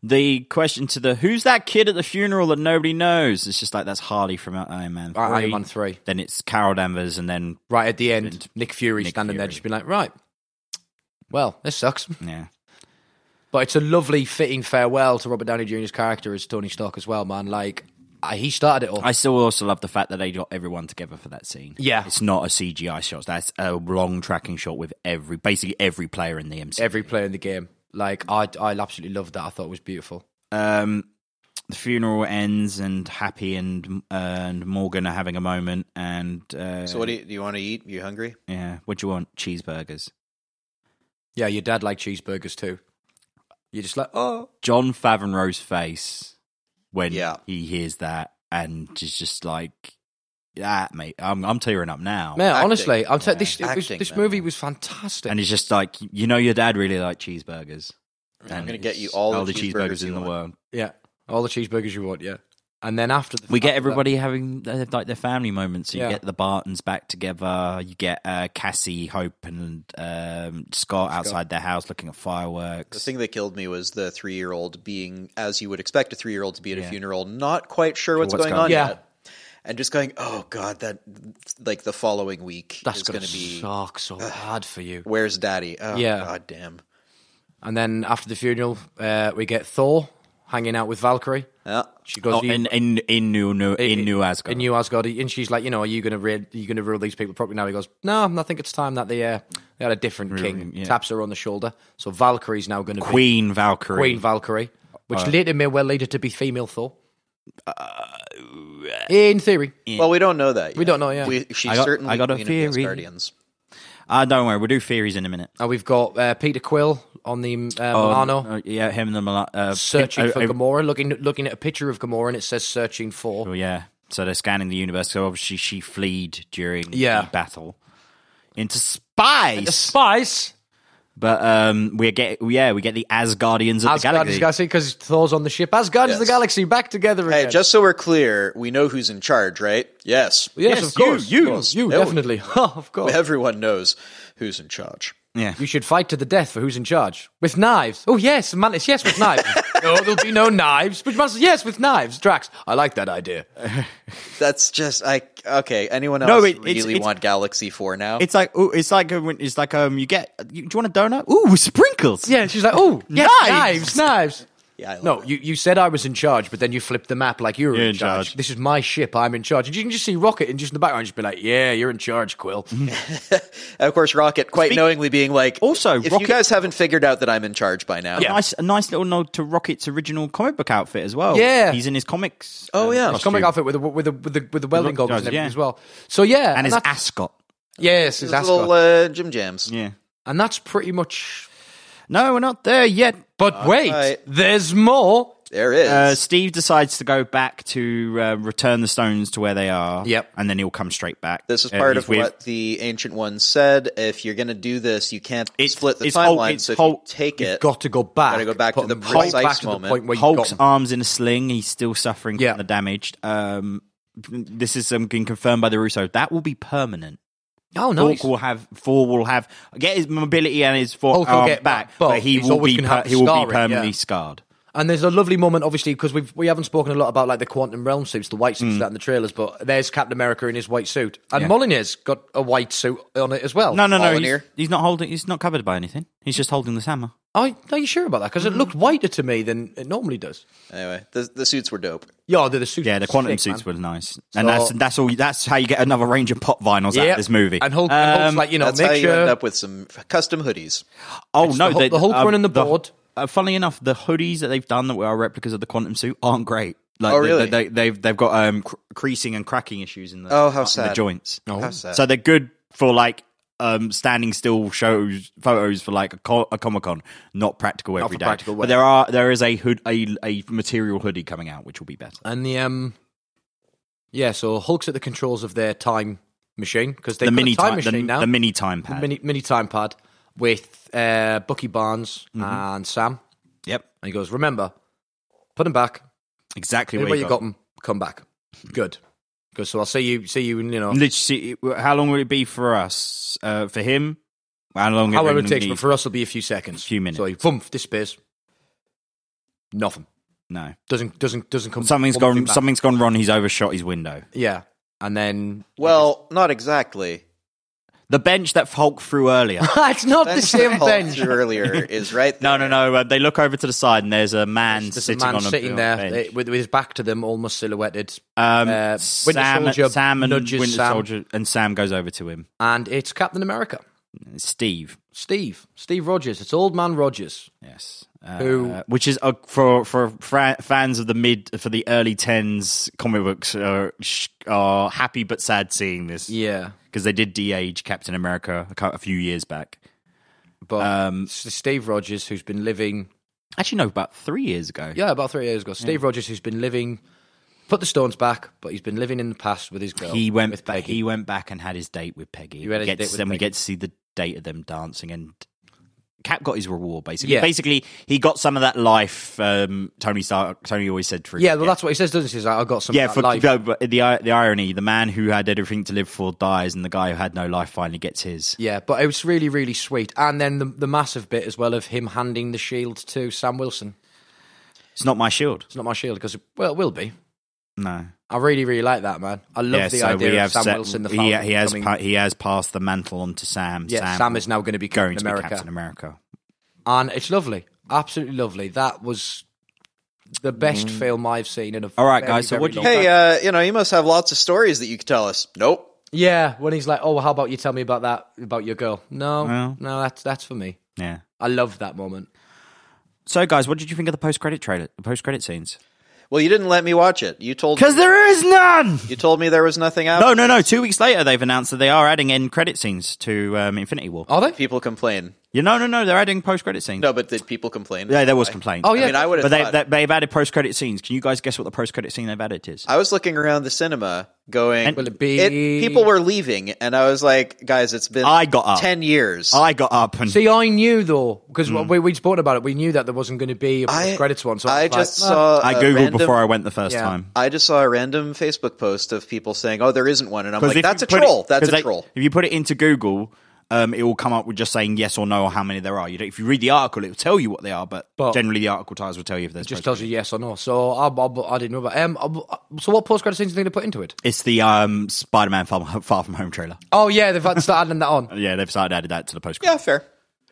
the question to the who's that kid at the funeral that nobody knows? It's just like that's Harley from Iron Man. 3.
Right, Iron Man three.
Then it's Carol Danvers, and then
Right at the end, Nick Fury standing there,
Fury.
just being like, "Right, well, this sucks."
yeah,
But it's a lovely, fitting farewell to Robert Downey Jr.'s character as Tony Stark as well, man. Like I, he started it all.
I still also love the fact that they got everyone together for that scene.
Yeah.
it's not a CGI shot. That's a long tracking shot with every basically every player in the MCU.
Every player in the game, like I, I absolutely loved that. I thought it was beautiful.
um, the funeral ends, and Happy and uh, and Morgan are having a moment. And uh,
So what do you, do you want to eat? You hungry?
yeah, what do you want? Cheeseburgers.
Yeah, your dad liked cheeseburgers too. You're just like, oh,
John Favreau's face when
Yeah.
he hears that, and is just like that, mate. I'm I'm tearing up now.
man.
Acting.
honestly, I'm t- this. it was,
Acting,
this
man.
movie was fantastic.
And it's just like you know, your dad really liked cheeseburgers.
I'm
And
going to get you
it's
all, the cheeseburgers,
in
you
the
want.
world.
yeah, all the cheeseburgers you want. Yeah, and then after the,
We get
after that-
everybody having uh, like their family moments. So you
Yeah.
get the Bartons back together. You get uh, Cassie, Hope, and um, Scott outside their house looking at
The
fireworks.
thing that killed me was the three year old being, as you would expect a three year old to be at a funeral, not quite sure what's,
What's
going,
going
on
on. Yeah.
yet. And just going, oh God, that, like the following week
That's
is
gonna,
going to be,
suck so hard for you.
where's daddy? Oh,
Yeah.
God damn.
And then after the funeral, uh, we get Thor hanging out with Valkyrie.
Yeah.
She goes,
Oh,
"You-
in, in in new, new in New Asgard.
in New Asgard, and she's like, you know, are you going to re- are you going to rule these people properly now? He goes, no, I think it's time that they uh, they had a different king.
yeah.
Taps her on the shoulder, so Valkyrie's now going to be
Queen Valkyrie.
Queen Valkyrie, which later may well lead her to be female Thor.
Uh,
in theory,
Well, we don't know that. Yet. We
don't know yet.
We, she's
I got-
certainly
I got a
queen of the
theory.
Asgardians.
Ah, don't worry, we'll do theories in a minute.
and we've got uh, Peter Quill on the uh, Milano.
Uh, yeah, him and the Mil- uh,
Searching
uh,
for
uh,
Gamora, looking looking at a picture of Gamora, and it says searching for.
Well, yeah. So they're scanning the universe. So obviously she fled during
Yeah.
the battle into spice.
Spice.
but um, we get yeah, we get the Asgardians of the
Asgard
galaxy.
is galaxy because E, Thor's on the ship. Asgard is the
Yes.
galaxy back together again.
Hey, just so we're clear, we know who's in charge, right? Yes.
yes,
Yes,
of course,
you, you.
of course, you
Yeah, we-
definitely, Oh, of course.
Everyone knows who's in charge.
yeah,
You should fight to the death for who's in charge. With knives. Oh, yes, Mantis, yes, with knives. no, there'll be no knives. But Mantis, yes, with knives. Drax, I like that idea.
That's just I okay. Anyone else
No, it- it's-
really
it's-
want Galaxy Four now?
it's like ooh, it's like uh, when- it's like um, you get you, do you want a donut? Ooh, sprinkles.
Yeah, she's like, oh, yes,
Knives.
knives, knives.
yeah, I love
No,
it.
you, you said I was in charge, but then you flipped the map like you were
You're
in,
in
charge.
charge.
This is my ship, I'm in charge. And you can just see Rocket and just in the background just be like, yeah, you're in charge, Quill.
And of course, Rocket quite knowingly being like,
Also,
if
Rocket-
you guys haven't figured out that I'm in charge by now,
A nice, a nice little nod to Rocket's original comic book outfit as well.
Yeah.
he's in his comics.
Oh,
um,
yeah.
costume.
Comic outfit with the, with the, with the, with the welding
Rocket
goggles
does,
and everything
yeah.
as well. So, yeah.
and his
that's,
ascot.
Yes, his
These
ascot.
little uh, Jim Jams.
Yeah.
and that's pretty much.
No, we're not there yet.
But wait,
right.
there's more.
There is.
Uh, Steve decides to go back to uh, return the stones to where they are.
Yep.
and then he'll come straight back.
this is
Uh,
part
he's
of
with-
what the ancient ones said. If you're going to do this, you can't
It's-
split the
it's whole-
timeline.
it's
so if
whole-
you take it,
got to go back.
Gotta go back
put
to the
them right
precise
back to
moment.
the point where you got
Hulk's
them.
arms in a sling. He's still suffering
Yeah.
from the damage. Um, this is um, being confirmed by the Russo. That will be permanent.
Oh, nice.
Orc will have Thor will have get his mobility and his forearm
Hulk will get
back,
back,
but,
but
he
he's
will
always
be
gonna
per-
have
he will
scarring,
be permanently
yeah.
scarred.
And there's a lovely moment, obviously, because we've we haven't spoken a lot about like the quantum realm suits, the white
Hmm.
suits that in the trailers. But there's Captain America in his white suit, and Molyneux's got a white suit on it as well.
No, no, no.
Molyneux.
He's, he's not holding. He's not covered by anything. He's just holding this hammer.
I, are you sure about that? Because it looked whiter to me than it normally does.
Anyway, the, the suits were dope.
Yeah, the, the suit.
Yeah, the quantum
sick, man.
suits were nice, and that's that's all. That's how you get another range of pop vinyls out
Yeah.
of this movie. Um,
and Hulk, and Hulk's like you know,
That's
make
how you
sure
end up with some custom hoodies.
oh no,
the Hulk-
they-
the Hulk running the board.
Uh, funnily enough, the hoodies that they've done that were replicas of the quantum suit aren't great. Like,
Oh,
they-
really?
They, they, have they've got um, cr- creasing and cracking issues in the
Oh, how
in the
sad.
joints.
How
Oh.
sad.
So they're good for like um, standing still shows, photos for like a, co- a comic con, not practical every
for
day.
practical
but
wear.
there are there is a hood a, a material hoodie coming out which will be better.
and the um, yeah. So Hulk's at the controls of their time machine because they
The
got
mini
a time,
time,
machine
the,
now.
the mini time pad.
mini mini time pad with uh, Bucky Barnes
Mm-hmm.
and Sam,
yep,
and he goes, "Remember, put him back.
exactly
Where
where
you got him, come back.
Hmm.
Good. Good. So I'll see you. See you. in, You know,
Literally, how long would it be for us? Uh, for him, how long?
however it
would
takes,
be-
but for us, it'll be a few seconds,
Few minutes.
So he boom disappears. Nothing.
no,
Doesn't doesn't doesn't come.
something's
one thing
gone.
back.
Something's gone wrong. He's overshot his window.
Yeah. And then
Well, not exactly.
The bench that Hulk threw earlier.
it's not the
That's
same
Paul
bench.
threw earlier is right.
no, no, no. Uh, they look over to the side, and there's a man
There's a
sitting
man
on a
sitting
on a
there
bench.
eh, with, with his back to them, almost silhouetted.
um,
uh, Winter
Sam,
Soldier
Sam, and
nudges
Winter
Sam.
Soldier, and Sam goes over to him.
and it's Captain America,
Steve,
Steve, Steve Rogers. It's Old Man Rogers.
yes, uh,
Who-
which is uh, for for fra- fans of the mid for the early tens comic books are sh- are happy but sad seeing this.
Yeah.
because they did de-age Captain America a cou- a few years back.
But
Um,
um, Steve Rogers, who's been living
Actually, no, about three years ago.
Yeah, about three years ago. Steve Rogers, who's been living, put the stones back, but he's been living in the past with his girl.
He went.
Oh, with Peggy.
He went back and had his date with Peggy.
had his
Gets-
date with
then we
Peggy.
get to see the date of them dancing, and Cap got his reward. Basically,
Yeah.
basically, he got some of that life. Um, Tony Stark. Tony always said through.
yeah, well, that's what he says, doesn't he? He's like, I got some.
Yeah,
Yeah,
for,
life.
no, but the i- the irony: the man who had everything to live for dies, and the guy who had no life finally gets his.
yeah, but it was really, really sweet. And then the, the massive bit as well of him handing the shield to Sam Wilson.
It's not my shield.
It's not my shield because well, it will be.
No.
I really, really like that man. I love
yeah,
the
so we
idea
have
of Sam
set-
Wilson. The
he,
Falcon
he has
becoming-
pa- he has passed the mantle on to Sam.
yeah, Sam,
will
is now going to be
going
Captain
to
America,
be Captain America.
and it's lovely, absolutely lovely. That was the best film I've seen in a.
Mm. All right,
very,
guys, so
very
what do you-
long
Hey, uh, you know, you must have lots of stories that you could tell us. Nope.
Yeah, when he's like, "Oh, how about you tell me about that about your girl?" No,
Well.
no, that's that's for me.
Yeah.
I love that moment.
So, guys, what did you think of the post credit trailer? The post credit scenes?
Well, you didn't let me watch it. You told
Because there is none.
you told me there was nothing out.
Oh, No, no, no. Two weeks later, they've announced that they are adding end credit scenes to um, Infinity War.
Are they?
People complain.
You no, no, no. They're adding post credit scenes.
Oh. No, but did people complain?
Yeah, there was complaints.
Oh
I
yeah,
mean, I would
but
have.
they,
thought-
they, they've added post credit scenes. Can you guys guess what the post credit scene they've added is?
I was looking around the cinema, going.
And- Will
it be-
people were leaving, and I was like, "Guys, it's been
I got up.
ten years."
I got up and
See, I knew though because
Mm.
we we spoke about it. We knew that there wasn't going to be a
I-
post credits one. So was
I
like,
just
"Ah."
saw.
I
a
googled
uh, random-
before I went the first
Yeah.
time.
I just saw a random Facebook post of people saying, "Oh, there isn't one," and I'm
'Cause if
like,
you
"That's a
put it-
troll. That's
'cause
a
they-
troll."
If you put it into Google, um, it will come up with just saying yes or no or how many there are. You don't, if you read the article, it will tell you what they are, but,
But-
generally the article titles will tell you if there's
just
post-
tells you yes or no. So I, I, I didn't know. But um, I- so what post credit scenes are they going to put into it?
It's the um, Spider-Man Far, Far From Home trailer.
Oh yeah, they've had to start adding that on.
Yeah, they've started added that to the post
Yeah, fair.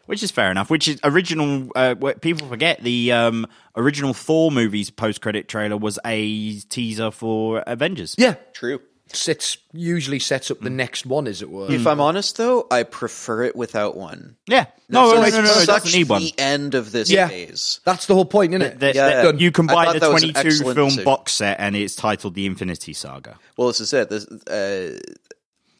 which is fair enough. Which is original. Uh, what people forget the um, original Thor movies post credit trailer was a teaser for Avengers.
Yeah,
True.
it's usually sets up the next one, as it were.
Hmm.
If I'm honest, though, I prefer it without one.
yeah. No,
So
Oh, no, no,
it's
no, no, it
such
doesn't need one.
the end of this
Yeah.
phase.
That's the whole point, isn't it?
The-
Yeah.
the- you can
I
buy
thought
the
that was an
22 film
excellent suit.
box set, and it's titled The Infinity Saga.
Well, this is it. This, uh,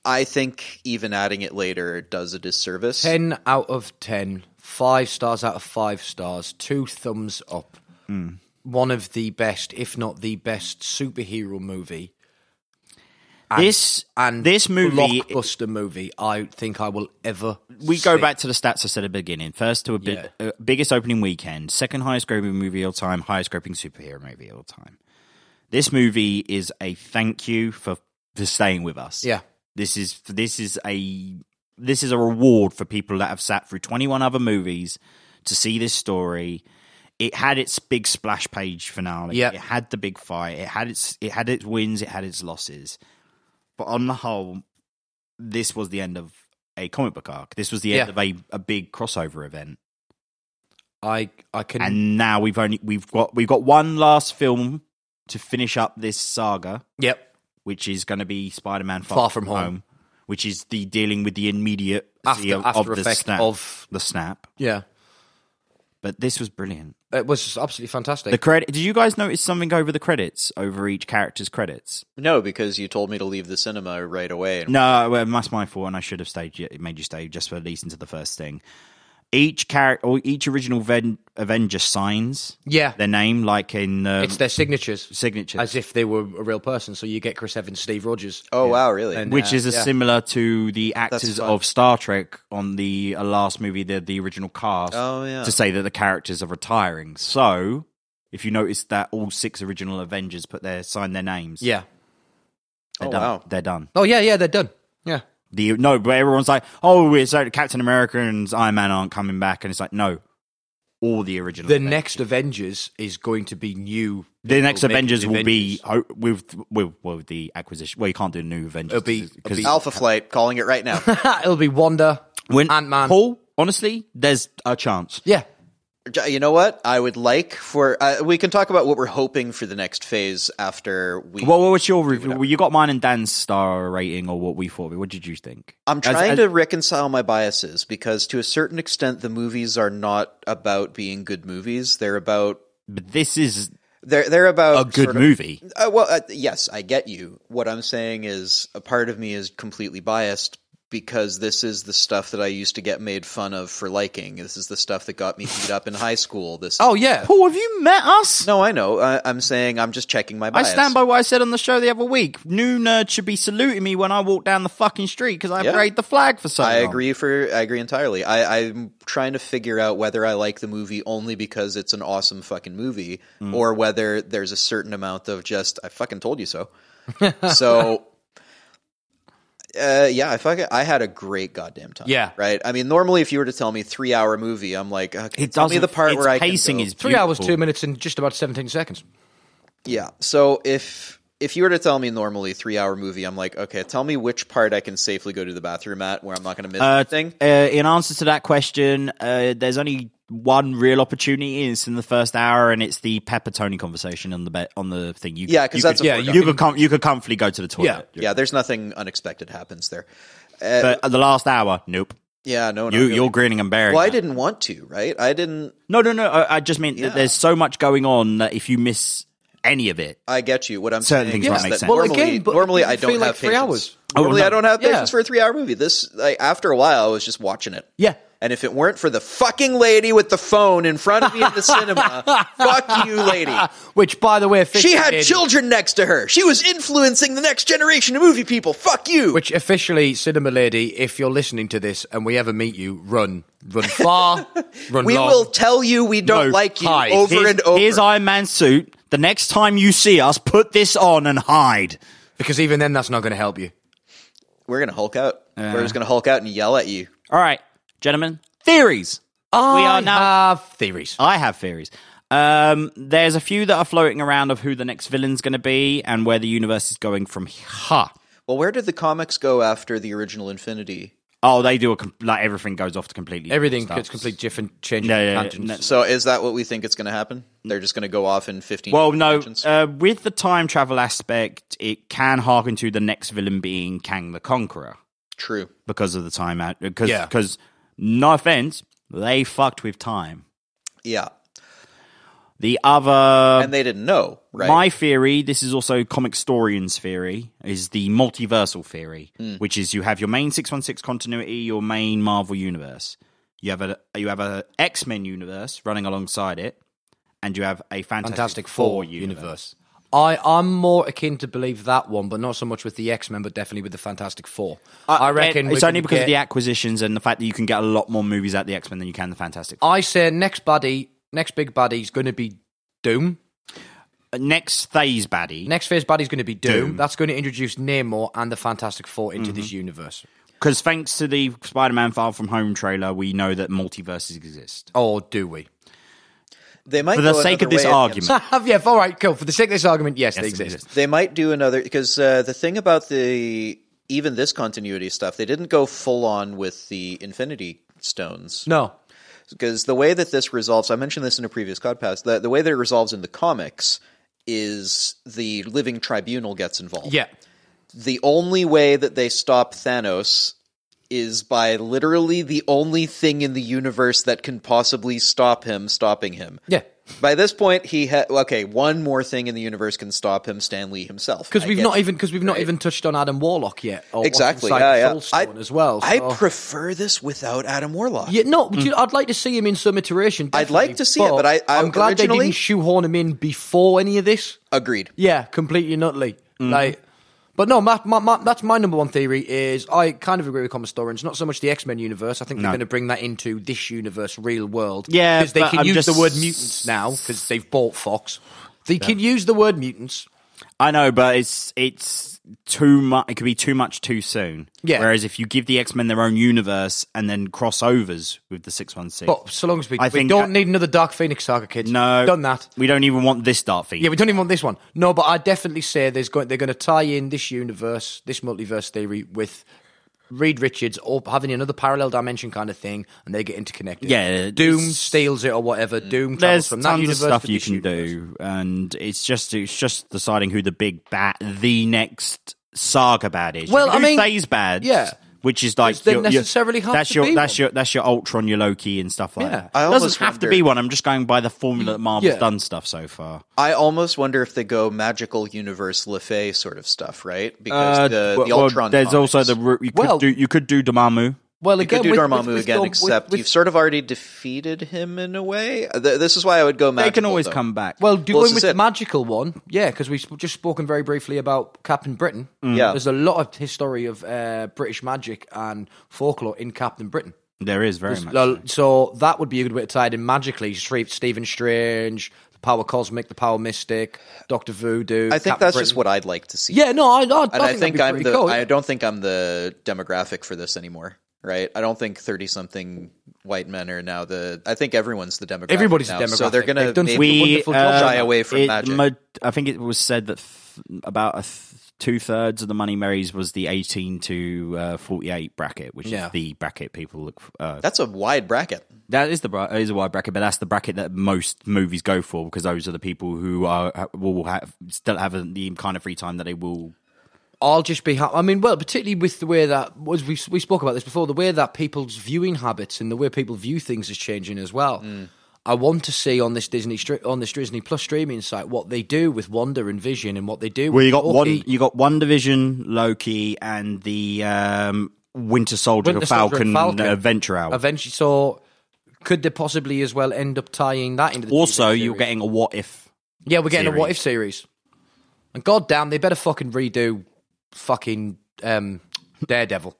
I think even adding it later does a disservice.
10 out of 10, five stars out of five stars, two thumbs up.
Hmm.
One of the best, if not the best, superhero movie
this
and
this movie
blockbuster movie I think I will ever.
we go back to the stats I said at the beginning. First to a bi- uh, biggest opening weekend, second highest grossing movie of all time, highest grossing superhero movie of all time. This movie is a thank you for for staying with us.
Yeah.
This is this is a this is a reward for people that have sat through 21 other movies to see this story. It had its big splash page finale.
Yep.
It had the big fight. It had its it had its wins, it had its losses. But on the whole, this was the end of a comic book arc. This was the end
Yeah.
of a, a big crossover event.
I I can
And now we've only we've got we've got one last film to finish up this saga
yep
which is going to be Spider-Man Far,
Far From Home.
which is the dealing with the immediate
after
of,
after
of the
effect
snap,
of
the snap.
yeah.
But this was brilliant.
It was just absolutely fantastic.
The credit. Did you guys notice something over the credits, over each character's credits?
No, because you told me to leave the cinema right away. And
No, well, that's my fault, and I should have stayed. It made you stay just for listening to the first thing. Each character, or each original Ven- Avenger signs
yeah,
their name, like in um,
it's their signatures
signature,
as if they were a real person. So you get Chris Evans, Steve Rogers.
Oh wow, really?
And-
which
Yeah,
is a
yeah.
similar to the actors
fun.
of Star Trek on the uh, last movie, the the original cast.
Oh, yeah.
To say that the characters are retiring. So, if you notice that all six original Avengers put their sign their names.
Yeah.
they're
Oh,
done.
wow.
They're done.
Oh yeah, yeah, they're done. Yeah.
The no, but everyone's like, oh, it's like Captain America and Iron Man aren't coming back, and it's like no, all the original.
The
Avengers.
next Avengers is going to be new.
The next
people making
Avengers will be oh, with with well with the acquisition. Well, you can't do new Avengers
It'll be- it'll be-
Alpha Flight calling it right now.
Avengers. It'll be Wanda,
when
Ant Man.
Paul. Honestly, there's a chance.
Yeah.
J- you know what? I would like for uh, we can talk about what we're hoping for the next phase after we.
Well, what was your review? Well, you got mine and Dan's star rating, or what we thought. of it. What did you think?
I'm
As-
trying
as-
to reconcile my biases because, to a certain extent, the movies are not about being good movies. They're about
But this is
they're they're
a
about
good
sort of-
movie.
Uh, well, uh, yes, I get you. What I'm saying is, a part of me is completely biased because this is the stuff that I used to get made fun of for liking. This is the stuff that got me beat up in high school. This.
Oh yeah.
Paul, have you met us?
no, I know. I, I'm saying I'm just checking my
I
bias.
stand by what I said on the show the other week. New nerd should be saluting me when I walk down the fucking street because I
Yeah.
parade the flag for so
I
long.
agree for I agree entirely. I, I'm trying to figure out whether I like the movie only because it's an awesome fucking movie,
Mm.
or whether there's a certain amount of just I fucking told you so. so, uh, yeah, I fucking I had a great goddamn time.
Yeah.
right. I mean, normally if you were to tell me three hour movie, I'm like, okay,
It
tell me
doesn't.
the part
its
where I can
pacing
go-
is
Three
beautiful.
hours, two minutes, and just about seventeen seconds.
yeah. So if if you were to tell me normally three hour movie, I'm like, okay, tell me which part I can safely go to the bathroom at where I'm not going to miss
Uh,
anything.
uh, in answer to that question, uh, there's only one real opportunity. and It's in the first hour, and it's the Pepper Tony conversation on the be- on the thing. You,
Yeah, 'cause
you
that's
could,
a Yeah,
foregone.
you could com- you could comfortably go to the toilet.
yeah, there's nothing unexpected happens there.
but
Uh,
at the last hour, nope.
Yeah, no, no.
You,
really.
you're grinning and bearing.
Well, I
that.
didn't want to, right? I didn't.
No, no, no. I, I just mean that there's so much going on that if you miss any of it,
I get you. What I'm
Certain
saying
things
is
might make
that
sense.
Well,
normally,
again, but
normally
it
I
feel
don't
like
have
three
patience.
hours.
Oh,
Normally,
no.
I don't have
Yeah.
patience for a three-hour movie. This, like, after a while, I was just watching it.
yeah,
And if it weren't for the fucking lady with the phone in front of me in the cinema, fuck you, lady.
Uh, Which, by the way, officially
She had children next to her. She was influencing the next generation of movie people. Fuck you.
Which officially, cinema lady, if you're listening to this and we ever meet you, run, run far, run
we
long.
will tell you we don't
No,
like you
hide.
over
here's,
and over.
here's Iron Man's suit. The next time you see us, put this on and hide.
because even then, that's not going to help you.
We're gonna Hulk out. We're just gonna Hulk out and yell at you.
All right, gentlemen. Theories.
I
are now-
have theories.
I have theories. Um, there's a few that are floating around of who the next villain's going to be and where the universe is going from. Ha.
Well, where did the comics go after the original Infinity?
Oh, they do a com- like everything goes off to completely
Everything
different
gets
stuff.
completely different, changing
No, no, no,
tangents.
no.
So is that what we think it's going to happen? They're just going to go off in 15
Well, no.
tangents?
Uh, with the time travel aspect, it can harken to the next villain being Kang the Conqueror.
True.
because of the time out because
Yeah.
because no offense they fucked with time
Yeah.
the other
And they didn't know, right?
my theory this is also comic historians theory is the multiversal theory
Hmm.
which is you have your main 616 continuity your main marvel universe you have a you have a x-men universe running alongside it and you have a fantastic,
Fantastic
four,
Four
universe,
universe. I, I'm more akin to believe that one, but not so much with the X Men, but definitely with the Fantastic Four. I reckon
Uh, it's
we're
only
gonna
because of the
get-
acquisitions and the fact that you can get a lot more movies out of the x-men than you can the fantastic Four.
I say next buddy, next big buddy's going to be Doom.
next phase baddie.
Next phase baddie's going to be Doom. That's going to introduce Namor and the Fantastic Four into this universe.
Because thanks to the Spider Man Far From Home trailer, we know that multiverses exist.
Or do we?
They might
For the
go
sake of
another
this
way at-
argument.
yeah, all right, cool. For the sake of this argument, yes, they
it
exist.
exists.
They might do another because uh, the thing about the even this continuity stuff, they didn't go full on with the Infinity Stones
No.
because the way that this resolves, I mentioned this in a previous podcast, the, the way that it resolves in the comics is the Living Tribunal gets involved.
Yeah.
The only way that they stop Thanos is by literally the only thing in the universe that can possibly stop him stopping him.
Yeah.
By this point, he ha- okay. One more thing in the universe can stop him: Stan Lee himself.
Because
I
we've
get
not even because we've not even touched on Adam Warlock yet. Or what's
Exactly,
inside
yeah, yeah.
Soulstone
I-
as well.
I
so-
prefer this without Adam Warlock.
yeah, no, but you- I'd like to see him in some iteration.
Hmm. I'd like
definitely,
to see it, but I- I-
I'm glad they
originally-
didn't shoehorn him in before any of this.
Agreed.
Yeah, completely and utterly.
Hmm.
Like, but no, my, my, my, that's my number one theory. Is I kind of agree with Common Story. It's not so much the X Men universe. I think they're going to bring that into this universe, real world.
Yeah,
because they
but
can
I'm
use
just-
the word mutants now because they've bought Fox. They can use the word mutants.
I know, but it's it's too much. It could be too much too soon.
Yeah.
Whereas if you give the X Men their own universe and then crossovers with the six one six,
But so long as we,
I
we
think-
don't need another Dark Phoenix saga, kids.
no,
done that.
We don't even want this Dark Phoenix.
Yeah, we don't even want this one. No, but I definitely say there's going, they're going to tie in this universe, this multiverse theory with Reed Richards or having another parallel dimension kind of thing, and they get interconnected.
Yeah,
Doom
it's- Mm.
steals it or whatever. Doom travels
There's
from
tons
that
of
universe
stuff
to
you
this
can
universe.
do, and it's just it's just deciding who the big bat, the next saga bad is. You
Well,
can
I
do
mean,
phase bad,
yeah.
which is like
they
your- your-
necessarily have
that's
to
your
be
that's
one.
your that's your Ultron, your Loki, and stuff like
Yeah.
that.
I
It
almost
doesn't have to
wonder-
be one. I'm just going by the formula that Marvel's
Yeah.
done stuff so far.
I almost wonder if they go magical universe Lefay sort of stuff, right? Because
Uh,
the,
well,
the
well,
Ultron.
there's
comics.
also the ru- you could
Well-
do you could do Dormammu.
Well,
You could
again,
do
with,
Dormammu
with- with
again,
Dor- with-
except
with-
you've sort of already defeated him in a way. Th- This is why I would go
They
magical.
can always
though.
come back.
Well, do going
Well, this
with
is
the
it.
magical one, yeah, because we've sp- just spoken very briefly about Captain Britain.
Mm.
Yeah.
There's a lot of history of uh, British magic and folklore in Captain Britain.
there is very much.
Well, So that would be a good way to tie it in magically. Stre- Stephen Strange, the power cosmic, the power mystic, Doctor Voodoo.
I think
Captain
that's
Britain.
just what I'd like to see.
Yeah, no, I, I, I
and I think,
think, that'd
I'm
be
the.
pretty cool.
I don't think I'm the demographic for this anymore. Right, I don't think thirty-something white men are now the. I think everyone's the demographic.
Everybody's the
now, so they're
demographic.
gonna
They've done
maybe-
some
we
wonderful job.
uh,
Shy away from
it
magic.
mo- I think it was said that f- about a th- two thirds of the money marries was the 18 to uh, 48 bracket, which
Yeah.
is the bracket people look. For. Uh,
That's a wide bracket.
that is the bra- is a wide bracket, but that's the bracket that most movies go for because those are the people who are will have still have the kind of free time that they will.
I'll just be. Ha- I mean, well, particularly with the way that was we we spoke about this before. The way that people's viewing habits and the way people view things is changing as well.
Hmm.
I want to see on this Disney stri- on this Disney Plus streaming site what they do with Wonder and Vision and what they do.
Well,
with
you got
Loki.
one. You got one division, Loki, and the um, Winter Soldier,
Winter Soldier
Falcon,
and Falcon.
Adventure Hour.
eventually. So could they possibly as well end up tying that into the
Also,
TV series?
you're getting a what if.
yeah, we're getting a
series.
what if series, and goddamn, they better fucking redo fucking um, Daredevil.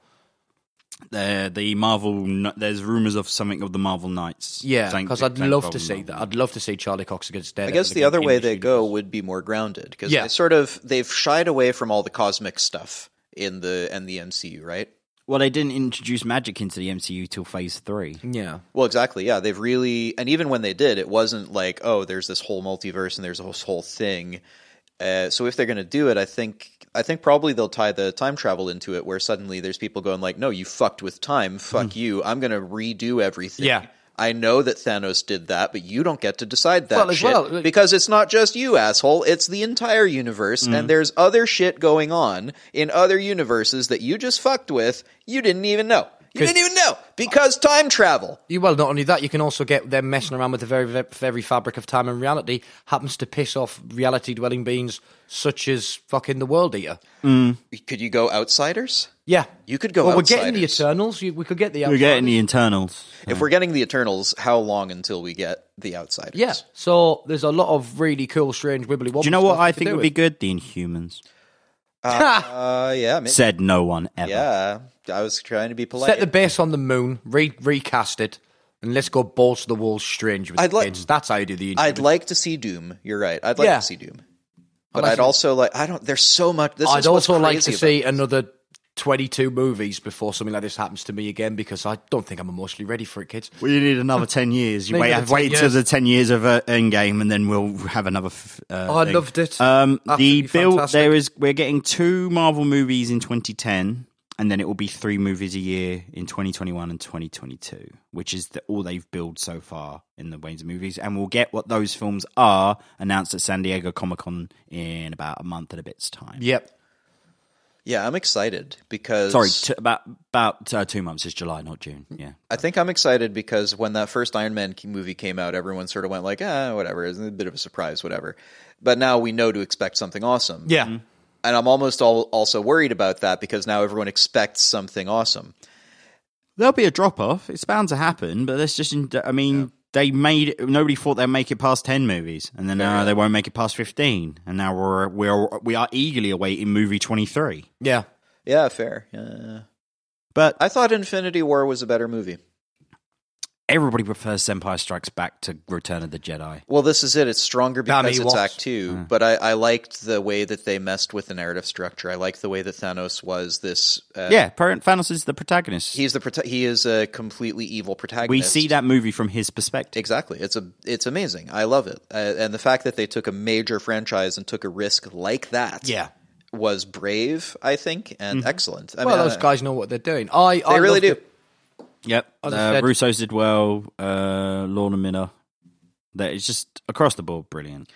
Uh, the Marvel, kn- there's rumors of something of the Marvel Knights.
Yeah,
Something-
because I'd
something
love to
Marvel
see
Knights.
that. I'd love to see Charlie Cox against
I
Daredevil.
guess the
again
other
in
way
this
they
universe.
go would be more grounded because
Yeah.
they sort of they've shied away from all the cosmic stuff in the and the MCU, right?
Well, they didn't introduce magic into the MCU till Phase Three.
Yeah.
Well, exactly. Yeah, they've really and even when they did, it wasn't like oh, there's this whole multiverse and there's this whole thing. Uh, so if they're going to do it, I think I think probably they'll tie the time travel into it, where suddenly there's people going like, "No, you fucked with time. Fuck you. I'm going to redo everything."
Hmm. Yeah.
I know that Thanos did that, but you don't get to decide that
Well, as
shit
well,
because it's not just you, asshole. It's the entire universe,
Hmm.
and there's other shit going on in other universes that you just fucked with. You didn't even know. You didn't even know because time travel.
You, well, not only that, you can also get them messing around with the very, ve- very fabric of time and reality. Happens to piss off reality-dwelling beings such as fucking the World Eater.
Could you go outsiders?
Yeah,
You could go
Well, we're getting the
Outsiders.
Eternals. You, we could get the.
We're
Outsiders.
getting the internals.
If we're getting the Eternals, how long until we get the outsiders?
Yeah. So there's a lot of really cool, strange, wibbly wobbly.
Do you know what I think would be good? The Inhumans.
Uh, yeah, maybe.
Said no one ever.
Yeah, I was trying to be polite.
Set the base on the moon, re- recast it, And let's go balls to the walls strange with
I'd
I'd
like-
kids. That's how you do the
I'd
introduction.
like to see Doom. You're right. I'd like
Yeah.
to see Doom. But
like
I'd
to-
also like. I don't. There's so much. This
I'd
is what's
also like to
crazy
see
about-
another 22 movies before something like this happens to me again because I don't think I'm emotionally ready for it, kids.
Well, you need another ten years. You
Need
wait,
another 10
wait till
years.
the ten years of uh, Endgame, and then we'll have another. f- Uh,
Oh, I
thing.
loved it.
Um, the
Absolutely
bill
fantastic.
there is. We're getting two Marvel movies in 2010, and then it will be three movies a year in 2021 and 2022, which is the, all they've billed so far in the Wayne's movies. And we'll get what those films are announced at San Diego Comic Con in about a month and a bit's time.
Yep.
Yeah, I'm excited because
Sorry, t- about about uh, two months. It's July, not June. Yeah.
I think I'm excited because when that first Iron Man ke- movie came out, everyone sort of went like, ah, whatever, it's a bit of a surprise, whatever. But now we know to expect something awesome.
Yeah.
And I'm almost all, also worried about that because now everyone expects something awesome.
There'll be a drop off. It's bound to happen, but that's just. In, I mean, they made nobody thought they'd make it past ten movies, and then now they won't make it past fifteen, and now we're we're we are eagerly awaiting movie twenty three.
Yeah.
Yeah, fair. Yeah.
But
I thought Infinity War was a better movie.
everybody prefers Empire Strikes Back to Return of the Jedi.
Well, this is it. It's stronger
Damn
because it's
Ewoks.
Act Two. But I, I liked the way that they messed with the narrative structure. I liked the way that Thanos was this. Uh,
Yeah, Par- Thanos is the protagonist.
he's the prota- he is a completely evil protagonist.
we see that movie from his perspective.
Exactly. It's a it's amazing. I love it. Uh, and the fact that they took a major franchise and took a risk like that
Yeah.
was brave, I think, and excellent. I
Well,
mean,
those
I-
guys know what they're doing. I, I
they
loved
really do.
it.
Yep, uh,
As I said-
Russo's did well. Uh, Lorna Minna. That is just across the board brilliant.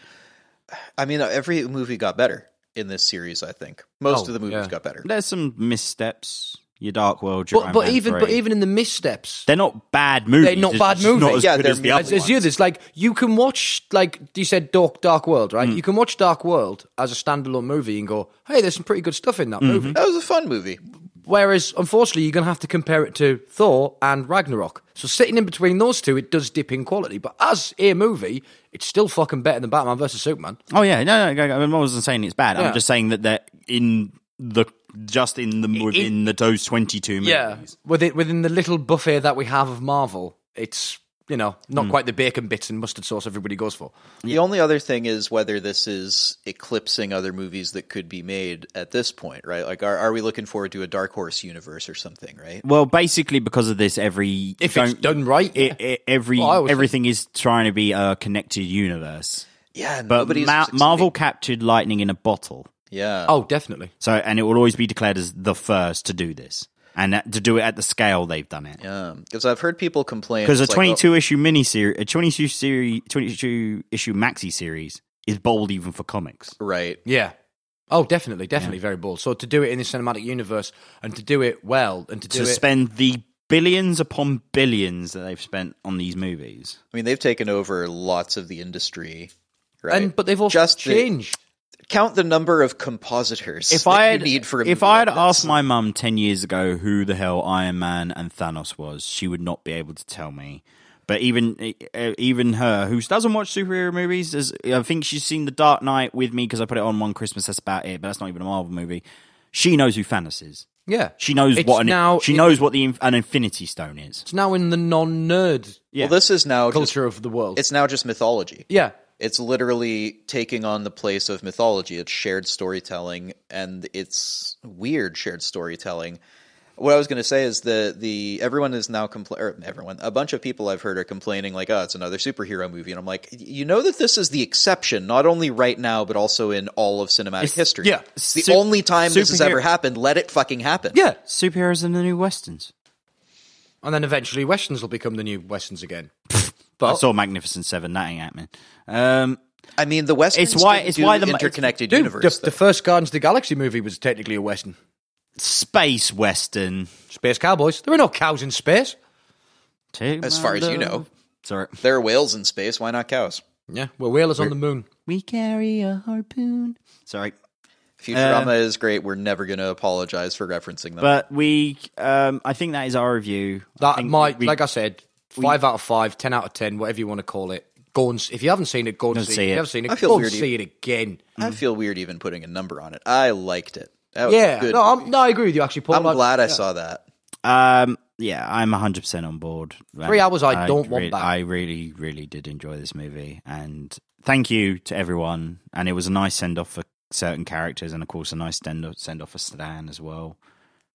I mean, uh, every movie got better in this series, I think. Most
Oh,
of the movies
yeah.
got better.
There's some missteps. Your Dark World, your
But,
Iron
but
Man
even
3.
but even in the missteps,
They're not bad movies.
They're not
It's
bad
just not
movies.
as
Yeah,
good
they're
as the
mid-
other
as, as the
ones.
others, like you can watch, like you said, Dark Dark World,
Mm.
right? You can watch Dark World as a standalone movie and go, "Hey, there's some pretty good stuff in that movie."
That was a fun movie.
Whereas, unfortunately, you're going to have to compare it to Thor and Ragnarok. So sitting in between those two, it does dip in quality. But as a movie, it's still fucking better than Batman versus Superman.
Oh yeah, no, no, no, no, I wasn't saying it's bad.
Yeah.
I'm just saying that they're in the just in the within the those 22 movies.
within within the little buffet that we have of Marvel, it's you know not quite the bacon bits and mustard sauce everybody goes for.
The only other thing is whether this is eclipsing other movies that could be made at this point, right? Like, are, are we looking forward to a Dark Horse universe or something, right?
Well, basically because of this, every
If it's
don't-
done right,
it, it, every
Well, I always
everything is trying to be a connected universe.
Yeah,
But
nobody's
Ma-
succeeding.
Marvel captured lightning in a bottle,
Yeah,
oh, definitely.
so and it will always be declared as the first to do this and that, to do it at the scale they've done it.
because I've heard people complain
Because a
it's like, oh,
22 issue mini series, a 22 series, 22 issue maxi series is bold even for comics.
right?
Yeah. Oh, definitely, definitely very bold. So to do it in the cinematic universe and to do it well and to
to
do it
spend the billions upon billions that they've spent on these movies.
I mean, they've taken over lots of the industry, right?
and but they've also
Just the-
changed.
count the number of compositors
If
that
I
you
had,
need for a
if
movie
I had
like
asked
this.
my mum ten years ago who the hell Iron Man and Thanos was, she would not be able to tell me. But even uh, even her, who doesn't watch superhero movies, is, I think she's seen The Dark Knight with me because I put it on one Christmas. That's about it. But that's not even a Marvel movie. She knows who Thanos is.
yeah,
She knows
It's
what an,
now-
she
it-
knows what the inf- an Infinity Stone is.
it's now in the non-nerd
Yeah.
well, this is now just,
culture of the world.
it's now just mythology.
yeah,
It's literally taking on the place of mythology. It's shared storytelling, and it's weird shared storytelling. What I was going to say is the the everyone is now complaining. Everyone, a bunch of people I've heard are complaining like, "Oh, it's another superhero movie," and I'm like, "You know that this is the exception, not only right now, but also in all of cinematic history.
yeah.
it's the
Sup-
only time this has
superhero-
ever happened. Let it fucking happen.
yeah.
Superheroes and the new westerns.
And then eventually, westerns will become the new westerns again.
I
but
saw Magnificent Seven. That ain't happening. Um,
I mean, the West.
It's why- it's why the-
interconnected
dude,
universe.
the, the first Guardians of the Galaxy movie was technically a western.
space western.
Space cowboys. There are no cows in space.
As far as you know.
Sorry.
though. there are whales in space. Why not cows?
Yeah, well, whalers on the moon.
We carry a harpoon. Sorry.
Futurama is great. We're never going to apologize for referencing them.
But we, um, I think that is our review. I
That
think
might,
we-
like I said, five out of five, ten out of ten, whatever you want to call it. Go and s- if you haven't seen it, go and
Don't
see,
see
it. If
it.
you haven't seen it,
I feel
go and
weird.
see it again.
I
Mm.
feel weird even putting a number on it. I liked it. That was
Yeah,
good.
no, I'm, no, I agree with you. Actually, Paul,
I'm
Like,
glad I saw that.
Um, yeah, I'm 100% on board.
Three hours I don't want
re-
back.
I really, really did enjoy this movie. And thank you to everyone. And it was a nice send off for certain characters, and of course, a nice send off send off for Stan as well.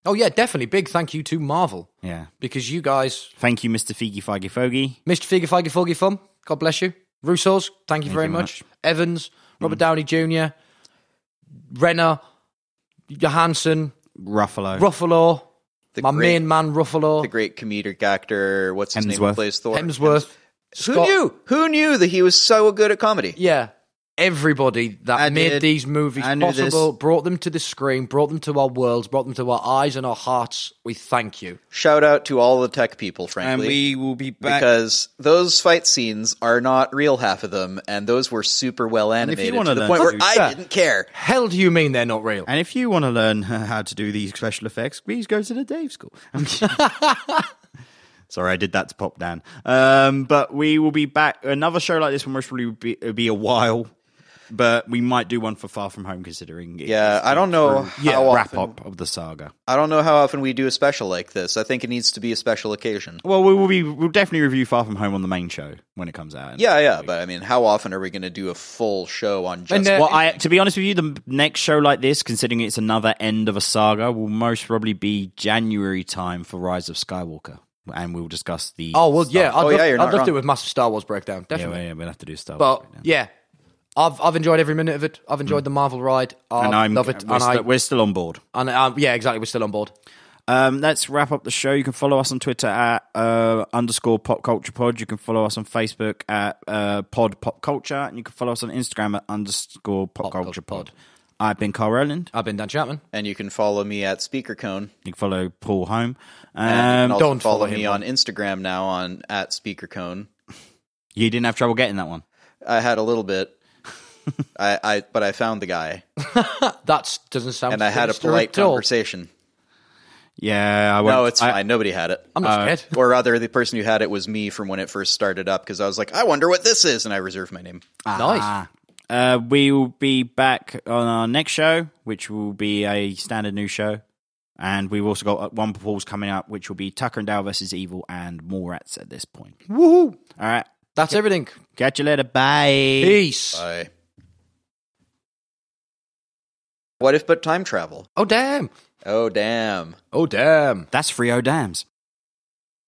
Oh yeah, definitely. Big thank you to Marvel
Yeah.
because you guys,
Thank you, Mr. Figgy Foggy Foggy.
Mr. Figgy Foggy Foggy Fum, God bless you. Russo's, thank you very
you very
much. Evans, Robert Downey Jr., Renner, Johansson,
Ruffalo.
Ruffalo,
The
my
great-
main man Ruffalo,
the great comedic actor. What's his name?
Hemsworth.
Who plays Thor?
Hemsworth,
Who
Scott-
knew? Who knew that he was so good at comedy?
Yeah. Everybody that
I
made
did.
these movies
I knew
possible brought them to the screen, brought them to our worlds, brought them to our eyes and our hearts. We thank you.
Shout out to all the tech people,
and
frankly.
we will be back.
because those fight scenes are not real, half of them, and those were super well
if you
animated
wanna
to the
learn
point
to
where
do
I
that-
didn't care.
Hell do you mean they're not real?
and if you want to learn how to do these special effects, please go to the Dave School. I'm kidding. Sorry, I did that to Pop Dan. Um, but we will be back. Another show like this will most probably be, it'll be a while, but we might do one for Far From Home considering. it
Yeah,
is
I don't know
the
how
wrap
often.
up of the saga.
I don't know how often we do a special like this. I think it needs to be a special occasion.
Well, we will be. We'll definitely review Far From Home on the main show when it comes out.
Yeah, yeah, but I mean, how often are we going to do a full show on just?
uh,
Well, I to be honest with you, the next show like this, considering it's another end of a saga, will most probably be January time for Rise of Skywalker, and we'll discuss the.
Oh well, yeah. I'd
Oh,
love,
yeah,
I'd
you're not
love to
wrong.
do a massive Star Wars breakdown,
yeah,
definitely.
well, yeah, we'll have to do Star Wars.
But yeah, I've I've enjoyed every minute of it. I've enjoyed the Marvel ride. I
and I'm
love it.
We're,
And I
st- we're still on board.
and um, yeah, exactly. We're still on board.
Um, let's wrap up the show. You can follow us on Twitter at uh, underscore pop culture pod. You can follow us on Facebook at uh, pod pop culture, and you can follow us on Instagram at underscore pop culture
Culture
pod. I've been Carl Rowland.
I've been Dan Chapman.
and you can follow me at Speaker Cone.
You can follow Paul Home.
And you
Um,
can also
don't
follow,
follow
me
him.
on Instagram now on at Speaker Cone.
you didn't have trouble getting that one.
I had a little bit. I, I but I found the guy
That doesn't sound.
and I had a
sinister
polite
at all.
conversation.
Yeah, I won't.
No, it's
I-
fine. Nobody had it.
I'm not scared.
or rather, the person who had it was me from when it first started up because I was like, I wonder what this is, and I reserved my name.
Nice.
Uh, we will be back on our next show, which will be a standard new show. And we've also got uh, one Paul's coming up, which will be Tucker and Dale versus Evil and more rats at this point.
Woohoo!
All right.
That's everything.
Catch you later. Bye.
Peace.
I. What if but time travel?
Oh damn.
Oh damn.
Oh damn.
That's Frio Dams.